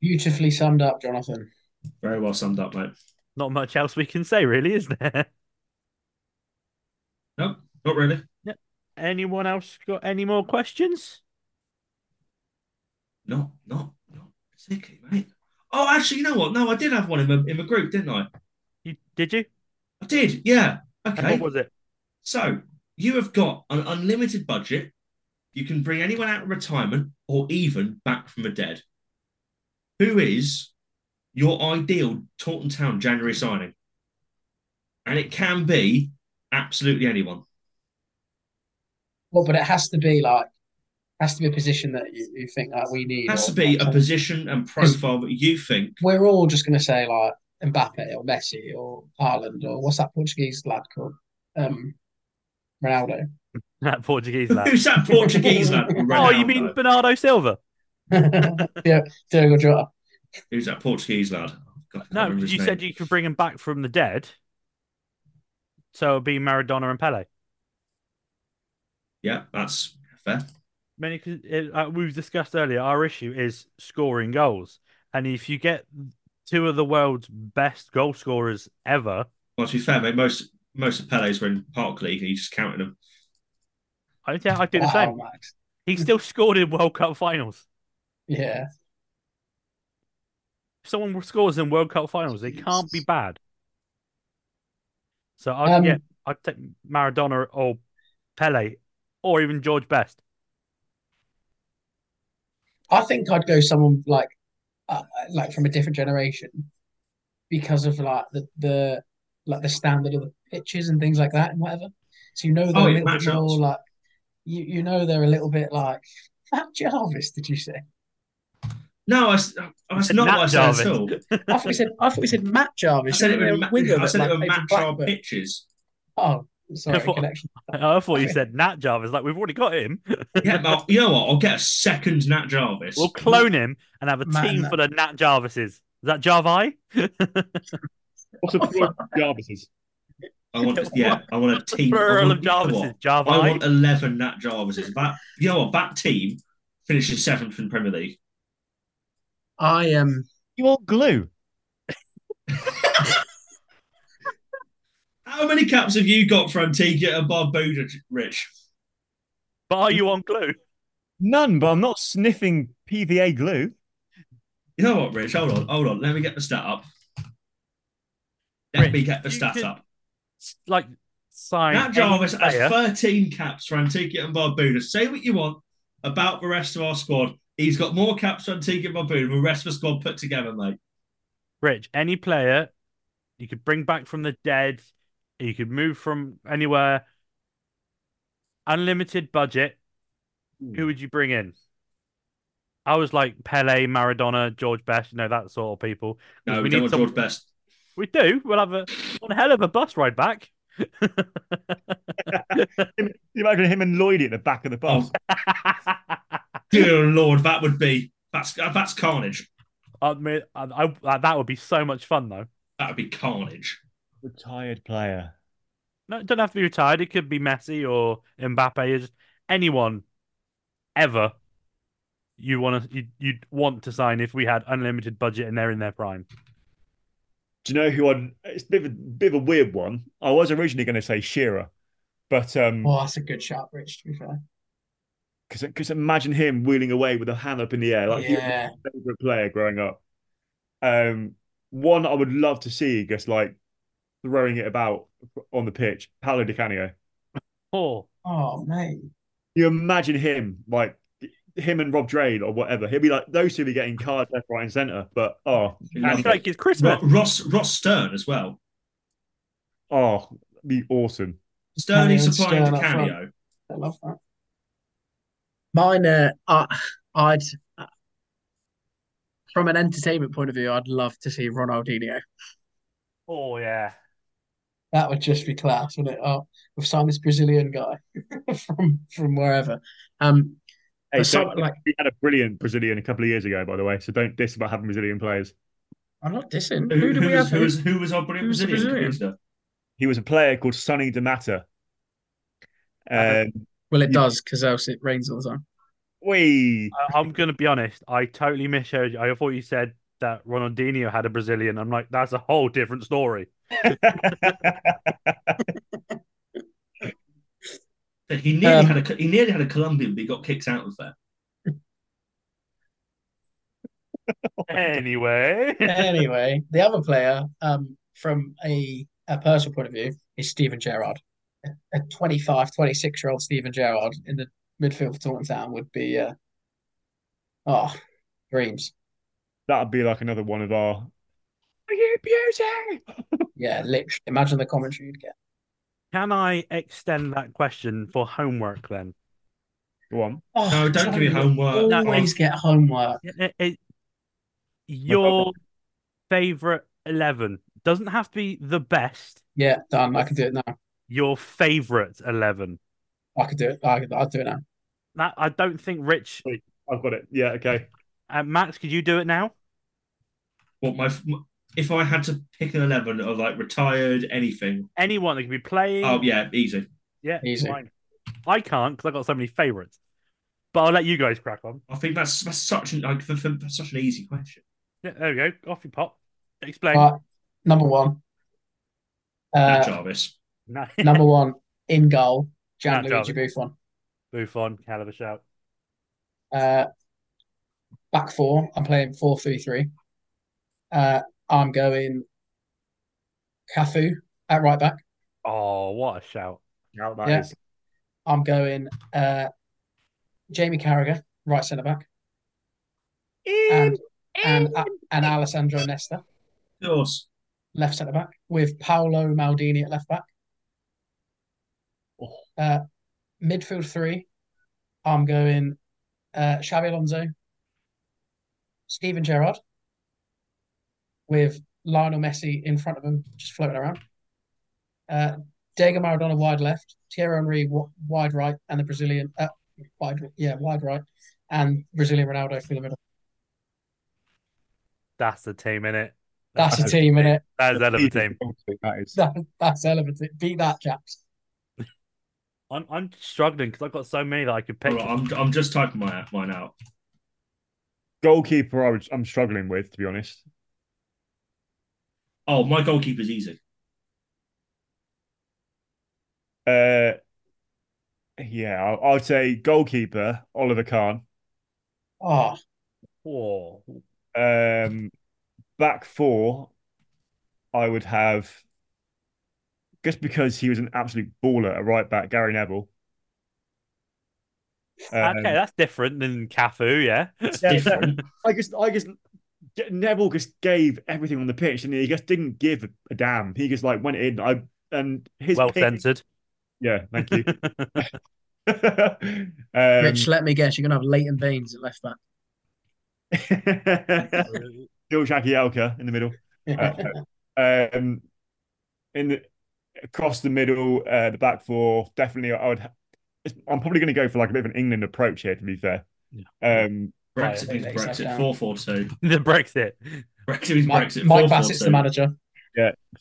[SPEAKER 3] Beautifully summed up, Jonathan.
[SPEAKER 2] Very well summed up, mate.
[SPEAKER 4] Not much else we can say, really, is there?
[SPEAKER 2] No, not really.
[SPEAKER 4] Anyone else got any more questions?
[SPEAKER 2] No, no, not particularly, mate. Oh, actually, you know what? No, I did have one in the in the group, didn't I?
[SPEAKER 4] You, did you?
[SPEAKER 2] I did. Yeah.
[SPEAKER 4] And
[SPEAKER 2] Okay.
[SPEAKER 4] What was it?
[SPEAKER 2] So you have got an unlimited budget. You can bring anyone out of retirement or even back from the dead. Who is your ideal Taunton Town January signing? And it can be absolutely anyone.
[SPEAKER 3] Well, but it has to be like, has to be a position that you, you think that we need.
[SPEAKER 2] It has
[SPEAKER 3] or-
[SPEAKER 2] to be a position and profile that you think.
[SPEAKER 3] We're all just going to say like Mbappe or Messi or Haaland or what's that Portuguese lad called? Um, Ronaldo.
[SPEAKER 4] That Portuguese lad.
[SPEAKER 2] Who's that Portuguese lad?
[SPEAKER 4] oh, you mean
[SPEAKER 2] Ronaldo.
[SPEAKER 4] Bernardo Silva?
[SPEAKER 3] yeah, Diogo Jota.
[SPEAKER 2] who's that Portuguese lad? God, I can't
[SPEAKER 4] No,
[SPEAKER 2] remember his
[SPEAKER 4] you
[SPEAKER 2] name.
[SPEAKER 4] said you could bring him back from the dead. So it'd be Maradona and Pele. I
[SPEAKER 2] Yeah, that's fair.
[SPEAKER 4] mean, it could- it- uh, we've discussed earlier, our issue is scoring goals. And if you get two of the world's best goal scorers ever,
[SPEAKER 2] Well, to be fair, mate, most most of Pele's were in Park League, and you just counted them.
[SPEAKER 4] I yeah, I'd do the
[SPEAKER 3] Wow,
[SPEAKER 4] same.
[SPEAKER 3] Max.
[SPEAKER 4] He still scored in World Cup finals.
[SPEAKER 3] Yeah.
[SPEAKER 4] If someone scores in World Cup finals, they can't be
[SPEAKER 3] Jesus.
[SPEAKER 4] bad. So
[SPEAKER 2] Oh,
[SPEAKER 4] I'd,
[SPEAKER 3] Um,
[SPEAKER 4] yeah, I'd take Maradona or Pele or even George Best.
[SPEAKER 3] I think I'd go someone like, uh, like from a different generation, because of like the the like the standard of the pitches and things like that and whatever. So you know they're
[SPEAKER 2] Oh,
[SPEAKER 3] a
[SPEAKER 2] yeah,
[SPEAKER 3] little bit
[SPEAKER 2] matchups.
[SPEAKER 3] more like, you you know they're a little bit like Matt Jarvis. Did you say?
[SPEAKER 2] No, I, s- I- that's
[SPEAKER 4] said
[SPEAKER 2] not
[SPEAKER 4] Nat
[SPEAKER 2] what I said
[SPEAKER 4] Jarvis.
[SPEAKER 2] at all.
[SPEAKER 3] I thought we said I thought we said Matt
[SPEAKER 2] I
[SPEAKER 3] Jarvis.
[SPEAKER 2] said it
[SPEAKER 3] They're a
[SPEAKER 2] with ma-
[SPEAKER 3] winger
[SPEAKER 2] I
[SPEAKER 3] that,
[SPEAKER 2] said it
[SPEAKER 3] like,
[SPEAKER 2] with
[SPEAKER 3] plays for
[SPEAKER 2] match our
[SPEAKER 3] Blackburn.
[SPEAKER 2] pitches.
[SPEAKER 3] Oh, sorry,
[SPEAKER 4] I thought-
[SPEAKER 3] connection.
[SPEAKER 4] I I thought you said Nat Jarvis. Like, we've already got him.
[SPEAKER 2] Yeah, but you know what? I'll get a second Nat Jarvis.
[SPEAKER 4] We'll clone him and have a
[SPEAKER 3] Man,
[SPEAKER 4] team
[SPEAKER 3] that-
[SPEAKER 4] full of Nat Jarvises. Is that Jarvi?
[SPEAKER 5] What's the point of Jarvis's?
[SPEAKER 2] I want, yeah, I want a team. I
[SPEAKER 4] Plural
[SPEAKER 2] want-
[SPEAKER 4] of
[SPEAKER 2] you know
[SPEAKER 4] Jarvises.
[SPEAKER 2] what? I
[SPEAKER 4] Jarvi.
[SPEAKER 2] want eleven Nat Jarvises. That you know what? That team finishes seventh in Premier League.
[SPEAKER 3] I am. Um,
[SPEAKER 5] You all glue.
[SPEAKER 2] How many caps have you got for Antigua above Buda, Rich?
[SPEAKER 4] But are you on glue?
[SPEAKER 5] None, but I'm not sniffing PVA glue.
[SPEAKER 2] You know what, Rich? Hold on, hold on. Let me get the stat up. Let
[SPEAKER 4] Rich,
[SPEAKER 2] me get the
[SPEAKER 4] you
[SPEAKER 2] stats
[SPEAKER 4] did-
[SPEAKER 2] up.
[SPEAKER 4] S- Like, sign.
[SPEAKER 2] Nat
[SPEAKER 4] any
[SPEAKER 2] Jarvis has
[SPEAKER 4] player.
[SPEAKER 2] 13 caps for Antigua and Barbuda. Say what you want about the rest of our squad. He's got more caps for Antigua and Barbuda than the rest of the squad put together, mate.
[SPEAKER 4] Rich, any player you could bring back from the dead, you could move from anywhere, unlimited budget,
[SPEAKER 2] Hmm.
[SPEAKER 4] who would you bring in? I was like Pele, Maradona, George Best, you know that sort of people. 'Cause
[SPEAKER 2] No, we,
[SPEAKER 4] we
[SPEAKER 2] don't
[SPEAKER 4] need
[SPEAKER 2] want
[SPEAKER 4] some-
[SPEAKER 2] George Best.
[SPEAKER 4] We do. We'll have a one hell of a bus ride back.
[SPEAKER 5] You imagine him and Lloydie at the back of the bus.
[SPEAKER 2] Dear Lord, that would be that's uh, that's carnage.
[SPEAKER 4] I mean, I, I, that would be so much fun, though.
[SPEAKER 2] That would be carnage.
[SPEAKER 6] Retired player.
[SPEAKER 4] No, it doesn't have to be retired. It could be Messi or Mbappe. It's Just anyone ever you want to you, you'd want to sign if we had unlimited budget and they're in their prime.
[SPEAKER 5] Do you know who I? It's a bit of a, bit of a weird one. I was originally going to say Shearer, but um,
[SPEAKER 3] Oh, that's a good shot, Rich, to be fair.
[SPEAKER 5] because imagine him wheeling away with a hand up in the air like he was
[SPEAKER 3] Yeah.
[SPEAKER 5] my favorite player growing up. Um, one I would love to see just like throwing it about on the pitch. Paolo Di Canio. Can
[SPEAKER 4] Oh,
[SPEAKER 3] Oh, mate.
[SPEAKER 5] You imagine him like him and Rob Drade or whatever. He'll be like those two be getting cards left, right, and centre. But oh,
[SPEAKER 4] it's like it's Christmas.
[SPEAKER 2] Ro- Ross Ross Stern as well.
[SPEAKER 5] oh, be awesome.
[SPEAKER 2] Stern is
[SPEAKER 3] Canio and
[SPEAKER 2] supplying
[SPEAKER 3] Oh, Stern
[SPEAKER 2] to
[SPEAKER 3] up front.
[SPEAKER 2] cameo.
[SPEAKER 3] I love that. Mine, uh, I, I'd, uh, from an entertainment point of view, I'd love to see Ronaldinho.
[SPEAKER 4] Oh yeah,
[SPEAKER 3] That would just be class, wouldn't it? Oh, we've signed this Brazilian guy from from wherever. Um,
[SPEAKER 5] Hey,
[SPEAKER 3] but some-
[SPEAKER 5] don't-
[SPEAKER 3] like
[SPEAKER 5] we had a brilliant Brazilian a couple of years ago, by the way. So don't diss about having Brazilian players.
[SPEAKER 3] I'm not dissing.
[SPEAKER 2] Who,
[SPEAKER 3] Who do
[SPEAKER 2] who
[SPEAKER 3] we
[SPEAKER 2] was,
[SPEAKER 3] have?
[SPEAKER 2] who, was, who was our
[SPEAKER 3] who
[SPEAKER 2] brilliant
[SPEAKER 3] was the
[SPEAKER 2] Brazilian
[SPEAKER 3] Brazilian?
[SPEAKER 2] computer?
[SPEAKER 5] He was a player called Sonny Damatta. Um,
[SPEAKER 3] Well, it
[SPEAKER 5] Yeah.
[SPEAKER 3] does because else it rains all the time.
[SPEAKER 5] we
[SPEAKER 4] I, I'm gonna be honest. I totally misheard you. I thought you said that Ronaldinho had a Brazilian. I'm like, that's a whole different story.
[SPEAKER 2] He nearly
[SPEAKER 3] Um,
[SPEAKER 2] had a he nearly had a Colombian, but he got kicked out of there.
[SPEAKER 4] Anyway,
[SPEAKER 3] Anyway, the other player, um, from a, a personal point of view, is Steven Gerrard. A, a 25, 26 year old Steven Gerrard in the midfield for Taunton Town would be, uh, oh, dreams.
[SPEAKER 5] that'd be like another one of our. Are you beauty?
[SPEAKER 3] Yeah, literally. Imagine the commentary you'd get.
[SPEAKER 4] can I extend that question for homework then?
[SPEAKER 5] Go on.
[SPEAKER 3] Oh,
[SPEAKER 2] No, don't give me
[SPEAKER 3] Tony,
[SPEAKER 2] homework.
[SPEAKER 4] No.
[SPEAKER 3] Always get homework.
[SPEAKER 4] It- it- it- your favorite eleven doesn't have to be the best.
[SPEAKER 3] Yeah, done. I can do it now.
[SPEAKER 4] Your favorite eleven.
[SPEAKER 3] I can do it. I, I'll do it now.
[SPEAKER 4] That I don't think Rich
[SPEAKER 5] I've got it. Yeah. Okay.
[SPEAKER 4] uh, Max. Could you do it now?
[SPEAKER 2] What my if I had to pick an eleven of like retired anything?
[SPEAKER 4] Anyone that could be playing.
[SPEAKER 2] Oh yeah, easy.
[SPEAKER 4] yeah,
[SPEAKER 3] Easy.
[SPEAKER 4] fine. I can't because I got so many favorites. But I'll let you guys crack on.
[SPEAKER 2] I think that's that's such an like for, for, that's such an easy question.
[SPEAKER 4] Yeah, there we go. Off you pop. Explain.
[SPEAKER 3] Right, number one.
[SPEAKER 2] Nat
[SPEAKER 3] Uh,
[SPEAKER 2] Jarvis.
[SPEAKER 4] No.
[SPEAKER 3] number one in goal,
[SPEAKER 4] Nat
[SPEAKER 3] Gianluigi Buffon.
[SPEAKER 4] Buffon, hell of a shout.
[SPEAKER 3] Uh, back four, I'm playing 4 3 3. Uh, I'm going Cafu at right back.
[SPEAKER 4] Oh, what a shout!
[SPEAKER 5] Out that
[SPEAKER 3] Yeah.
[SPEAKER 5] is.
[SPEAKER 3] I'm going uh, Jamie Carragher, right centre back. And, and, uh, and Alessandro Nesta,
[SPEAKER 2] Of course.
[SPEAKER 3] left centre back, with Paolo Maldini at left back. Uh, midfield three, I'm going uh, Xabi Alonso, Steven Gerrard, with Lionel Messi in front of him, just floating around. Uh, Diego Maradona wide left, Thierry Henry w- wide right, and the Brazilian uh, wide yeah wide right, and Brazilian Ronaldo through the middle.
[SPEAKER 4] That's the team in it.
[SPEAKER 3] That's a team, innit?
[SPEAKER 4] That's hell of a team.
[SPEAKER 5] That is.
[SPEAKER 3] That, that's elevated. Beat that, chaps.
[SPEAKER 4] I'm I'm struggling because I've got so many that I could
[SPEAKER 2] All
[SPEAKER 4] pick.
[SPEAKER 2] right, I'm I'm just typing my mine out.
[SPEAKER 5] Goalkeeper, I was, I'm struggling with, to be honest.
[SPEAKER 2] Oh, my goalkeeper's easy.
[SPEAKER 5] Uh, yeah, I, I'd say goalkeeper Oliver Kahn.
[SPEAKER 3] Oh,
[SPEAKER 4] Whoa.
[SPEAKER 5] Um, back four, I would have just because he was an absolute baller at right back, Gary Neville. Um,
[SPEAKER 4] okay, that's different than Cafu. Yeah.
[SPEAKER 2] It's
[SPEAKER 5] Yeah,
[SPEAKER 2] different.
[SPEAKER 5] I just, I just, Neville just gave everything on the pitch, and he just didn't give a damn. He just like went in. I and his
[SPEAKER 4] well
[SPEAKER 5] pick-
[SPEAKER 4] censored.
[SPEAKER 5] Yeah, thank you. um,
[SPEAKER 3] Rich, let me guess, you're going to have Leighton Baines at left back.
[SPEAKER 5] Still Jackie Elka in the middle. Uh, um, in the across the middle, uh, the back four. Definitely, I would. I'm probably going to go for like a bit of an England approach here. To be fair, um,
[SPEAKER 2] Brexit means
[SPEAKER 3] Right, next
[SPEAKER 2] Brexit
[SPEAKER 3] down.
[SPEAKER 2] four four two.
[SPEAKER 4] the Brexit.
[SPEAKER 2] Brexit means
[SPEAKER 3] Mike,
[SPEAKER 2] Brexit.
[SPEAKER 3] Mike
[SPEAKER 2] 4-4-2.
[SPEAKER 3] Bassett's the manager.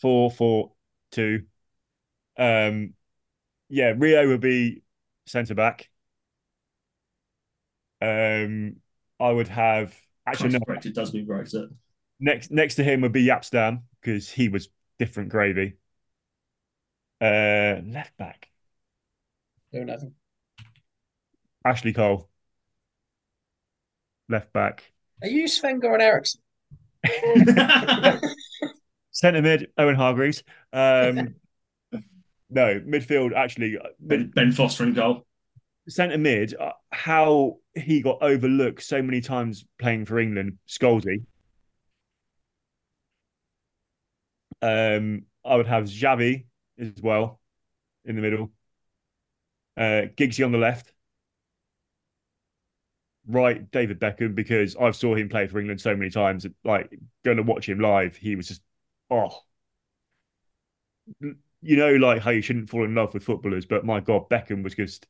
[SPEAKER 5] four, four, two. Um, yeah, Rio would be centre back. Um, I would have actually
[SPEAKER 2] Christ,
[SPEAKER 5] no,
[SPEAKER 2] Brexit does mean Brexit.
[SPEAKER 5] next next to him would be Yapstam because he was different gravy. Uh, left back
[SPEAKER 3] Doing nothing.
[SPEAKER 5] Ashley Cole. Left back.
[SPEAKER 3] Are you Sven Goran Eriksson?
[SPEAKER 5] Centre mid, Owen Hargreaves. Um, no, midfield, actually. uh, Mid,
[SPEAKER 2] ben, Ben Foster in goal.
[SPEAKER 5] centre mid, uh, how he got overlooked so many times playing for England, Scalzi. Um, I would have Xavi as well in the middle. Uh, Giggsy on the left. Right, David Beckham, because I've saw him play for England so many times. Like going to watch him live, he was just oh, you know, like how you shouldn't fall in love with footballers, but my god, Beckham was just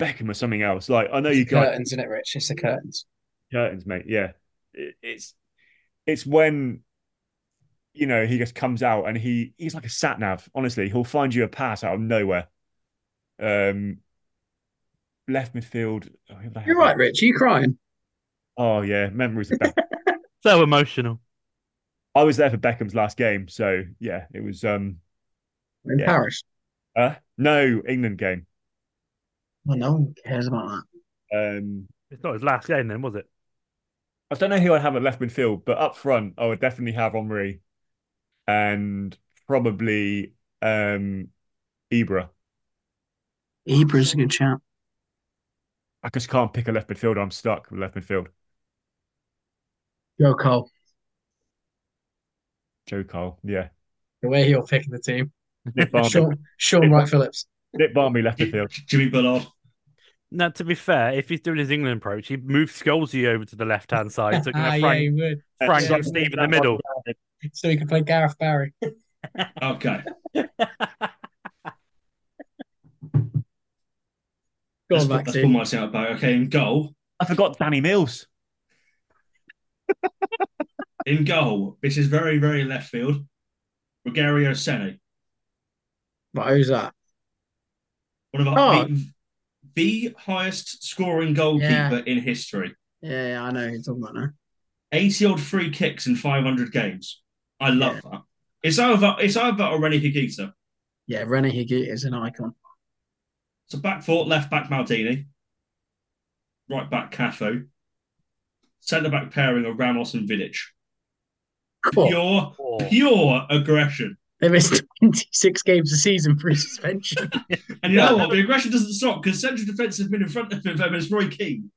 [SPEAKER 5] Beckham or something else. Like I know you guys
[SPEAKER 3] curtains, in it, Rich? It's the curtains.
[SPEAKER 5] curtains, mate. Yeah, It- it's it's when you know he just comes out and he he's like a sat nav. Honestly, he'll find you a pass out of nowhere. Um, left midfield. oh, who the hell-
[SPEAKER 3] You're right, Rich. Are you crying?
[SPEAKER 5] Oh yeah, memories of Beckham.
[SPEAKER 4] So emotional.
[SPEAKER 5] I was there for Beckham's last game, so yeah, it was. um
[SPEAKER 3] In
[SPEAKER 5] Yeah.
[SPEAKER 3] Paris?
[SPEAKER 5] uh, No England game.
[SPEAKER 3] Well, no one cares about that.
[SPEAKER 5] Um,
[SPEAKER 4] It's not his last game then, was it?
[SPEAKER 5] I don't know who I'd have at left midfield, but up front, I would definitely have Omri and probably um Ibra.
[SPEAKER 3] Ibra's a good chap.
[SPEAKER 5] I just can't pick a left midfielder. I'm stuck with left midfield.
[SPEAKER 3] Joe Cole,
[SPEAKER 5] Joe Cole. Yeah.
[SPEAKER 3] the way he'll pick the team.
[SPEAKER 5] Nick Barnby.
[SPEAKER 3] Sean, Sean Wright Phillips.
[SPEAKER 5] Nick Barnby left midfield.
[SPEAKER 2] Jimmy Bullard.
[SPEAKER 4] Now, to be fair, if he's doing his England approach, he moved Scholesy over to the left hand side, so
[SPEAKER 3] Ah,
[SPEAKER 4] kind
[SPEAKER 3] yeah,
[SPEAKER 4] of
[SPEAKER 3] he
[SPEAKER 4] Frank,
[SPEAKER 3] would.
[SPEAKER 4] Frank
[SPEAKER 3] yeah.
[SPEAKER 4] and Steve in the middle.
[SPEAKER 3] So he could play Gareth Barry.
[SPEAKER 2] Okay.
[SPEAKER 3] Go
[SPEAKER 2] That's
[SPEAKER 3] on,
[SPEAKER 2] what, that's
[SPEAKER 3] Maxi.
[SPEAKER 2] what my setup back. Okay, in goal.
[SPEAKER 5] I forgot Danny Mills.
[SPEAKER 2] In goal. This is very, very left field. Rogerio Seni.
[SPEAKER 3] Right, who's that?
[SPEAKER 2] One of our,
[SPEAKER 3] Oh.
[SPEAKER 2] the, the highest scoring goalkeeper
[SPEAKER 3] Yeah.
[SPEAKER 2] in history.
[SPEAKER 3] Yeah, yeah, I know who you're talking about now.
[SPEAKER 2] 80 odd free kicks in 500 games. I love that. It's either it's either or Rene Higuita.
[SPEAKER 3] Yeah, Rene Higuita is an icon.
[SPEAKER 2] So back four, left back Maldini, right back Cafu, centre back pairing of Ramos and Vidic.
[SPEAKER 3] Cool.
[SPEAKER 2] Pure,
[SPEAKER 4] Oh.
[SPEAKER 2] pure aggression.
[SPEAKER 3] They missed 26 games a season for his suspension.
[SPEAKER 2] And you know what? The aggression doesn't stop because central defence has been in front of him, but it's Roy Keane.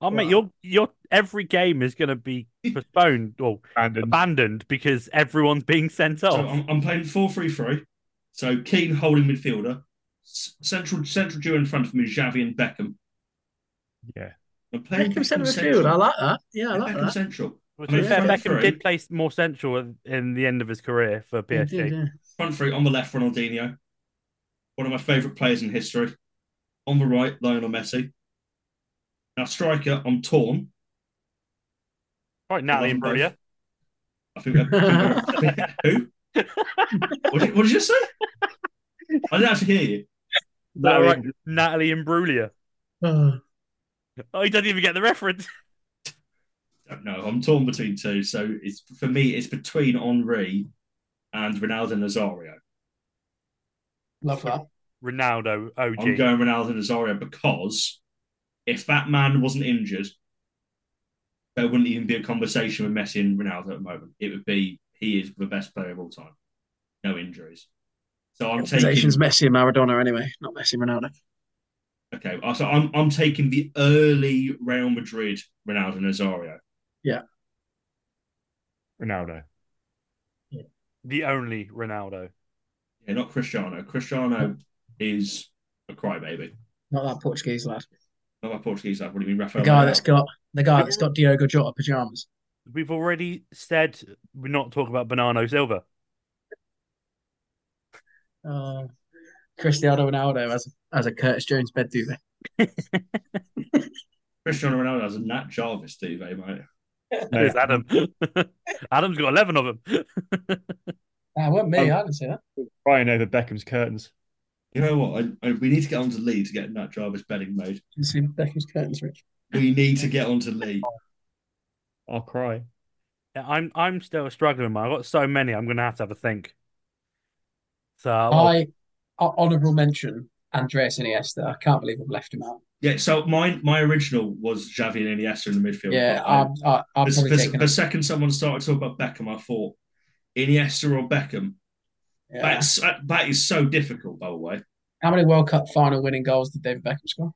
[SPEAKER 4] Oh, mate,
[SPEAKER 3] Wow.
[SPEAKER 4] your your every game is going to be postponed or
[SPEAKER 5] Brandon.
[SPEAKER 4] abandoned because everyone's being sent
[SPEAKER 2] So
[SPEAKER 3] um,
[SPEAKER 4] off.
[SPEAKER 2] I'm, I'm playing 4 3 3. So Keane holding midfielder. S- Central central duo in front of me, Xavi and Beckham.
[SPEAKER 5] Yeah.
[SPEAKER 2] I'm playing
[SPEAKER 3] Beckham centre midfield.
[SPEAKER 2] central.
[SPEAKER 3] I like that. Yeah, I like
[SPEAKER 2] Beckham
[SPEAKER 3] that.
[SPEAKER 2] central.
[SPEAKER 4] Well, to be
[SPEAKER 2] Yeah.
[SPEAKER 4] fair,
[SPEAKER 2] Front
[SPEAKER 4] Beckham
[SPEAKER 2] three.
[SPEAKER 4] did play more central in- in the end of his career for
[SPEAKER 3] He did,
[SPEAKER 4] PSG.
[SPEAKER 3] yeah.
[SPEAKER 2] Front three on the left, Ronaldinho. One of my favourite players in history. On the right, Lionel Messi. Now, striker, I'm torn.
[SPEAKER 4] Right, Natalie and
[SPEAKER 2] Love them
[SPEAKER 4] Brodia.
[SPEAKER 2] I think. I think who? What did, you, what did you say? I didn't actually hear you.
[SPEAKER 4] That
[SPEAKER 5] Natalie-
[SPEAKER 4] right, Natalie and Brulia.
[SPEAKER 3] Oh,
[SPEAKER 4] Oh, he doesn't even get the reference.
[SPEAKER 2] Don't know. I'm torn between two. So it's for me, it's between Henri and Ronaldo Nazario.
[SPEAKER 3] love that.
[SPEAKER 4] Ronaldo, OG.
[SPEAKER 2] I'm going Ronaldo Nazario because if that man wasn't injured, there wouldn't even be a conversation with Messi and Ronaldo at the moment. It would be he is the best player of all time. No injuries. So I'm taking
[SPEAKER 3] Conversations Messi and Maradona anyway, not Messi and Ronaldo.
[SPEAKER 2] Okay, uh, so I'm I'm taking the early Real Madrid Ronaldo Nazario.
[SPEAKER 5] Ronaldo.
[SPEAKER 4] The only Ronaldo.
[SPEAKER 2] Yeah, not Cristiano. Cristiano is a crybaby.
[SPEAKER 3] Not that Portuguese lad.
[SPEAKER 2] Not my Portuguese lad. What do you mean,
[SPEAKER 3] The
[SPEAKER 2] Rafael?
[SPEAKER 3] guy
[SPEAKER 2] Leao?
[SPEAKER 3] that's got the guy that's got Diogo Jota pajamas.
[SPEAKER 4] We've already said we're not talking about Bernardo Silva.
[SPEAKER 3] Uh, Cristiano Ronaldo as as a Curtis Jones bed do they?
[SPEAKER 2] Cristiano Ronaldo has a Nat Jarvis duvet, mate.
[SPEAKER 4] There's Adam. Adam's got 11 of them.
[SPEAKER 3] That wasn't me.
[SPEAKER 5] Um,
[SPEAKER 3] I didn't say that.
[SPEAKER 5] Ryan over Beckham's curtains.
[SPEAKER 2] You know what? I, I, we need to get onto Lee to get Nat Jarvis bedding made.
[SPEAKER 3] You see Beckham's curtains, Rich.
[SPEAKER 2] We need to get onto Lee.
[SPEAKER 5] I'll cry.
[SPEAKER 4] Yeah, I'm I'm still struggling, man. I've got so many. I'm going to have to have a think. So, well,
[SPEAKER 3] I honourable mention Andreas Iniesta. I can't believe I've left him out.
[SPEAKER 2] Yeah, so my my original was Xavi and Iniesta in the midfield.
[SPEAKER 3] Yeah,
[SPEAKER 2] but I-
[SPEAKER 3] I'm, I, I'm
[SPEAKER 2] the,
[SPEAKER 3] probably
[SPEAKER 2] the-
[SPEAKER 3] taking
[SPEAKER 2] the
[SPEAKER 3] it.
[SPEAKER 2] second someone started talking about Beckham, I thought Iniesta or Beckham.
[SPEAKER 3] Yeah.
[SPEAKER 2] That's that, that is so difficult, by the way.
[SPEAKER 3] How many World Cup final winning goals did David Beckham score?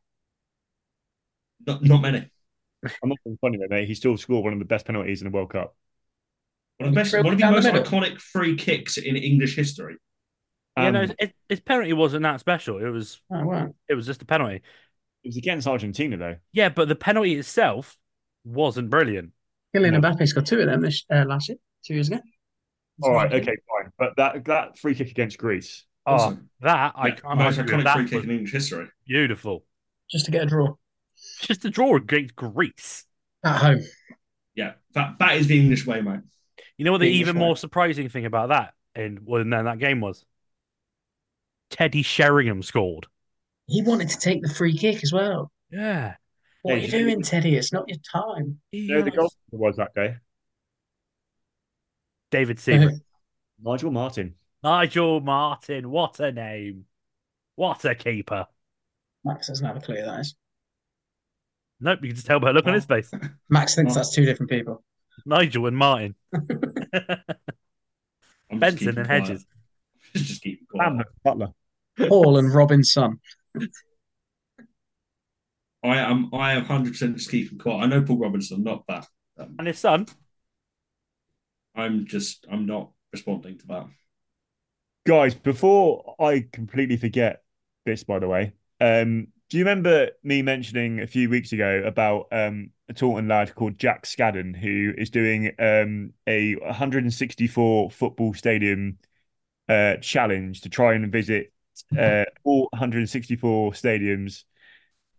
[SPEAKER 2] Not, not many.
[SPEAKER 5] I'm not being funny, though, mate. He still scored one of the best penalties in the World Cup.
[SPEAKER 2] One of the best,
[SPEAKER 3] Drilled
[SPEAKER 2] one of the
[SPEAKER 3] down
[SPEAKER 2] most
[SPEAKER 3] the middle.
[SPEAKER 2] iconic free kicks in English history.
[SPEAKER 4] you know,
[SPEAKER 5] And
[SPEAKER 4] it, his penalty wasn't that special. It was
[SPEAKER 3] Oh, wow.
[SPEAKER 4] it was just a penalty.
[SPEAKER 5] it was against Argentina, though.
[SPEAKER 4] Yeah, but the penalty itself wasn't brilliant.
[SPEAKER 3] Kylian
[SPEAKER 5] No.
[SPEAKER 3] Mbappe's got two of them this uh, last year, two years ago.
[SPEAKER 5] All right, okay, fine. But that that free kick against Greece,
[SPEAKER 4] Oh,
[SPEAKER 2] Also,
[SPEAKER 4] that I
[SPEAKER 2] yeah,
[SPEAKER 4] can't
[SPEAKER 2] most
[SPEAKER 4] argue with.
[SPEAKER 2] iconic free
[SPEAKER 4] That
[SPEAKER 2] kick
[SPEAKER 4] was
[SPEAKER 2] in English history.
[SPEAKER 4] beautiful.
[SPEAKER 3] Just to get a draw
[SPEAKER 4] Just a draw against Greece.
[SPEAKER 3] at home.
[SPEAKER 2] Yeah, that that is the English way, mate.
[SPEAKER 4] You know what the
[SPEAKER 3] English
[SPEAKER 4] even
[SPEAKER 3] way.
[SPEAKER 4] more surprising thing about that and well, then that game was Teddy Sheringham scored.
[SPEAKER 3] He wanted to take the free kick as well.
[SPEAKER 4] Yeah.
[SPEAKER 3] What are
[SPEAKER 5] Yeah,
[SPEAKER 3] you
[SPEAKER 5] he-
[SPEAKER 3] doing, Teddy? It's not your time.
[SPEAKER 5] you know, who the goalkeeper was that day.
[SPEAKER 4] David Seaman.
[SPEAKER 5] Nigel Martin.
[SPEAKER 4] Nigel Martin, what a name. What a keeper.
[SPEAKER 3] Max doesn't have a clue who that is.
[SPEAKER 4] Nope, you can just tell by the look on his face.
[SPEAKER 3] Max thinks
[SPEAKER 2] Oh.
[SPEAKER 3] that's two different people.
[SPEAKER 4] Nigel and Martin.
[SPEAKER 2] I'm just
[SPEAKER 4] Benson
[SPEAKER 2] keeping
[SPEAKER 4] and
[SPEAKER 2] quiet.
[SPEAKER 4] Hedges.
[SPEAKER 2] Just keep quiet.
[SPEAKER 5] Bam, Butler.
[SPEAKER 3] Paul and Robin's son.
[SPEAKER 2] I am I am hundred percent just keeping quiet. I know Paul Robinson, not that. Um,
[SPEAKER 4] And his son.
[SPEAKER 2] I'm just I'm not responding to that.
[SPEAKER 5] Guys, before I completely forget this, by the way, um, do you remember me mentioning a few weeks ago about um, a Taunton lad called Jack Scadden who is doing um, a 164 football stadium uh, challenge to try and visit uh, all 164 stadiums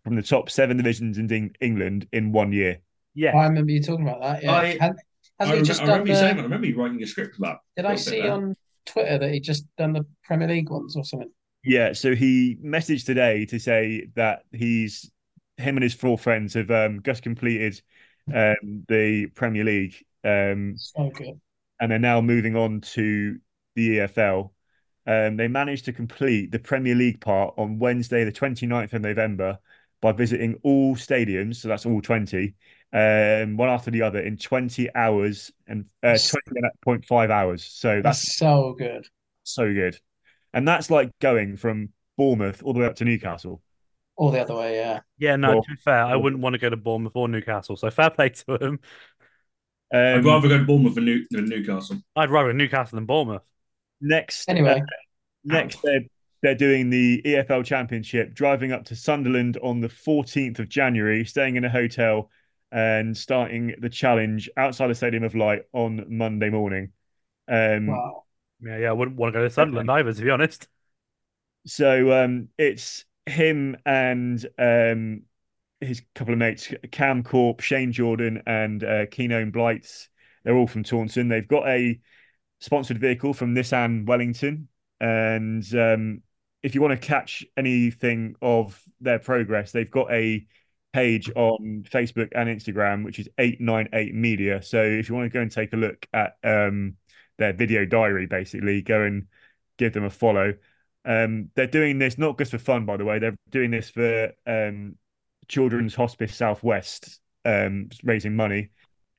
[SPEAKER 5] from the top seven divisions in Eng- England in one year?
[SPEAKER 4] Yeah.
[SPEAKER 3] I remember you talking about that. Yeah.
[SPEAKER 2] I-
[SPEAKER 3] Had-
[SPEAKER 2] I,
[SPEAKER 3] hasn't he
[SPEAKER 2] remem-
[SPEAKER 3] just
[SPEAKER 2] I
[SPEAKER 3] done
[SPEAKER 2] remember you saying
[SPEAKER 3] the,
[SPEAKER 2] that. I remember you writing a script about.
[SPEAKER 3] Did
[SPEAKER 2] a
[SPEAKER 3] I
[SPEAKER 2] little bit
[SPEAKER 3] see
[SPEAKER 2] there.
[SPEAKER 3] on Twitter that he just done the Premier League ones or something?
[SPEAKER 5] Yeah, so he messaged today to say that he's him and his four friends have um, just completed um, the Premier League um,
[SPEAKER 3] So good.
[SPEAKER 5] and are now moving on to the EFL. Um, they managed to complete the Premier League part on Wednesday, the 29th of November, by visiting all stadiums. So that's all 20, um, one after the other in 20 hours and uh, 20.5 hours. So that's
[SPEAKER 3] That's so good.
[SPEAKER 5] so good. And that's like going from Bournemouth all the way up to Newcastle.
[SPEAKER 3] All the other way, yeah.
[SPEAKER 4] Yeah, no,
[SPEAKER 5] Well-
[SPEAKER 4] to be fair, I wouldn't want to go to Bournemouth or Newcastle. So fair play to him.
[SPEAKER 5] Um,
[SPEAKER 2] I'd rather go to Bournemouth than, New- than Newcastle.
[SPEAKER 4] I'd rather Newcastle than Bournemouth.
[SPEAKER 5] next,
[SPEAKER 3] Anyway,
[SPEAKER 5] uh, next they're, they're doing the EFL Championship, driving up to Sunderland on the 14th of January, staying in a hotel and starting the challenge outside the Stadium of Light on Monday morning. Um,
[SPEAKER 3] wow.
[SPEAKER 4] Yeah, yeah, I wouldn't want to go to Sunderland either, to be honest.
[SPEAKER 5] So um, it's him and um, his couple of mates, Cam Corp, Shane Jordan, and uh, Keenan Blights. They're all from Taunton. They've got a sponsored vehicle from Nissan Wellington. And um, if you want to catch anything of their progress, they've got a page on Facebook and Instagram, which is 898 Media. So if you want to go and take a look at um, their video diary, basically, go and give them a follow. Um, they're doing this not just for fun, by the way. They're doing this for um, Children's Hospice Southwest, um, raising money.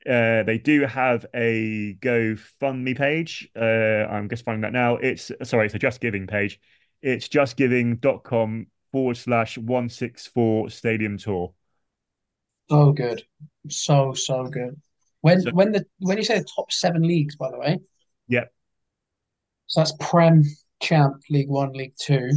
[SPEAKER 5] Uh, they do have a GoFundMe page. Uh, I'm just finding that now. It's sorry, it's a Just Giving page. It's justgiving.com forward slash one six four stadium tour.
[SPEAKER 3] So good. So, so good. When
[SPEAKER 5] So-
[SPEAKER 3] when the when you say the top seven leagues, by the way.
[SPEAKER 5] Yep.
[SPEAKER 3] So that's Prem, Champ, League One, League Two,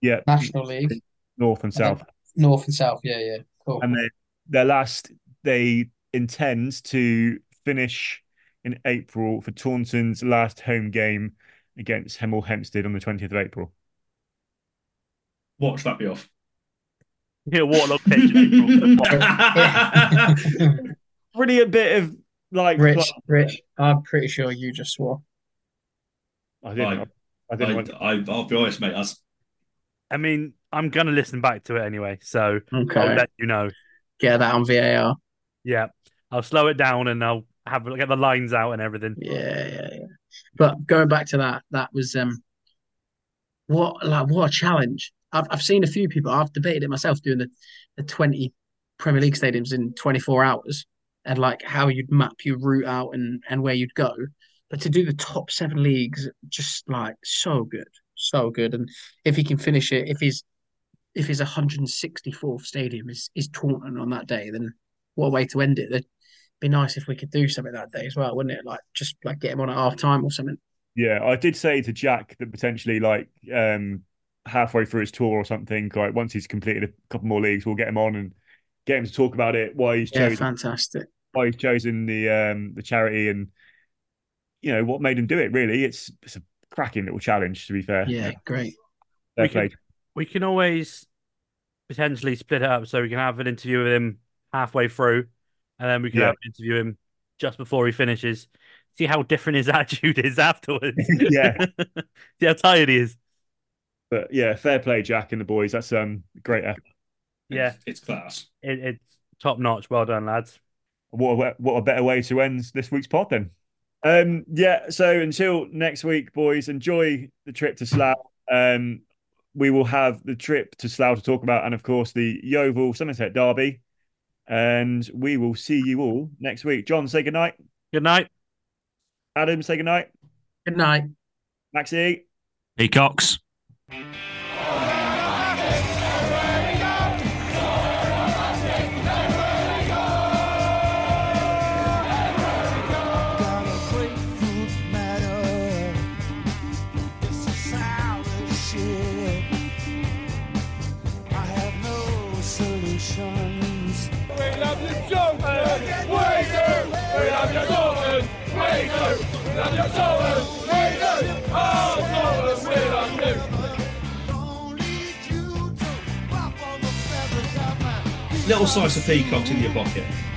[SPEAKER 5] Yeah,
[SPEAKER 3] National League,
[SPEAKER 5] north and
[SPEAKER 3] And
[SPEAKER 5] south.
[SPEAKER 3] then- North and South. Yeah, yeah. Cool.
[SPEAKER 5] and they, their last they intend to finish in April for Taunton's last home game against Hemel Hempstead on the 20th of April.
[SPEAKER 2] Watch that be off.
[SPEAKER 4] Yeah, Waterloo pitch in April.
[SPEAKER 3] Yeah.
[SPEAKER 5] Really a bit of like
[SPEAKER 3] Rich, Rich, I'm pretty sure you just swore.
[SPEAKER 5] I didn't,
[SPEAKER 2] Right.
[SPEAKER 5] I didn't
[SPEAKER 2] I,
[SPEAKER 5] want
[SPEAKER 2] I, I'll be honest, mate. That's
[SPEAKER 4] I mean, I'm gonna listen back to it anyway, so I'll
[SPEAKER 3] Okay.
[SPEAKER 4] let you know.
[SPEAKER 3] Get that on VAR.
[SPEAKER 4] Yeah, I'll slow it down and I'll have get the lines out and everything.
[SPEAKER 3] Yeah, yeah, yeah. But going back to that, that was um, what like what a challenge. I've I've seen a few people. I've debated it myself doing the the twenty Premier League stadiums in twenty four hours and like how you'd map your route out and and where you'd go. But to do the top seven leagues, just like so good, so good. And if he can finish it, if he's if his 164th stadium is is Taunton on that day, then what a way to end it. They're be nice if we could do something that day as well, wouldn't it? Like just like get him on at half time or something.
[SPEAKER 5] Yeah, I did say to Jack that potentially, like um, halfway through his tour or something, like once he's completed a couple more leagues, we'll get him on and get him to talk about it, why he's
[SPEAKER 3] Yeah,
[SPEAKER 5] chosen,
[SPEAKER 3] fantastic.
[SPEAKER 5] why he's chosen the um, the charity, and you know what made him do it. Really, it's it's a cracking little challenge. To be fair,
[SPEAKER 3] Yeah, great.
[SPEAKER 5] Fair
[SPEAKER 4] We can-
[SPEAKER 5] play.
[SPEAKER 4] We can always potentially split it up so we can have an interview with him halfway through, and then we can
[SPEAKER 5] Yeah.
[SPEAKER 4] have an interview him just before he finishes. See how different his attitude is afterwards.
[SPEAKER 5] Yeah.
[SPEAKER 4] see how tired he is.
[SPEAKER 5] But yeah, fair play, Jack and the boys. That's um great effort.
[SPEAKER 4] Yeah,
[SPEAKER 2] it's class.
[SPEAKER 4] it, it's top notch. Well done, lads.
[SPEAKER 5] What a, what a better way to end this week's pod then. Um, yeah. So until next week, boys, enjoy the trip to Slough. Um, we will have the trip to Slough to talk about, and of course the Yeovil Somerset Derby. And we will see you all next week. John, say goodnight.
[SPEAKER 4] Good night.
[SPEAKER 5] Adam, say goodnight.
[SPEAKER 3] Good night.
[SPEAKER 5] Maxie.
[SPEAKER 2] Peacocks.
[SPEAKER 7] Got a grapefruit matter. It's a sour shit. I have no solutions.
[SPEAKER 1] We love you, Jolton. We do. We love you, Jolton. We do. We love you, Jolton. We do. Oh, Jolton, we love you.
[SPEAKER 7] Don't need you to rub on the feathers of my
[SPEAKER 2] Little slice of peacocks in your pocket.